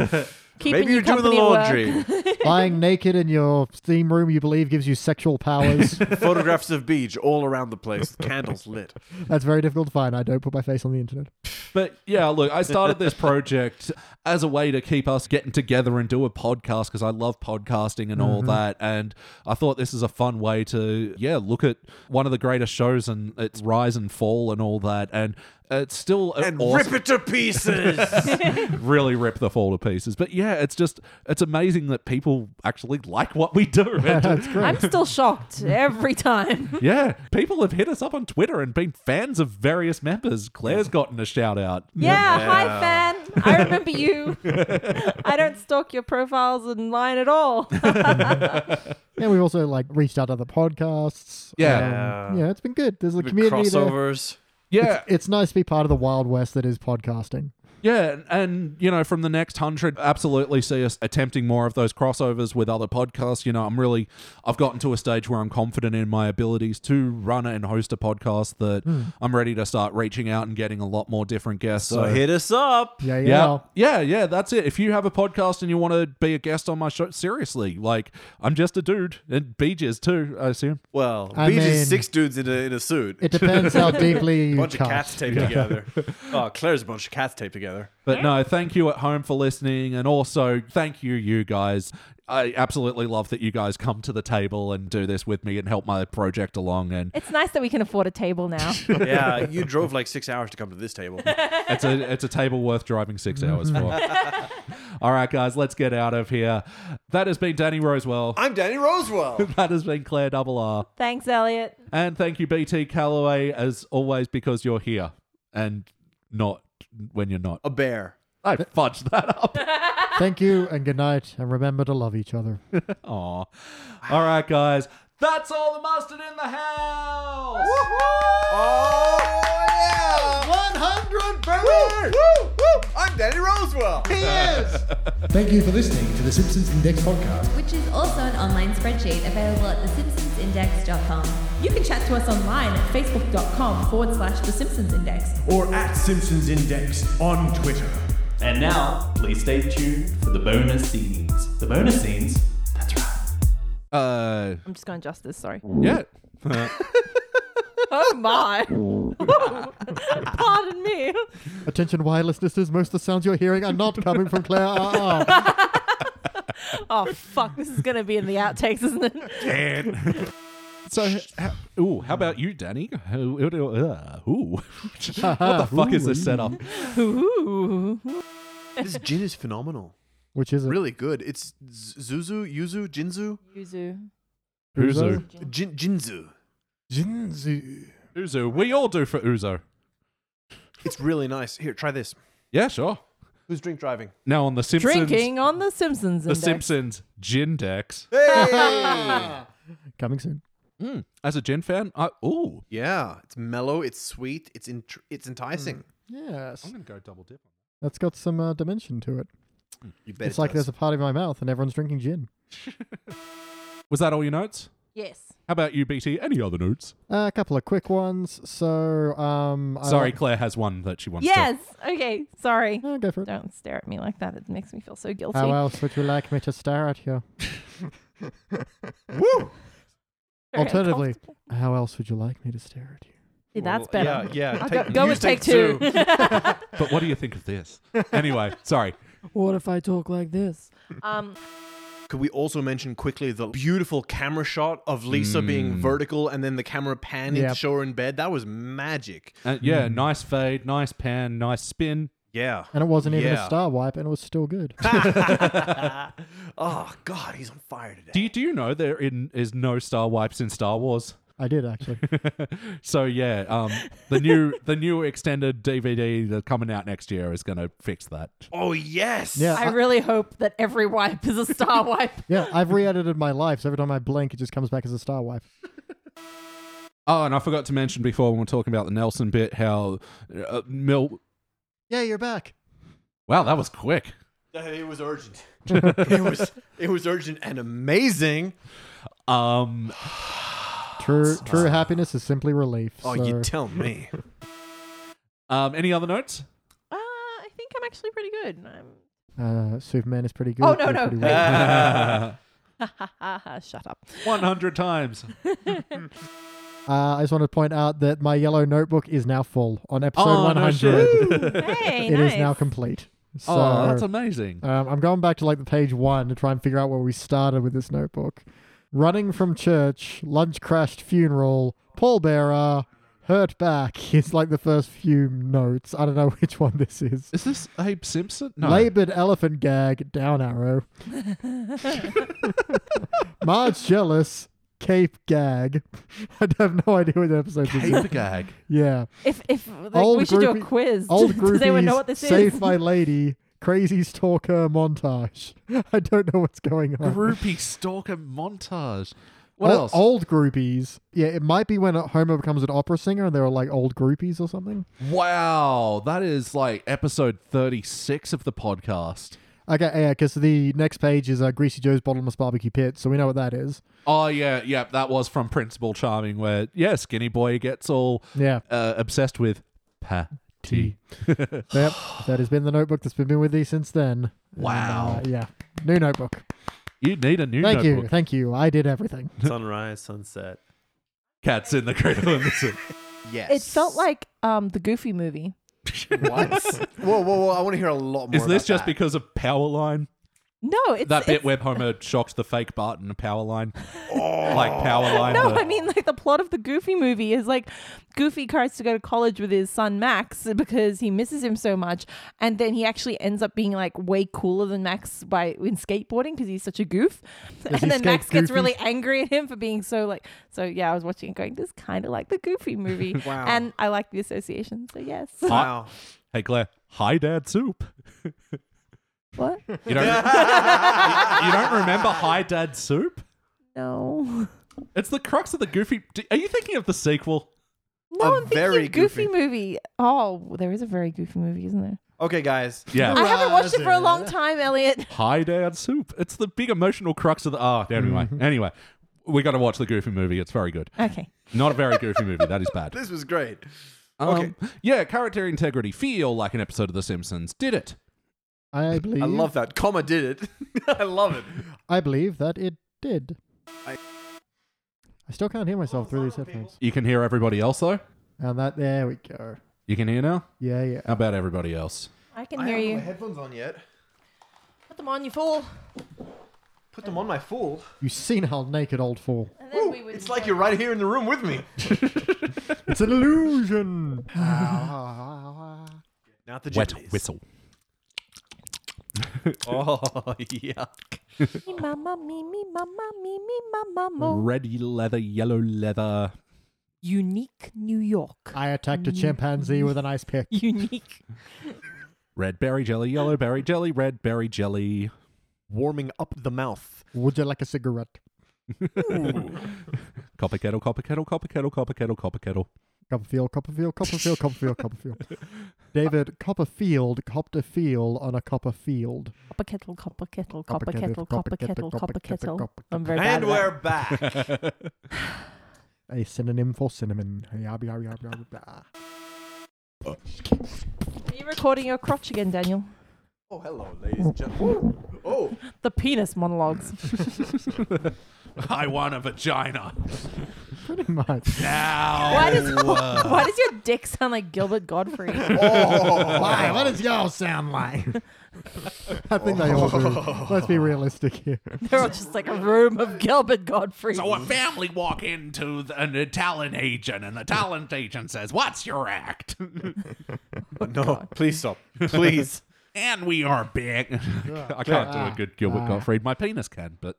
S3: Train, keeping
S2: Maybe
S3: you
S2: you're doing the
S3: company at work.
S2: laundry.
S4: Lying naked in your steam room, you believe, gives you sexual powers.
S2: Photographs of beach all around the place. Candles lit.
S4: That's very difficult to find. I don't put my face on the internet.
S1: But yeah, look, I started this project as a way to keep us getting together and do a podcast because I love podcasting and
S2: Mm-hmm.
S1: all that. And I thought this is a fun way to, yeah, look at one of the greatest shows and its rise and fall and all that. And it's still an
S2: And
S1: awesome-
S2: rip it to pieces.
S1: really rip the fall to pieces. But yeah, it's just, it's amazing that people actually like what we do. And-
S3: I'm still shocked every time.
S1: yeah, people have hit us up on Twitter and been fans of various members. Claire's gotten a shout out.
S3: Yeah,
S2: Yeah.
S3: hi fan. I remember you. I don't stalk your profiles online at all.
S4: Yeah, we've also like reached out to other podcasts.
S1: Yeah.
S4: Um, yeah, it's been good. There's a community there.
S2: crossovers.
S1: Yeah.
S4: It's nice to be part of the wild west that is podcasting.
S1: Yeah, and, and you know, from the next hundred, absolutely see us attempting more of those crossovers with other podcasts. You know, I'm really, I've gotten to a stage where I'm confident in my abilities to run and host a podcast that I'm ready to start reaching out and getting a lot more different guests.
S2: So hit us up.
S4: Yeah, yeah.
S1: yeah, yeah, yeah, that's it. If you have a podcast and you want to be a guest on my show, seriously, like I'm just a dude, and BJ's too, I assume.
S2: Well,
S4: I
S2: beach
S4: mean-
S2: is six dudes in a, in a suit.
S4: It depends how deeply you
S2: bunch of
S4: cut.
S2: cats taped together. Oh, Claire's a bunch of cats taped together.
S1: But no, thank you at home for listening. And also, thank you, you guys. I absolutely love that you guys come to the table and do this with me and help my project along. And
S3: It's nice that we can afford a table now.
S2: Yeah, you drove like six hours to come to this table.
S1: it's a it's a table worth driving six hours for. All right, guys, let's get out of here. That has been Danny Rosewell.
S2: I'm Danny Rosewell.
S1: That has been Claire Double R.
S3: Thanks, Elliot.
S1: And thank you, BT Calloway, as always, because you're here and not when you're not.
S2: A bear.
S1: Oh, I fudged that up.
S4: Thank you and good night, and remember to love each other.
S1: Aw. All right, guys. That's all the mustard in the house.
S2: Oh, yeah!
S4: 100
S2: Woo! Woo! I'm Danny Rosewell.
S5: Thank you for listening to the Simpsons Index podcast.
S6: which is also an online spreadsheet available at thesimpsonsindex.com.
S7: You can chat to us online at facebook.com forward slash The Simpsons Index.
S5: Or at Simpsons Index on Twitter.
S8: And now, please stay tuned for the bonus scenes. The bonus scenes? That's right.
S1: Uh,
S3: I'm just going justice, sorry.
S1: yeah.
S3: Oh my. Pardon me.
S4: Attention, wireless listeners, most of the sounds you're hearing are not coming from Claire RR.
S3: Oh fuck, this is gonna be in the outtakes, isn't it?
S1: So, h- h- ooh, how about you, Danny? Uh, ooh. what the fuck is this setup?
S3: Ooh.
S2: this gin is phenomenal.
S4: Which is it?
S2: Really good. It's Z- Zuzu, Yuzu, Jinzu,
S3: Yuzu.
S1: Uzo.
S2: Jin- Jinzu.
S4: Jinzu.
S1: Uzo. We all do for Uzo.
S2: It's really nice. Here, try this.
S1: Yeah, sure.
S2: Who's drink driving?
S1: Now on the Simpsons.
S3: Drinking on the Simpsons
S1: The
S3: Index.
S1: Simpsons Gin Dex.
S4: Coming soon.
S1: Mm, as a gin fan, I, ooh.
S2: Yeah, it's mellow. It's sweet. It's int- it's enticing.
S4: Yes.
S1: to go double dip.
S4: That's got some uh, dimension to it.
S2: Mm. You bet
S4: it's like there's a part of my mouth and everyone's drinking gin.
S1: Was that all your notes?
S3: Yes.
S1: How about you, BT? Any other notes?
S4: Uh, a couple of quick ones. So, um. I
S1: Sorry,
S4: like-
S1: Claire has one that she wants
S3: Yes. Okay. Sorry.
S4: No, go for it.
S3: Don't stare at me like that. It makes me feel so guilty.
S4: How uh, else would you like me to stare at you?
S2: Woo!
S3: Very
S4: Alternatively,
S3: uncomfortable.
S4: how else would you like me to stare at you?
S3: See, that's better.
S2: Yeah, yeah.
S3: I'll go- go with take two.
S1: to. But what do you think of this? anyway, sorry.
S3: what if I talk like this? Um,
S2: Could we also mention quickly the beautiful camera shot of Lisa
S1: Mm.
S2: being vertical and then the camera panning
S4: Yep.
S2: to show her in bed? That was magic.
S1: Uh, yeah,
S4: Mm.
S1: nice fade, nice pan, nice spin.
S2: Yeah.
S4: And it wasn't even
S2: Yeah.
S4: a star wipe, and it was still good.
S2: Oh God, he's on fire today.
S1: Do you, do you know there in, is no star wipes in Star Wars?
S4: I did actually.
S1: So yeah, um, the new the new extended DVD that's coming out next year is going to fix that.
S2: Oh yes.
S4: Yeah,
S3: I
S4: I-
S3: really hope that every wipe is a star wipe.
S4: Yeah, I've re-edited my life, so every time I blink, it just comes back as a star wipe.
S1: Oh, and I forgot to mention before when we are talking about the Nelson bit how uh, Mil.
S4: Yeah, you're back.
S1: Wow, that was quick.
S2: It was urgent. it was it was urgent and amazing.
S1: Um,
S4: True, true happiness is simply relief.
S2: Oh,
S4: so-
S2: you tell me.
S1: um, any other notes?
S3: Uh, I think I'm actually pretty good. I'm...
S4: uh, Superman is pretty good.
S3: Oh, no,
S4: you're
S3: no.
S4: pretty weak.
S3: Shut up.
S1: One hundred times.
S4: uh, I just want to point out that my yellow notebook is now full on episode
S1: Oh, no
S4: 100. It is
S3: Hey,
S4: now
S3: nice.
S4: complete. So
S1: oh, that's amazing.
S4: um, I'm going back to like the page one to try and figure out where we started with this notebook. Running from church, lunch crashed funeral, pallbearer, hurt back is like the first few notes. I don't know which one this is.
S1: Is this Abe Simpson? No.
S4: Labored elephant gag, down arrow. Marge jealous, cape gag. I have no idea what episode this is.
S1: Paper gag.
S4: Yeah.
S3: If if like,
S4: Old
S3: we should do a
S4: groupie-
S3: quiz.
S4: Old
S3: Does anyone know
S4: groupies,
S3: what this
S4: Save
S3: is?
S4: My Lady, crazy stalker montage. I don't know what's going on.
S1: Groupie stalker montage. What
S4: Ol-
S1: else?
S4: Old groupies. Yeah, it might be when Homer becomes an opera singer and there are like old groupies or something.
S1: Wow, that is like episode thirty-six of the podcast.
S4: Okay, yeah, because the next page is uh, Greasy Joe's Bottomless Barbecue Pit, so we know what that is.
S1: Oh yeah, yeah, that was from Principal Charming, where yeah, Skinny Boy gets all
S4: Yeah.
S1: uh, obsessed with patty.
S4: Yep, that has been the notebook that's been with thee since then.
S1: Wow.
S4: And, uh, yeah, new notebook.
S1: You need a new
S4: Thank
S1: notebook.
S4: you, thank you. I did everything.
S2: Sunrise, sunset.
S1: Cats in the cradle. and the sun.
S2: Yes.
S3: It felt like um the Goofy movie.
S2: what? whoa, whoa, whoa! Oh, I want to hear a lot more.
S1: is this
S2: about
S1: just
S2: that.
S1: because of Powerline?
S3: No, it's
S1: That bit
S3: it's-
S1: where Homer shocked the fake Bart in a Powerline, like Powerline.
S3: No,
S1: the-
S3: I mean like the plot of the Goofy movie is like Goofy tries to go to college with his son Max because he misses him so much, and then he actually ends up being like way cooler than Max by in skateboarding because he's such a goof,
S4: he
S3: and then
S4: skate
S3: Max gets
S4: goofy?
S3: really angry at him for being so like. So yeah, I was watching it going, this kind of like the Goofy movie,
S2: Wow.
S3: and I like the association. So yes,
S2: Wow.
S1: Hey Claire, hi Dad Soup.
S3: What?
S1: You don't, you don't remember Hi Dad Soup?
S3: No.
S1: It's the crux of the goofy. d- Are you thinking of the sequel?
S3: No,
S2: A
S3: I'm thinking
S2: very
S3: of goofy,
S2: goofy-
S3: movie. Oh, there is a very goofy movie, isn't there?
S2: Okay, guys.
S1: Yeah.
S3: I haven't watched it for a long time, Elliot.
S1: Hi Dad Soup. It's the big emotional crux of the. Ah, anyway. Anyway, we got to watch the goofy movie. It's very good.
S3: Okay.
S1: Not a very goofy movie. That is bad.
S2: This was great.
S1: Um, Yeah, character integrity. Feel like an episode of The Simpsons. Did it?
S4: I believe.
S2: I love that. Comma did it. I love it.
S4: I believe that it did.
S2: I-
S4: I still can't hear myself through these headphones.
S1: You can hear everybody else, though?
S4: And that, there we go.
S1: You can hear now?
S4: Yeah, yeah.
S1: How about everybody else?
S3: I can hear you.
S2: headphones on yet.
S3: Put them on, you fool.
S2: Put them on my fool.
S4: You senile, naked old fool.
S3: And then we would
S2: It's like you're right here in the room with me.
S4: It's an illusion.
S2: Not the
S1: Wet
S2: jibbies.
S1: whistle.
S2: Oh, yuck.
S3: Me, mama, me, me, mama, me, me, mama, mo.
S1: Red leather, yellow leather.
S3: Unique New York.
S4: I attacked a chimpanzee with an ice pick.
S3: Unique.
S1: Red berry jelly, yellow berry jelly, red berry jelly.
S2: Warming up the mouth.
S4: Would you like a cigarette?
S1: Copper kettle, copper kettle, copper kettle, copper kettle, copper kettle.
S4: Copperfield, Copperfield, Copperfield, Copperfield, Copperfield. David Copperfield copped a feel on a copper field.
S3: Copper kettle, copper kettle, copper kettle, copper kettle, copper kettle.
S4: copper
S3: I'm very bad
S2: And
S3: at that.
S2: we're back.
S3: Um,
S4: A synonym for cinnamon. Yabba, yabba, yabba, yabba, blah.
S3: Are you recording your crotch again, Daniel?
S2: oh, hello, ladies and gentlemen. Oh,
S3: The penis monologues.
S1: I want a vagina.
S4: Pretty much.
S1: Now.
S3: Why does why does your dick sound like Gilbert Godfrey?
S4: Why? What does y'all sound like? I think they all do. Let's be realistic here.
S3: They're all just like a room of Gilbert Godfrey.
S1: So a family walk into th- an Italian agent, and the talent agent says, "What's your act?"
S2: no. Please stop. Please.
S1: and we are big. I can't do a good Gilbert Gottfried. My penis can, but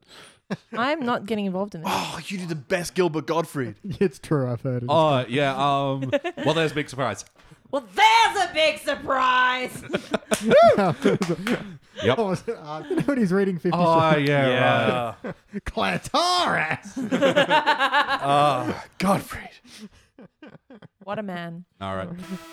S3: I'm not getting involved in this.
S2: oh, you did the best Gilbert Gottfried.
S4: It's true. I've heard it.
S1: oh yeah. Um. Well, there's a big surprise.
S3: Well, there's a big surprise.
S1: Yep.
S4: Oh, is it- uh, you know when he's reading Fifty
S1: Oh yeah. Right.
S2: Yeah.
S4: Shades- Clitoris.
S2: Gottfried.
S3: What a man.
S1: All right.